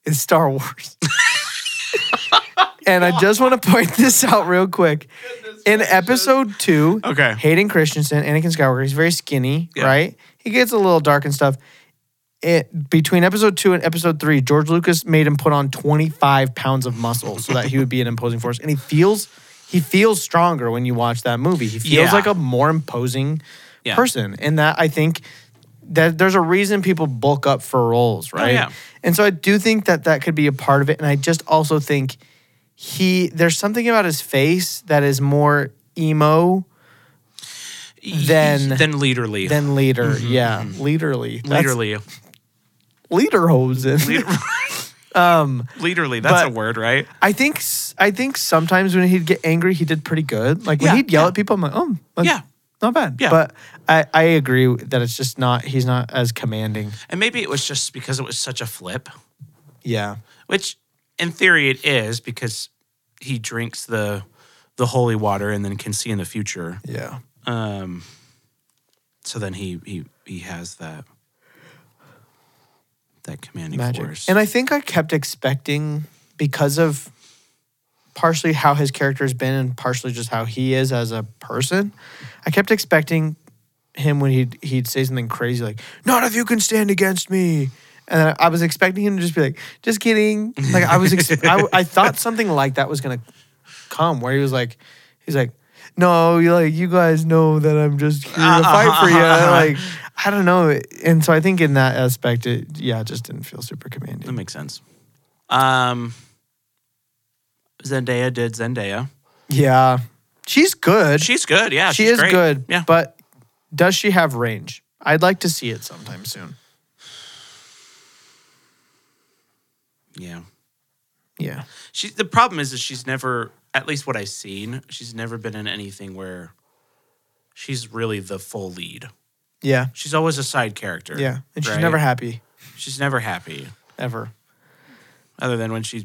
[SPEAKER 1] is Star Wars. and I just want to point this out real quick. In episode two,
[SPEAKER 2] Okay.
[SPEAKER 1] Hayden Christensen, Anakin Skywalker, he's very skinny,
[SPEAKER 2] Yeah.
[SPEAKER 1] right? He gets a little dark and stuff. It, between episode two and episode three, George Lucas made him put on 25 pounds of muscle so that he would be an imposing force. And he feels he feels stronger when you watch that movie. He feels
[SPEAKER 2] Yeah.
[SPEAKER 1] like a more imposing
[SPEAKER 2] Yeah.
[SPEAKER 1] person. And that I think that there's a reason people bulk up for roles, right?
[SPEAKER 2] Oh, yeah.
[SPEAKER 1] And so I do think that that could be a part of it. And I just also think he there's something about his face that is more emo Then-
[SPEAKER 2] then leaderly.
[SPEAKER 1] than leader.
[SPEAKER 2] Mm-hmm,
[SPEAKER 1] Yeah, leaderly. That's-
[SPEAKER 2] leaderly.
[SPEAKER 1] Lederhosen.
[SPEAKER 2] Leader-
[SPEAKER 1] um,
[SPEAKER 2] leaderly. That's
[SPEAKER 1] But-
[SPEAKER 2] a word, right?
[SPEAKER 1] I think s- I think sometimes when he'd get angry, he did pretty good. Like when
[SPEAKER 2] Yeah,
[SPEAKER 1] he'd yell
[SPEAKER 2] yeah.
[SPEAKER 1] at people, I'm like, oh, like,
[SPEAKER 2] Yeah.
[SPEAKER 1] not bad.
[SPEAKER 2] Yeah.
[SPEAKER 1] But I, I agree that it's just not he's not as commanding.
[SPEAKER 2] And maybe it was just because it was such a flip.
[SPEAKER 1] Yeah.
[SPEAKER 2] which in theory it is because he drinks the the holy water and then can see in the future
[SPEAKER 1] Yeah.
[SPEAKER 2] um so then he he he has that that commanding
[SPEAKER 1] Magic.
[SPEAKER 2] force
[SPEAKER 1] And I think I kept expecting because of partially how his character's been and partially just how he is as a person. I kept expecting him when he'd he'd say something crazy like, "Not if you can stand against me." And then I was expecting him to just be like, "Just kidding." Like I was, ex- I, I thought something like that was gonna come, where he was like, he's like, no, you like you guys know that I'm just here to fight for you. And, like I don't know, and so I think in that aspect, it yeah, it just didn't feel super
[SPEAKER 2] That
[SPEAKER 1] commanding.
[SPEAKER 2] makes sense. Um, Zendaya did Zendaya.
[SPEAKER 1] Yeah, she's good.
[SPEAKER 2] She's good. Yeah,
[SPEAKER 1] she
[SPEAKER 2] she's
[SPEAKER 1] is
[SPEAKER 2] great.
[SPEAKER 1] good.
[SPEAKER 2] Yeah,
[SPEAKER 1] but does she have range? I'd like to see it sometime soon.
[SPEAKER 2] yeah.
[SPEAKER 1] Yeah,
[SPEAKER 2] She the problem is that she's never, at least what I've seen, she's never been in anything where she's really the full lead.
[SPEAKER 1] yeah,
[SPEAKER 2] She's always a side character.
[SPEAKER 1] yeah, and she's
[SPEAKER 2] right?
[SPEAKER 1] never happy
[SPEAKER 2] she's never happy,
[SPEAKER 1] ever.
[SPEAKER 2] other than when she's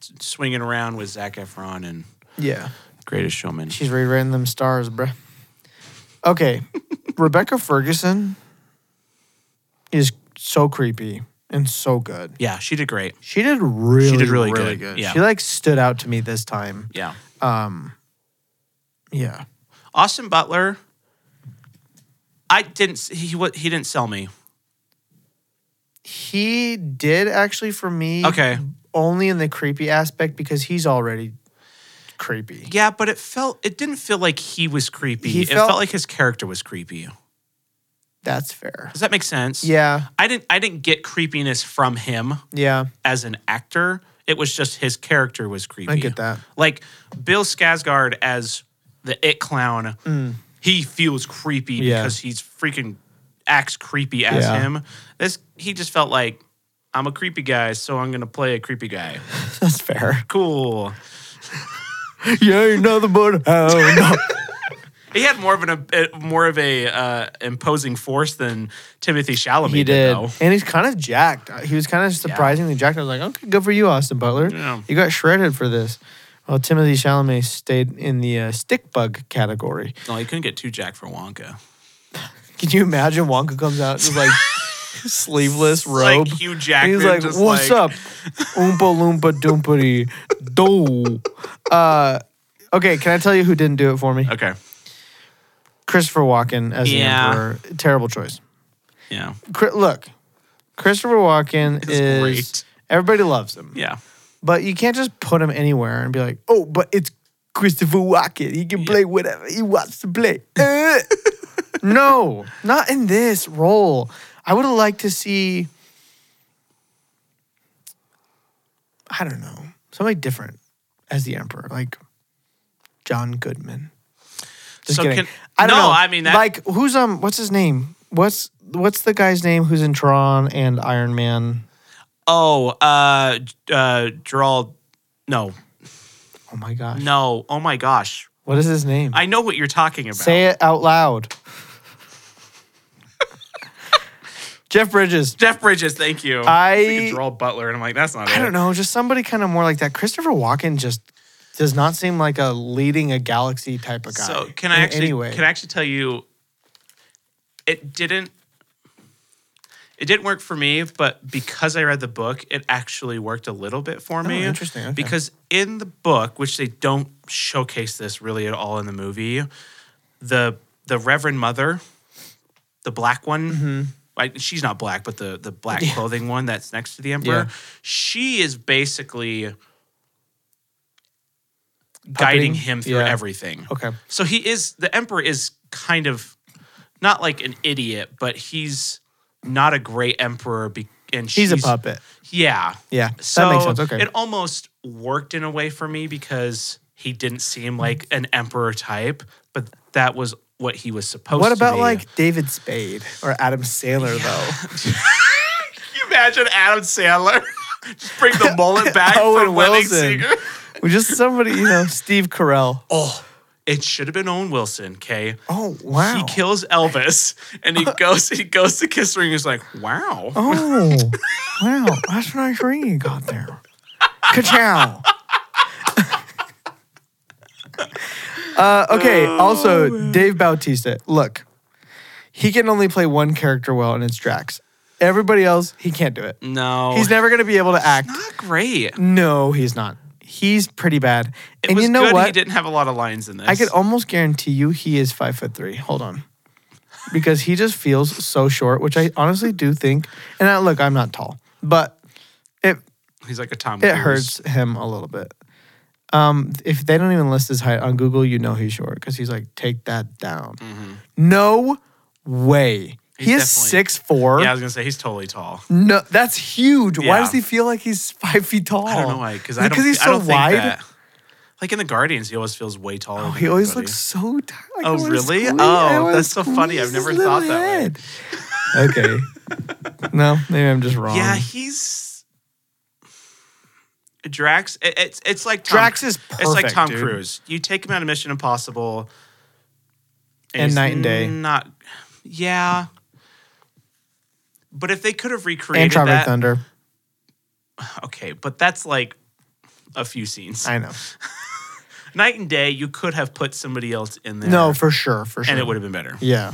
[SPEAKER 2] s- swinging around with Zac Efron and
[SPEAKER 1] Yeah,
[SPEAKER 2] Greatest Showman.
[SPEAKER 1] she's rewritten them stars, bruh. Okay, Rebecca Ferguson is so creepy and so good.
[SPEAKER 2] yeah, she did great.
[SPEAKER 1] She did really,
[SPEAKER 2] She did really good, yeah.
[SPEAKER 1] She like stood out to me this time.
[SPEAKER 2] Yeah,
[SPEAKER 1] Um, yeah,
[SPEAKER 2] Austin Butler. I didn't. s- He wa- he didn't sell me.
[SPEAKER 1] he did actually for me.
[SPEAKER 2] Okay.
[SPEAKER 1] only in the creepy aspect because he's already creepy.
[SPEAKER 2] Yeah, but it felt it didn't feel like he was creepy.
[SPEAKER 1] He
[SPEAKER 2] it felt,
[SPEAKER 1] felt-
[SPEAKER 2] like his character was creepy.
[SPEAKER 1] That's fair.
[SPEAKER 2] Does that make sense?
[SPEAKER 1] Yeah,
[SPEAKER 2] I didn't I didn't get creepiness from him
[SPEAKER 1] yeah,
[SPEAKER 2] as an actor. It was just his character was creepy.
[SPEAKER 1] I get that.
[SPEAKER 2] Like Bill Skarsgård as the it clown, he feels creepy
[SPEAKER 1] Mm. Yeah.
[SPEAKER 2] because he's freaking acts creepy as
[SPEAKER 1] Yeah.
[SPEAKER 2] him. This he just felt like I'm a creepy guy, so I'm gonna play a creepy guy.
[SPEAKER 1] That's fair.
[SPEAKER 2] Cool.
[SPEAKER 1] you ain't nothing but a hound.
[SPEAKER 2] He had more of an a, more of a uh, imposing force than Timothy Chalamet.
[SPEAKER 1] he did,
[SPEAKER 2] though.
[SPEAKER 1] and he's kind of jacked. He was kind of surprisingly jacked. I was like, okay, good for you, Austin Butler.
[SPEAKER 2] Yeah.
[SPEAKER 1] You got shredded for this. Well, Timothy Chalamet stayed in the uh, stick bug category.
[SPEAKER 2] No, he couldn't get too Jack for Wonka.
[SPEAKER 1] Can you imagine Wonka comes out in like sleeveless robe?
[SPEAKER 2] Like Hugh Jackman.
[SPEAKER 1] he's like,
[SPEAKER 2] just
[SPEAKER 1] "What's
[SPEAKER 2] like-
[SPEAKER 1] up, Oompa Loompa Doompity Doo?" Uh, okay, can I tell you who didn't do it for me?
[SPEAKER 2] Okay.
[SPEAKER 1] Christopher Walken as
[SPEAKER 2] Uh, Yeah.
[SPEAKER 1] the Emperor. Terrible choice.
[SPEAKER 2] Yeah.
[SPEAKER 1] Cri- look, Christopher Walken
[SPEAKER 2] He's
[SPEAKER 1] is
[SPEAKER 2] great.
[SPEAKER 1] everybody loves him,
[SPEAKER 2] Yeah.
[SPEAKER 1] but you can't just put him anywhere and be like, "Oh, but it's Christopher Walken. He can play whatever he wants to play." Uh. no, not in this role. I would have liked to see. I don't know somebody different as the emperor, like John Goodman. Just
[SPEAKER 2] So
[SPEAKER 1] kidding.
[SPEAKER 2] can-
[SPEAKER 1] I don't
[SPEAKER 2] no,
[SPEAKER 1] know.
[SPEAKER 2] I mean, that-
[SPEAKER 1] like who's um, what's his name? What's what's the guy's name who's in Tron and Iron Man?
[SPEAKER 2] Oh, uh, uh, Gerald. No,
[SPEAKER 1] Oh my gosh,
[SPEAKER 2] no. Oh my gosh.
[SPEAKER 1] what is his name?
[SPEAKER 2] I know what you're talking about.
[SPEAKER 1] Say it out loud. Jeff Bridges.
[SPEAKER 2] Jeff Bridges. Thank you.
[SPEAKER 1] I-
[SPEAKER 2] It's like a Gerald Butler, and I'm like, that's not
[SPEAKER 1] I
[SPEAKER 2] it.
[SPEAKER 1] don't know, just somebody kind of more like that. Christopher Walken just does not seem like a leading a galaxy type of guy.
[SPEAKER 2] So can I
[SPEAKER 1] in
[SPEAKER 2] actually?
[SPEAKER 1] any way.
[SPEAKER 2] Can I actually tell you? It didn't. It didn't work for me, but because I read the book, it actually worked a little bit for me.
[SPEAKER 1] Oh, interesting, okay.
[SPEAKER 2] Because in the book, which they don't showcase this really at all in the movie, the the Reverend Mother, the black one,
[SPEAKER 1] Mm-hmm.
[SPEAKER 2] like she's not black, but the the black clothing one that's next to the Emperor,
[SPEAKER 1] Yeah.
[SPEAKER 2] she is basically guiding
[SPEAKER 1] Puppeting?
[SPEAKER 2] him through
[SPEAKER 1] Yeah.
[SPEAKER 2] everything.
[SPEAKER 1] Okay.
[SPEAKER 2] So he is the emperor is kind of not like an idiot, but he's not a great emperor. Be, and
[SPEAKER 1] He's
[SPEAKER 2] she's
[SPEAKER 1] a puppet.
[SPEAKER 2] Yeah.
[SPEAKER 1] Yeah.
[SPEAKER 2] So
[SPEAKER 1] that makes sense. Okay.
[SPEAKER 2] it almost worked in a way for me because he didn't seem like an emperor type, but that was what he was supposed
[SPEAKER 1] What
[SPEAKER 2] to
[SPEAKER 1] about
[SPEAKER 2] be.
[SPEAKER 1] like David Spade or Adam Sandler though?
[SPEAKER 2] Can you imagine Adam Sandler? Just bring the mullet back
[SPEAKER 1] Owen
[SPEAKER 2] from Wedding
[SPEAKER 1] Wilson.
[SPEAKER 2] Singer.
[SPEAKER 1] we just somebody, you know, Steve Carell.
[SPEAKER 2] Oh, it should have been Owen Wilson, okay?
[SPEAKER 1] Oh wow.
[SPEAKER 2] He kills Elvis and he goes he goes to kiss her and he's like, wow.
[SPEAKER 1] Oh wow, that's a nice ring you got there. Ka-chow. uh, okay.
[SPEAKER 2] Oh,
[SPEAKER 1] also, Dave Bautista. Look, he can only play one character well, and it's Drax. Everybody else, he can't do it.
[SPEAKER 2] No.
[SPEAKER 1] He's never going to be able to act.
[SPEAKER 2] not great.
[SPEAKER 1] No, he's not. He's pretty bad.
[SPEAKER 2] It
[SPEAKER 1] and
[SPEAKER 2] was
[SPEAKER 1] you know
[SPEAKER 2] good
[SPEAKER 1] what?
[SPEAKER 2] he didn't have a lot of lines in this.
[SPEAKER 1] I could almost guarantee you he is five foot three. Hold on. Because he just feels so short, which I honestly do think. And I, look, I'm not tall, but it
[SPEAKER 2] He's like a Tom
[SPEAKER 1] it
[SPEAKER 2] Cruise.
[SPEAKER 1] hurts him a little bit. Um, if they don't even list his height on Google, you know he's short because he's like, take that down. No way.
[SPEAKER 2] Mm-hmm. He's
[SPEAKER 1] he is
[SPEAKER 2] definitely-
[SPEAKER 1] six four.
[SPEAKER 2] Yeah, I was gonna say he's totally tall.
[SPEAKER 1] No, that's huge. Why
[SPEAKER 2] Yeah.
[SPEAKER 1] does he feel like he's five feet tall?
[SPEAKER 2] I don't know why, because
[SPEAKER 1] Is it
[SPEAKER 2] I don't.
[SPEAKER 1] he's
[SPEAKER 2] I
[SPEAKER 1] so
[SPEAKER 2] don't think
[SPEAKER 1] wide.
[SPEAKER 2] that- Like in the Guardians, he always feels way taller.
[SPEAKER 1] Oh,
[SPEAKER 2] than
[SPEAKER 1] he always
[SPEAKER 2] everybody.
[SPEAKER 1] looks so tired.
[SPEAKER 2] Oh, really? Oh, that's so funny. I've never thought that way.
[SPEAKER 1] way. okay. No, maybe I'm just wrong.
[SPEAKER 2] Yeah, he's Drax. it- it's it's like Tom,
[SPEAKER 1] Drax is perfect.
[SPEAKER 2] It's like Tom
[SPEAKER 1] dude.
[SPEAKER 2] Cruise. You take him out of Mission Impossible,
[SPEAKER 1] And
[SPEAKER 2] he's
[SPEAKER 1] Night and Day.
[SPEAKER 2] Not, yeah. But if they could have recreated
[SPEAKER 1] and Tropic
[SPEAKER 2] that,
[SPEAKER 1] Thunder.
[SPEAKER 2] okay. But that's like a few scenes.
[SPEAKER 1] I know.
[SPEAKER 2] Night and Day, you could have put somebody else in there.
[SPEAKER 1] No, for sure, for sure.
[SPEAKER 2] and it would have been better.
[SPEAKER 1] Yeah.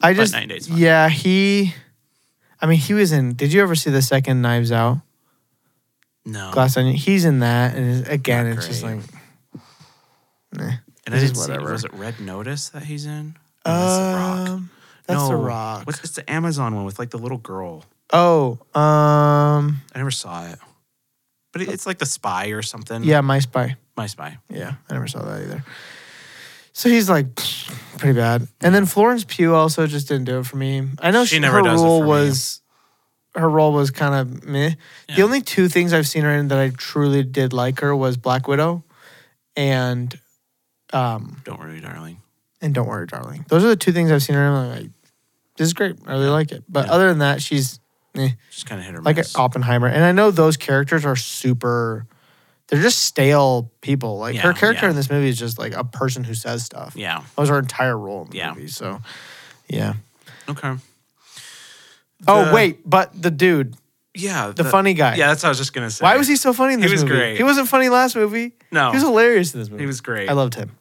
[SPEAKER 1] I just
[SPEAKER 2] Nine Days Fine.
[SPEAKER 1] Yeah, he I mean, he was in Did you ever see the second Knives Out?
[SPEAKER 2] No,
[SPEAKER 1] Glass Onion. He's in that and it's- again,
[SPEAKER 2] Not
[SPEAKER 1] it's just
[SPEAKER 2] great.
[SPEAKER 1] like meh.
[SPEAKER 2] and I
[SPEAKER 1] this is
[SPEAKER 2] didn't see.
[SPEAKER 1] whatever.
[SPEAKER 2] Was it Red Notice that he's in? No, that's The Rock.
[SPEAKER 1] Um, That's The
[SPEAKER 2] No,
[SPEAKER 1] Rock.
[SPEAKER 2] What's, it's the Amazon one with like the little girl.
[SPEAKER 1] Oh, um
[SPEAKER 2] I never saw it. But it- it's like the spy or something.
[SPEAKER 1] yeah, My Spy.
[SPEAKER 2] My spy.
[SPEAKER 1] Yeah, I never saw that either. So he's like pretty bad. And then Florence Pugh also just didn't do it for me. I know she,
[SPEAKER 2] She never
[SPEAKER 1] her
[SPEAKER 2] does it
[SPEAKER 1] role
[SPEAKER 2] for me.
[SPEAKER 1] was her role was kind of meh. The
[SPEAKER 2] Yeah.
[SPEAKER 1] only two things I've seen her in that I truly did like her was Black Widow and um
[SPEAKER 2] Don't worry, darling.
[SPEAKER 1] and Don't Worry Darling. Those are the two things I've seen her in. I'm like, this is great. I really like it. But
[SPEAKER 2] Yeah.
[SPEAKER 1] other than that, she's eh,
[SPEAKER 2] Just kind of hit or
[SPEAKER 1] like
[SPEAKER 2] miss.
[SPEAKER 1] Oppenheimer. And I know those characters are super they're just stale people. Like her
[SPEAKER 2] Yeah,
[SPEAKER 1] character
[SPEAKER 2] yeah.
[SPEAKER 1] in this movie is just like a person who says stuff.
[SPEAKER 2] yeah.
[SPEAKER 1] That was her entire role in the
[SPEAKER 2] Yeah.
[SPEAKER 1] movie. So, yeah.
[SPEAKER 2] Okay.
[SPEAKER 1] oh
[SPEAKER 2] The-
[SPEAKER 1] wait, but the dude,
[SPEAKER 2] Yeah.
[SPEAKER 1] the, funny guy.
[SPEAKER 2] Yeah, that's what I was just gonna say.
[SPEAKER 1] Why was he so funny in
[SPEAKER 2] He
[SPEAKER 1] this
[SPEAKER 2] was
[SPEAKER 1] movie?
[SPEAKER 2] great.
[SPEAKER 1] He wasn't funny last movie.
[SPEAKER 2] No.
[SPEAKER 1] He was hilarious in this movie.
[SPEAKER 2] He was great.
[SPEAKER 1] I loved him.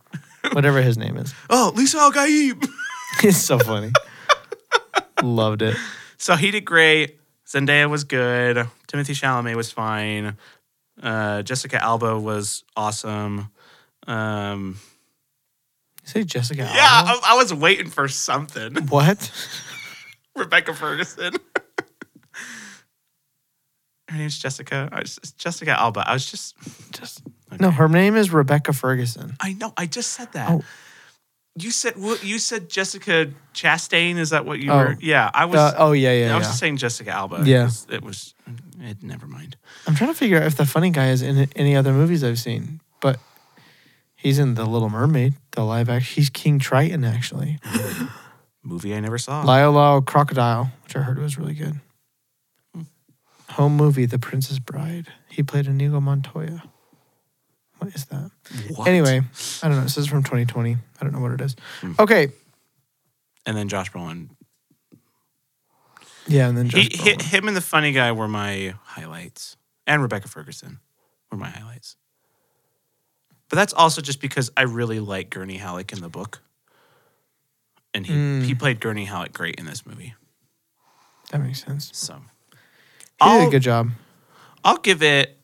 [SPEAKER 1] Whatever his name is,
[SPEAKER 2] Oh, Lisa Al Gaib.
[SPEAKER 1] he's so funny. loved it.
[SPEAKER 2] so he did great. Zendaya was good. Timothy Chalamet was fine. Uh, Jessica Alba was awesome. Um,
[SPEAKER 1] You say Jessica?
[SPEAKER 2] yeah, oh.
[SPEAKER 1] Alba?
[SPEAKER 2] I, I was waiting for something.
[SPEAKER 1] What?
[SPEAKER 2] Rebecca Ferguson. Her name's Jessica. I was, it's Jessica Alba. I was just, just
[SPEAKER 1] No, her name is Rebecca Ferguson.
[SPEAKER 2] I know. I just said that.
[SPEAKER 1] Oh.
[SPEAKER 2] You said wh- you said Jessica Chastain. Is that what you
[SPEAKER 1] Oh.
[SPEAKER 2] were? Yeah, I was.
[SPEAKER 1] Uh, oh yeah,
[SPEAKER 2] I
[SPEAKER 1] yeah,
[SPEAKER 2] was
[SPEAKER 1] yeah.
[SPEAKER 2] just saying Jessica Alba.
[SPEAKER 1] Yeah.
[SPEAKER 2] 'cause it was. It, never mind.
[SPEAKER 1] I'm trying to figure out if the funny guy is in any other movies I've seen, but he's in The Little Mermaid, the live action. He's King Triton actually.
[SPEAKER 2] Movie I never saw.
[SPEAKER 1] Liolao Crocodile, which I heard was really good.
[SPEAKER 2] Hmm.
[SPEAKER 1] Home movie, The Princess Bride. He played Inigo Montoya. What is that?
[SPEAKER 2] What?
[SPEAKER 1] Anyway, I don't know. This is from 2020. I don't know what it is.
[SPEAKER 2] Hmm.
[SPEAKER 1] Okay.
[SPEAKER 2] and then Josh Brolin.
[SPEAKER 1] Yeah, and then
[SPEAKER 2] He,
[SPEAKER 1] Josh
[SPEAKER 2] hi-
[SPEAKER 1] Brolin.
[SPEAKER 2] him and the funny guy were my highlights, and Rebecca Ferguson were my highlights. But that's also just because I really like Gurney Halleck in the book, and he
[SPEAKER 1] Mm.
[SPEAKER 2] he played Gurney Halleck great in this movie.
[SPEAKER 1] that makes sense.
[SPEAKER 2] So
[SPEAKER 1] He did
[SPEAKER 2] I'll-
[SPEAKER 1] a good job.
[SPEAKER 2] I'll give it.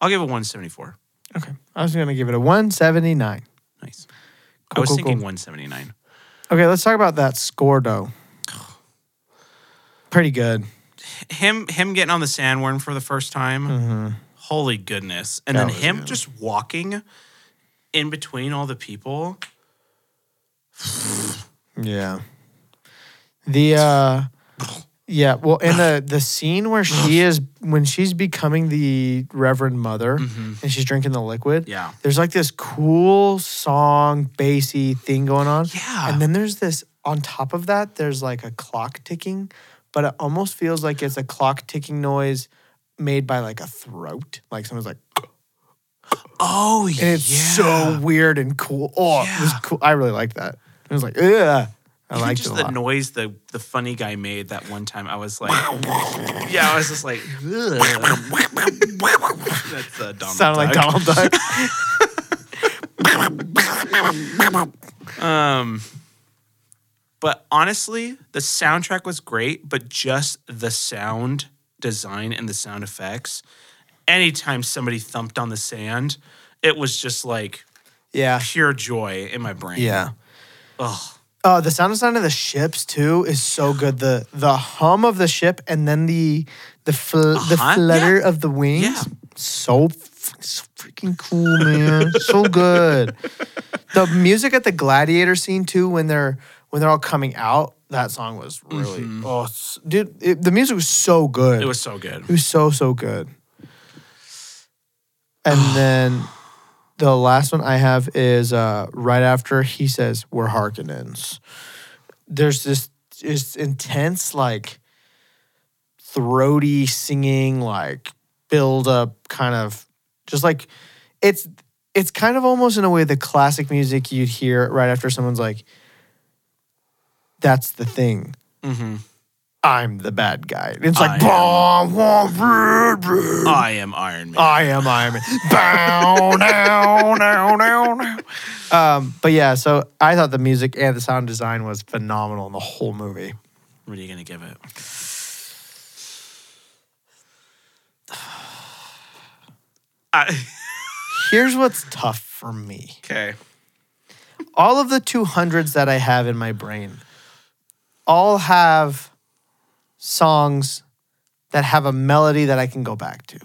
[SPEAKER 2] I'll give it 174.
[SPEAKER 1] Okay. I was gonna give it a 179.
[SPEAKER 2] Nice. I
[SPEAKER 1] Cool,
[SPEAKER 2] was
[SPEAKER 1] cool,
[SPEAKER 2] thinking
[SPEAKER 1] cool.
[SPEAKER 2] 179.
[SPEAKER 1] Okay, let's talk about that score though. Pretty good.
[SPEAKER 2] Him him getting on the sandworm for the first time.
[SPEAKER 1] hmm
[SPEAKER 2] Holy goodness. And
[SPEAKER 1] That
[SPEAKER 2] then
[SPEAKER 1] was
[SPEAKER 2] him
[SPEAKER 1] good.
[SPEAKER 2] just walking in between all the people.
[SPEAKER 1] Yeah. The uh yeah, well and the the scene where she is when she's becoming the Reverend Mother and she's drinking the liquid.
[SPEAKER 2] Mm-hmm. Yeah.
[SPEAKER 1] There's like this cool song bassy thing going on.
[SPEAKER 2] Yeah.
[SPEAKER 1] And then there's this on top of that there's like a clock ticking, but it almost feels like it's a clock ticking noise made by like a throat. Like someone's like
[SPEAKER 2] oh, yeah.
[SPEAKER 1] and it's so weird and cool. Oh, it was
[SPEAKER 2] Yeah.
[SPEAKER 1] cool. I really liked that. It was like, ugh. I
[SPEAKER 2] Even
[SPEAKER 1] liked
[SPEAKER 2] just
[SPEAKER 1] it a
[SPEAKER 2] the
[SPEAKER 1] lot.
[SPEAKER 2] noise the the funny guy made that one time. I was like, yeah, I was just like, "Ugh." that's uh, Donald.
[SPEAKER 1] Sounded like
[SPEAKER 2] Duck.
[SPEAKER 1] Donald Duck.
[SPEAKER 2] Um, but honestly, the soundtrack was great, but just the sound design and the sound effects. Anytime somebody thumped on the sand, it was just like
[SPEAKER 1] yeah.
[SPEAKER 2] pure joy in my brain.
[SPEAKER 1] Yeah.
[SPEAKER 2] Oh,
[SPEAKER 1] Oh, the sound design of the ships too is so good. The the hum of the ship and then the the fl- the
[SPEAKER 2] Uh-huh,
[SPEAKER 1] flutter of the wings.
[SPEAKER 2] Yeah.
[SPEAKER 1] So, f- so freaking cool, man. so good. The music at the gladiator scene too when they're when they're all coming out, that song was really oh s- dude, it, the music was so good.
[SPEAKER 2] Mm-hmm. It was so good.
[SPEAKER 1] It was so so good. And then the last one I have is uh, right after he says we're Harkonnens. There's this it's intense like throaty singing like build up kind of just like it's it's kind of almost in a way the classic music you'd hear right after someone's like that's the thing
[SPEAKER 2] hmm
[SPEAKER 1] I'm the bad guy. And it's
[SPEAKER 2] I
[SPEAKER 1] like,
[SPEAKER 2] am-
[SPEAKER 1] "Bah, wah, brr, brr.
[SPEAKER 2] I am Iron Man.
[SPEAKER 1] I am Iron Man. Bow, now, now, now, now. Um, but yeah, so I thought the music and the sound design was phenomenal in the whole movie.
[SPEAKER 2] what are you gonna give it? I,
[SPEAKER 1] Here's what's tough for me
[SPEAKER 2] okay.
[SPEAKER 1] all of the 200s that I have in my brain all have songs that have a melody that I can go back to.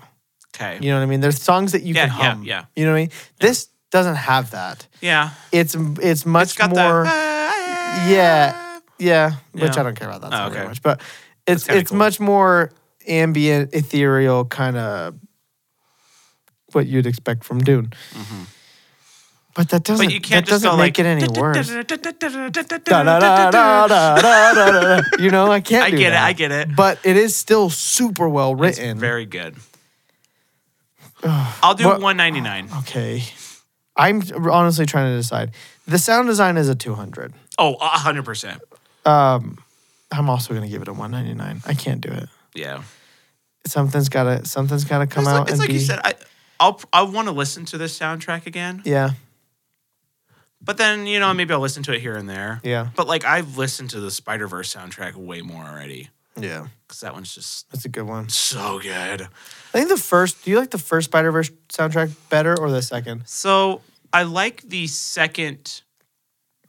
[SPEAKER 2] Okay.
[SPEAKER 1] You know what I mean? There's songs that you
[SPEAKER 2] Yeah,
[SPEAKER 1] can
[SPEAKER 2] yeah,
[SPEAKER 1] hum.
[SPEAKER 2] yeah.
[SPEAKER 1] You know what I mean? This doesn't have that.
[SPEAKER 2] Yeah.
[SPEAKER 1] it's it's much
[SPEAKER 2] It's got
[SPEAKER 1] more
[SPEAKER 2] that.
[SPEAKER 1] yeah yeah which
[SPEAKER 2] Yeah.
[SPEAKER 1] i don't care about that
[SPEAKER 2] Oh,
[SPEAKER 1] song very
[SPEAKER 2] okay.
[SPEAKER 1] much but it's
[SPEAKER 2] kinda
[SPEAKER 1] it's
[SPEAKER 2] cool.
[SPEAKER 1] much more ambient ethereal kind of what you'd expect from dune but that doesn't
[SPEAKER 2] But you can't
[SPEAKER 1] that
[SPEAKER 2] just
[SPEAKER 1] doesn't
[SPEAKER 2] go
[SPEAKER 1] make
[SPEAKER 2] like
[SPEAKER 1] it any worse Da, da, da, da,
[SPEAKER 2] I
[SPEAKER 1] da, da, da, da. you know i can't do
[SPEAKER 2] get it.
[SPEAKER 1] that.
[SPEAKER 2] I get it.
[SPEAKER 1] but it is still super well
[SPEAKER 2] It's
[SPEAKER 1] written
[SPEAKER 2] very good. I'll do
[SPEAKER 1] What-
[SPEAKER 2] 199.
[SPEAKER 1] okay i'm honestly trying to decide the sound design is a 200
[SPEAKER 2] Oh, 100%.
[SPEAKER 1] i'm also going to give it a 199 i can't do it
[SPEAKER 2] Yeah.
[SPEAKER 1] something's gotta something's gotta come
[SPEAKER 2] it's
[SPEAKER 1] out
[SPEAKER 2] like, it's
[SPEAKER 1] and
[SPEAKER 2] like
[SPEAKER 1] be
[SPEAKER 2] you said, I, I'll, I want to listen to this soundtrack again.
[SPEAKER 1] yeah
[SPEAKER 2] But then, you know, maybe I'll listen to it here and there.
[SPEAKER 1] Yeah.
[SPEAKER 2] But like, I've listened to the Spider Verse soundtrack way more already
[SPEAKER 1] yeah
[SPEAKER 2] because that one's just
[SPEAKER 1] that's a good one
[SPEAKER 2] so good.
[SPEAKER 1] i think the first do you like the first spider-verse soundtrack better or the second
[SPEAKER 2] So I like the second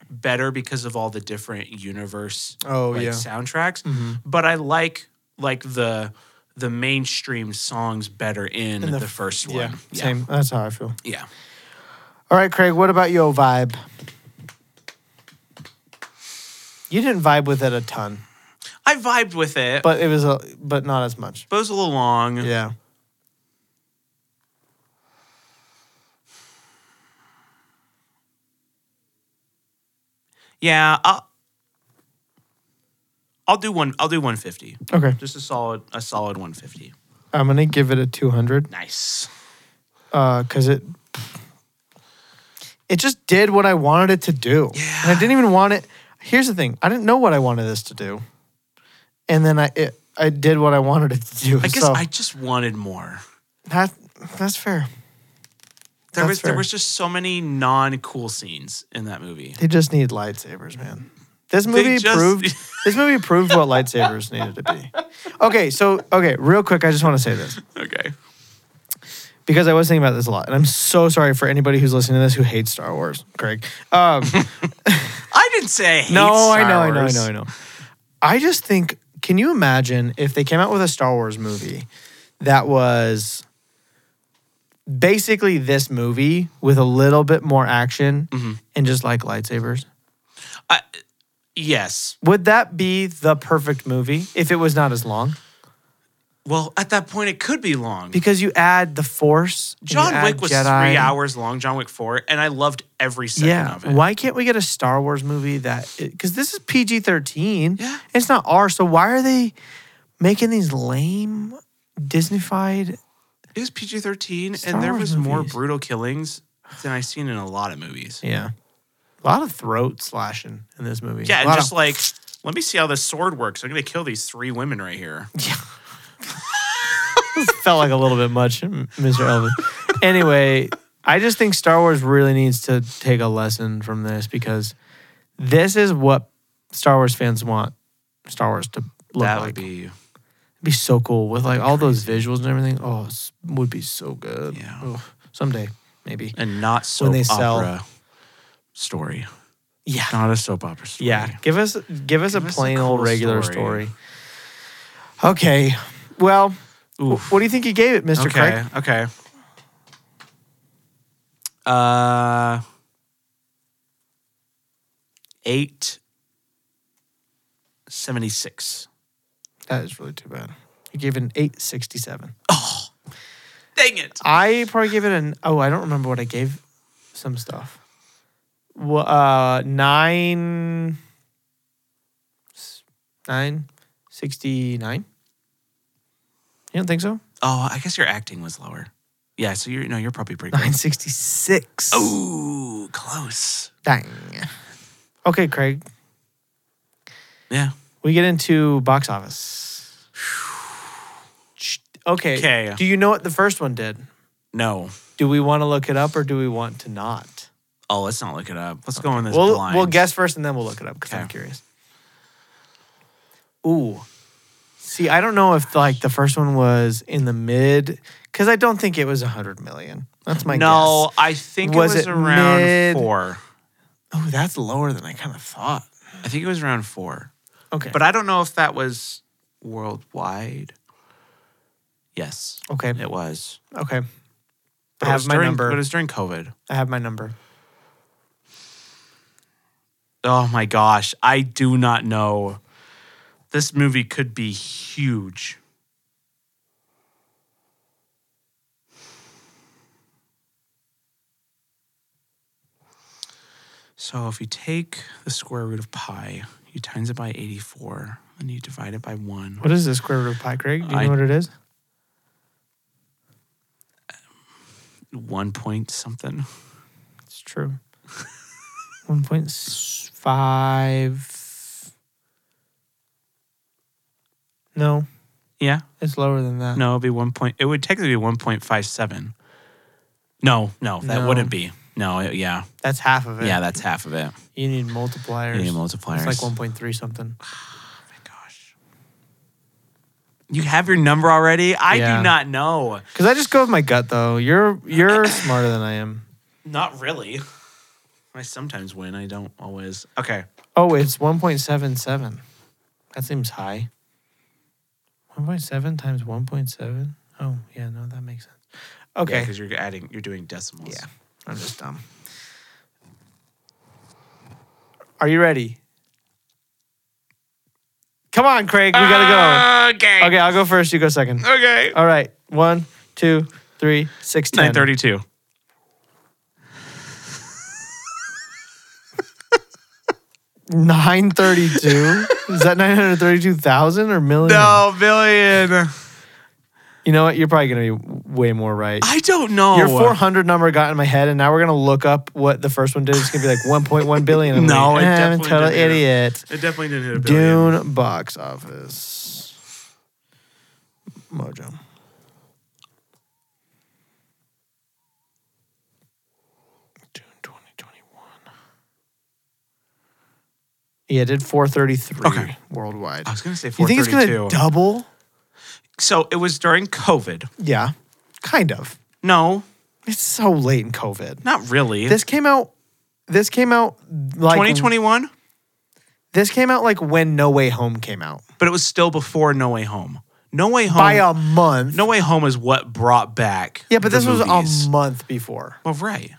[SPEAKER 2] better because of all the different universe
[SPEAKER 1] Oh,
[SPEAKER 2] like,
[SPEAKER 1] yeah. Mm-hmm.
[SPEAKER 2] soundtracks. But I like like the the mainstream songs better in,
[SPEAKER 1] In the
[SPEAKER 2] the,
[SPEAKER 1] f-
[SPEAKER 2] first one. yeah.
[SPEAKER 1] same that's how i feel
[SPEAKER 2] Yeah.
[SPEAKER 1] all right craig what about your vibe you didn't vibe with it a ton
[SPEAKER 2] I vibed with it, but,
[SPEAKER 1] but it was a but not as much
[SPEAKER 2] it was a little long.
[SPEAKER 1] yeah
[SPEAKER 2] Yeah, I'll, I'll do one. I'll do 150.
[SPEAKER 1] okay
[SPEAKER 2] Just a solid, a solid 150.
[SPEAKER 1] i'm gonna give it a 200
[SPEAKER 2] Nice.
[SPEAKER 1] uh because it it just did what i wanted it to do
[SPEAKER 2] Yeah.
[SPEAKER 1] and i didn't even want it here's the thing i didn't know what i wanted this to do and then i it, i did what i wanted it to do
[SPEAKER 2] I guess
[SPEAKER 1] so
[SPEAKER 2] I just wanted more.
[SPEAKER 1] that that's fair
[SPEAKER 2] There
[SPEAKER 1] That's
[SPEAKER 2] was
[SPEAKER 1] fair.
[SPEAKER 2] there was just so many non cool scenes in that movie.
[SPEAKER 1] they just need lightsabers man this movie
[SPEAKER 2] just-
[SPEAKER 1] proved this movie proved what lightsabers needed to be okay so okay real quick i just want to say this
[SPEAKER 2] Okay.
[SPEAKER 1] because I was thinking about this a lot, and I'm so sorry for anybody who's listening to this who hates Star Wars, Craig. Um,
[SPEAKER 2] I didn't say I hate
[SPEAKER 1] no,
[SPEAKER 2] Star
[SPEAKER 1] I know, I know, I
[SPEAKER 2] Wars.
[SPEAKER 1] know, I know. I just think, can you imagine if they came out with a Star Wars movie that was basically this movie with a little bit more action
[SPEAKER 2] Mm-hmm.
[SPEAKER 1] and just like lightsabers?
[SPEAKER 2] I- yes.
[SPEAKER 1] Would that be the perfect movie if it was not as long?
[SPEAKER 2] Well, at that point, it could be long.
[SPEAKER 1] Because you add the Force. and you
[SPEAKER 2] John
[SPEAKER 1] add
[SPEAKER 2] Wick was
[SPEAKER 1] Jedi.
[SPEAKER 2] three hours long. John Wick four, and I loved every second
[SPEAKER 1] Yeah.
[SPEAKER 2] of it.
[SPEAKER 1] Why can't we get a Star Wars movie that because this is PG thirteen.
[SPEAKER 2] Yeah.
[SPEAKER 1] It's not R. So why are they making these lame Disneyfied?
[SPEAKER 2] It was PG thirteen,
[SPEAKER 1] Star
[SPEAKER 2] and there
[SPEAKER 1] Wars
[SPEAKER 2] was more
[SPEAKER 1] movies.
[SPEAKER 2] brutal killings than I've seen in a lot of movies.
[SPEAKER 1] Yeah. A lot of throat slashing in this movie.
[SPEAKER 2] Yeah,
[SPEAKER 1] A
[SPEAKER 2] and
[SPEAKER 1] lot
[SPEAKER 2] just
[SPEAKER 1] of-
[SPEAKER 2] like, let me see how this sword works. I'm gonna kill these three women right here.
[SPEAKER 1] felt like a little bit much, M- Mr. Elvis. anyway, I just think Star Wars really needs to take a lesson from this because this is what Star Wars fans want Star Wars to look
[SPEAKER 2] that
[SPEAKER 1] like.
[SPEAKER 2] would be
[SPEAKER 1] be so cool with like all those visuals and everything. Oh, s- would be so good.
[SPEAKER 2] Yeah.
[SPEAKER 1] Oh, someday, maybe.
[SPEAKER 2] a not so
[SPEAKER 1] When they sell-
[SPEAKER 2] opera story.
[SPEAKER 1] Yeah.
[SPEAKER 2] Not a soap opera story.
[SPEAKER 1] Yeah. Give us give us
[SPEAKER 2] Give
[SPEAKER 1] a
[SPEAKER 2] us a
[SPEAKER 1] plain old
[SPEAKER 2] cool
[SPEAKER 1] regular
[SPEAKER 2] story.
[SPEAKER 1] story. Okay. Well,
[SPEAKER 2] Oof.
[SPEAKER 1] what do you think you gave it, Mr.
[SPEAKER 2] okay.
[SPEAKER 1] Craig?
[SPEAKER 2] Okay. Uh, eight seventy six.
[SPEAKER 1] That is really too bad. You gave it an 867. Oh.
[SPEAKER 2] Dang it!
[SPEAKER 1] I probably gave it an oh, I don't remember what I gave some stuff. Well, uh, nine, s- nine, 69. You don't think so?
[SPEAKER 2] Oh, I guess your acting was lower. Yeah, so you're no, you're probably pretty close.
[SPEAKER 1] 966.
[SPEAKER 2] Ooh, close.
[SPEAKER 1] dang. Okay, Craig,
[SPEAKER 2] Yeah.
[SPEAKER 1] we get into box office. Sh- Okay.
[SPEAKER 2] Okay.
[SPEAKER 1] Do you know what the first one did?
[SPEAKER 2] No.
[SPEAKER 1] Do we want to look it up or do we want to not?
[SPEAKER 2] Oh, let's not look it up. Let's go on this
[SPEAKER 1] we'll
[SPEAKER 2] blind.
[SPEAKER 1] we'll guess first and then we'll look it up because I'm
[SPEAKER 2] Okay.
[SPEAKER 1] curious. Ooh, see, I don't know if like the first one was in the mid because I don't think it was hundred million. That's my
[SPEAKER 2] no, I think
[SPEAKER 1] Was
[SPEAKER 2] it was
[SPEAKER 1] it
[SPEAKER 2] around
[SPEAKER 1] mid-
[SPEAKER 2] four.
[SPEAKER 1] guess. Oh, that's lower than I kind of thought.
[SPEAKER 2] I think it was around four.
[SPEAKER 1] Okay,
[SPEAKER 2] But I don't know if that was worldwide. Yes,
[SPEAKER 1] okay,
[SPEAKER 2] it was.
[SPEAKER 1] okay.
[SPEAKER 2] But
[SPEAKER 1] I
[SPEAKER 2] it
[SPEAKER 1] have
[SPEAKER 2] was
[SPEAKER 1] my
[SPEAKER 2] during,
[SPEAKER 1] number.
[SPEAKER 2] But it was during COVID.
[SPEAKER 1] I have my number.
[SPEAKER 2] Oh my gosh, I do not know. This movie could be huge. So if you take the square root of pi, you times it by 84, and you divide it by 1.
[SPEAKER 1] What is the square root of pi, Craig? Do you
[SPEAKER 2] I-
[SPEAKER 1] know what it is?
[SPEAKER 2] 1 point something.
[SPEAKER 1] It's true. One point five. No,
[SPEAKER 2] Yeah.
[SPEAKER 1] it's lower than that.
[SPEAKER 2] No, it'd be one point. It would technically be one point five seven. No, no, that
[SPEAKER 1] No.
[SPEAKER 2] wouldn't be. No, it- yeah,
[SPEAKER 1] that's half of it.
[SPEAKER 2] yeah, that's half of it.
[SPEAKER 1] You need multipliers.
[SPEAKER 2] You need multipliers.
[SPEAKER 1] It's like 1.3 something.
[SPEAKER 2] Oh my gosh. You have your number already. I
[SPEAKER 1] Yeah.
[SPEAKER 2] do not know.
[SPEAKER 1] Because I just go with my gut though. You're you're smarter than I am.
[SPEAKER 2] Not really. I sometimes win. I don't always. Okay.
[SPEAKER 1] Oh, it's 1.77. That seems high. 1.7 times 1.7. Oh yeah, no, that makes sense. Okay,
[SPEAKER 2] Because you're adding. You're doing decimals.
[SPEAKER 1] Yeah. I'm just dumb. Are you ready? Come on, Craig. We
[SPEAKER 2] Ah.
[SPEAKER 1] gotta
[SPEAKER 2] Okay.
[SPEAKER 1] go. Okay, I'll go first. You go second.
[SPEAKER 2] Okay.
[SPEAKER 1] All right. One, two, three, six, ten.
[SPEAKER 2] Nine thirty-two.
[SPEAKER 1] Nine thirty-two. Is that nine hundred thirty-two thousand or million?
[SPEAKER 2] billion.
[SPEAKER 1] You know what? You're probably gonna be w- way more right.
[SPEAKER 2] I don't know.
[SPEAKER 1] Your 400 number got in my head, and now we're gonna look up what the first one did. It's gonna be like 1.1 billion. I'm
[SPEAKER 2] No,
[SPEAKER 1] like,
[SPEAKER 2] it
[SPEAKER 1] "Eh, I'm a
[SPEAKER 2] definitely
[SPEAKER 1] total
[SPEAKER 2] didn't.
[SPEAKER 1] idiot.
[SPEAKER 2] It definitely didn't hit a billion.
[SPEAKER 1] Dune box office. Mojo. Dune 2021. Yeah, it did 433
[SPEAKER 2] Okay.
[SPEAKER 1] worldwide.
[SPEAKER 2] I was gonna say
[SPEAKER 1] You
[SPEAKER 2] four
[SPEAKER 1] think it's
[SPEAKER 2] thirty-two.
[SPEAKER 1] gonna double?
[SPEAKER 2] so it was during COVID.
[SPEAKER 1] Yeah, kind of.
[SPEAKER 2] No,
[SPEAKER 1] It's so late in COVID.
[SPEAKER 2] not really.
[SPEAKER 1] This came out. This came out like
[SPEAKER 2] 2021,
[SPEAKER 1] This came out like when No Way Home came out
[SPEAKER 2] but it was still before No Way Home. No Way Home.
[SPEAKER 1] by a month.
[SPEAKER 2] Um, no Way Home is what brought back.
[SPEAKER 1] yeah, but
[SPEAKER 2] the
[SPEAKER 1] this was
[SPEAKER 2] movies.
[SPEAKER 1] a month before.
[SPEAKER 2] well, right.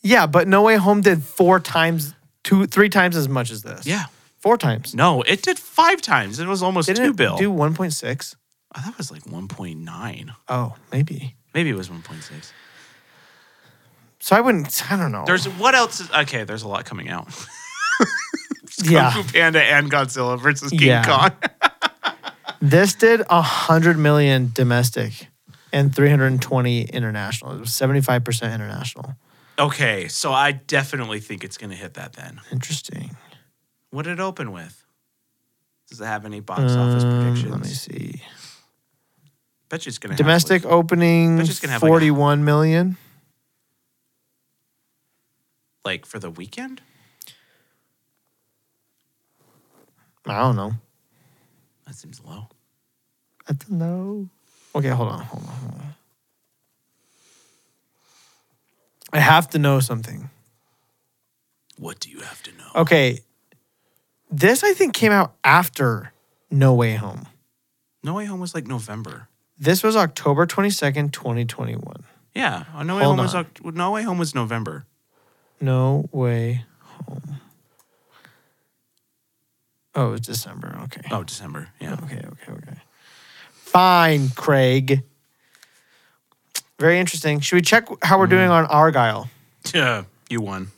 [SPEAKER 1] Yeah, but No Way Home did four times, two, three times as much as this.
[SPEAKER 2] Yeah.
[SPEAKER 1] four times.
[SPEAKER 2] No, it did five times. It was almost
[SPEAKER 1] Didn't
[SPEAKER 2] two
[SPEAKER 1] it
[SPEAKER 2] bill.
[SPEAKER 1] do 1.6?
[SPEAKER 2] oh, that was like 1.9.
[SPEAKER 1] Oh, maybe.
[SPEAKER 2] Maybe it was 1.6.
[SPEAKER 1] So I wouldn't. I don't know.
[SPEAKER 2] There's what else? Is, okay, there's a lot coming out.
[SPEAKER 1] yeah.
[SPEAKER 2] Kung Fu Panda and Godzilla versus King
[SPEAKER 1] Yeah.
[SPEAKER 2] Kong.
[SPEAKER 1] This did hundred million domestic and 320 international. It was 75 percent international.
[SPEAKER 2] okay, so I definitely think it's gonna hit that then.
[SPEAKER 1] Interesting.
[SPEAKER 2] What did it open with? Does it have any box office
[SPEAKER 1] Um,
[SPEAKER 2] predictions?
[SPEAKER 1] Let me see.
[SPEAKER 2] Bet you it's gonna
[SPEAKER 1] Domestic
[SPEAKER 2] Have like,
[SPEAKER 1] opening
[SPEAKER 2] Bet you it's gonna have like a-
[SPEAKER 1] 41 million.
[SPEAKER 2] like for the weekend.
[SPEAKER 1] I don't know.
[SPEAKER 2] That seems low.
[SPEAKER 1] I don't know. Okay, hold on, hold on, hold on. I have to know something.
[SPEAKER 2] What do you have to know?
[SPEAKER 1] Okay. This I think came out after No Way Home.
[SPEAKER 2] No Way Home was like November.
[SPEAKER 1] This was October 22nd, 2021.
[SPEAKER 2] Yeah, uh, No Way
[SPEAKER 1] Hold
[SPEAKER 2] Home was
[SPEAKER 1] on.
[SPEAKER 2] Oct- No Way Home was November.
[SPEAKER 1] No Way Home. Oh, it's December. Okay.
[SPEAKER 2] Oh, December. Yeah.
[SPEAKER 1] Okay, okay, okay. Fine, Craig. Very interesting. Should we check how we're doing on Argyle?
[SPEAKER 2] Yeah, you won.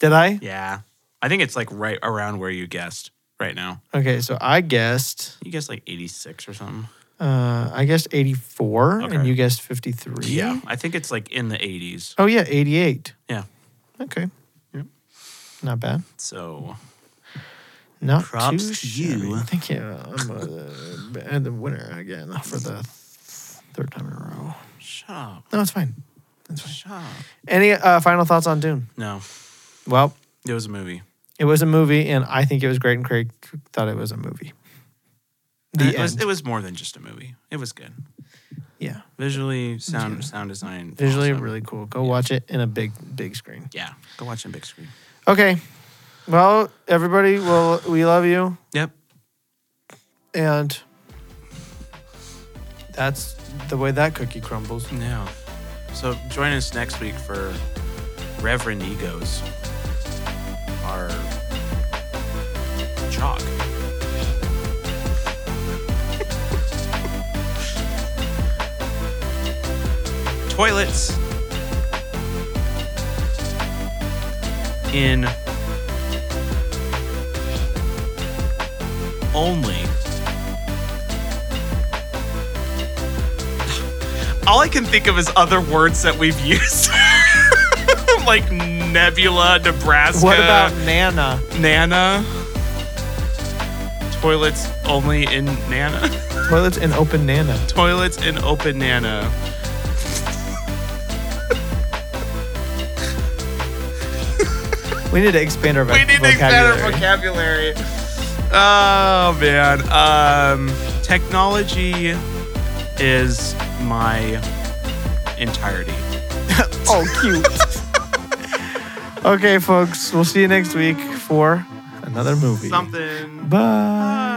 [SPEAKER 1] Did I?
[SPEAKER 2] Yeah, I think it's like right around where you guessed right now.
[SPEAKER 1] Okay, so I guessed
[SPEAKER 2] You guessed like 86 or something.
[SPEAKER 1] uh I guessed 84 and
[SPEAKER 2] Okay.
[SPEAKER 1] you guessed 53.
[SPEAKER 2] I think it's like in the 80s.
[SPEAKER 1] Oh yeah, 88.
[SPEAKER 2] Yeah.
[SPEAKER 1] Okay.
[SPEAKER 2] Yep.
[SPEAKER 1] Not bad.
[SPEAKER 2] So
[SPEAKER 1] Not
[SPEAKER 2] Props
[SPEAKER 1] too
[SPEAKER 2] to
[SPEAKER 1] shabby.
[SPEAKER 2] you.
[SPEAKER 1] Thank you. I'm uh, and the winner again for the th- third time in a row.
[SPEAKER 2] shut up.
[SPEAKER 1] No, it's fine. That's fine.
[SPEAKER 2] Shut up.
[SPEAKER 1] Any uh, final thoughts on Dune?
[SPEAKER 2] No,
[SPEAKER 1] Well,
[SPEAKER 2] it was a movie.
[SPEAKER 1] It was a movie, and I think it was great. And Craig thought it was a movie. The
[SPEAKER 2] it, was,
[SPEAKER 1] end.
[SPEAKER 2] it was more than just a movie. It was good.
[SPEAKER 1] yeah,
[SPEAKER 2] Visually, sound, sound design.
[SPEAKER 1] visually
[SPEAKER 2] awesome.
[SPEAKER 1] really cool. Go watch it in a big, big screen.
[SPEAKER 2] Yeah, go watch it big screen.
[SPEAKER 1] Okay, well, everybody, well, we love you,
[SPEAKER 2] Yep.
[SPEAKER 1] and that's the way that cookie crumbles.
[SPEAKER 2] No. So join us next week for Reverend Egos, our chalk. Toilets in only. All I can think of is other words that we've used, like Nebula, Nebraska.
[SPEAKER 1] What about Nana?
[SPEAKER 2] Nana? Toilets only in Nana.
[SPEAKER 1] Toilets and open Nana.
[SPEAKER 2] Toilets in open Nana.
[SPEAKER 1] We need to expand our
[SPEAKER 2] We need to expand our vocabulary. Oh man. Um, technology is my entirety.
[SPEAKER 1] Oh, cute. okay, folks, we'll see you next week for another movie.
[SPEAKER 2] Something.
[SPEAKER 1] Bye.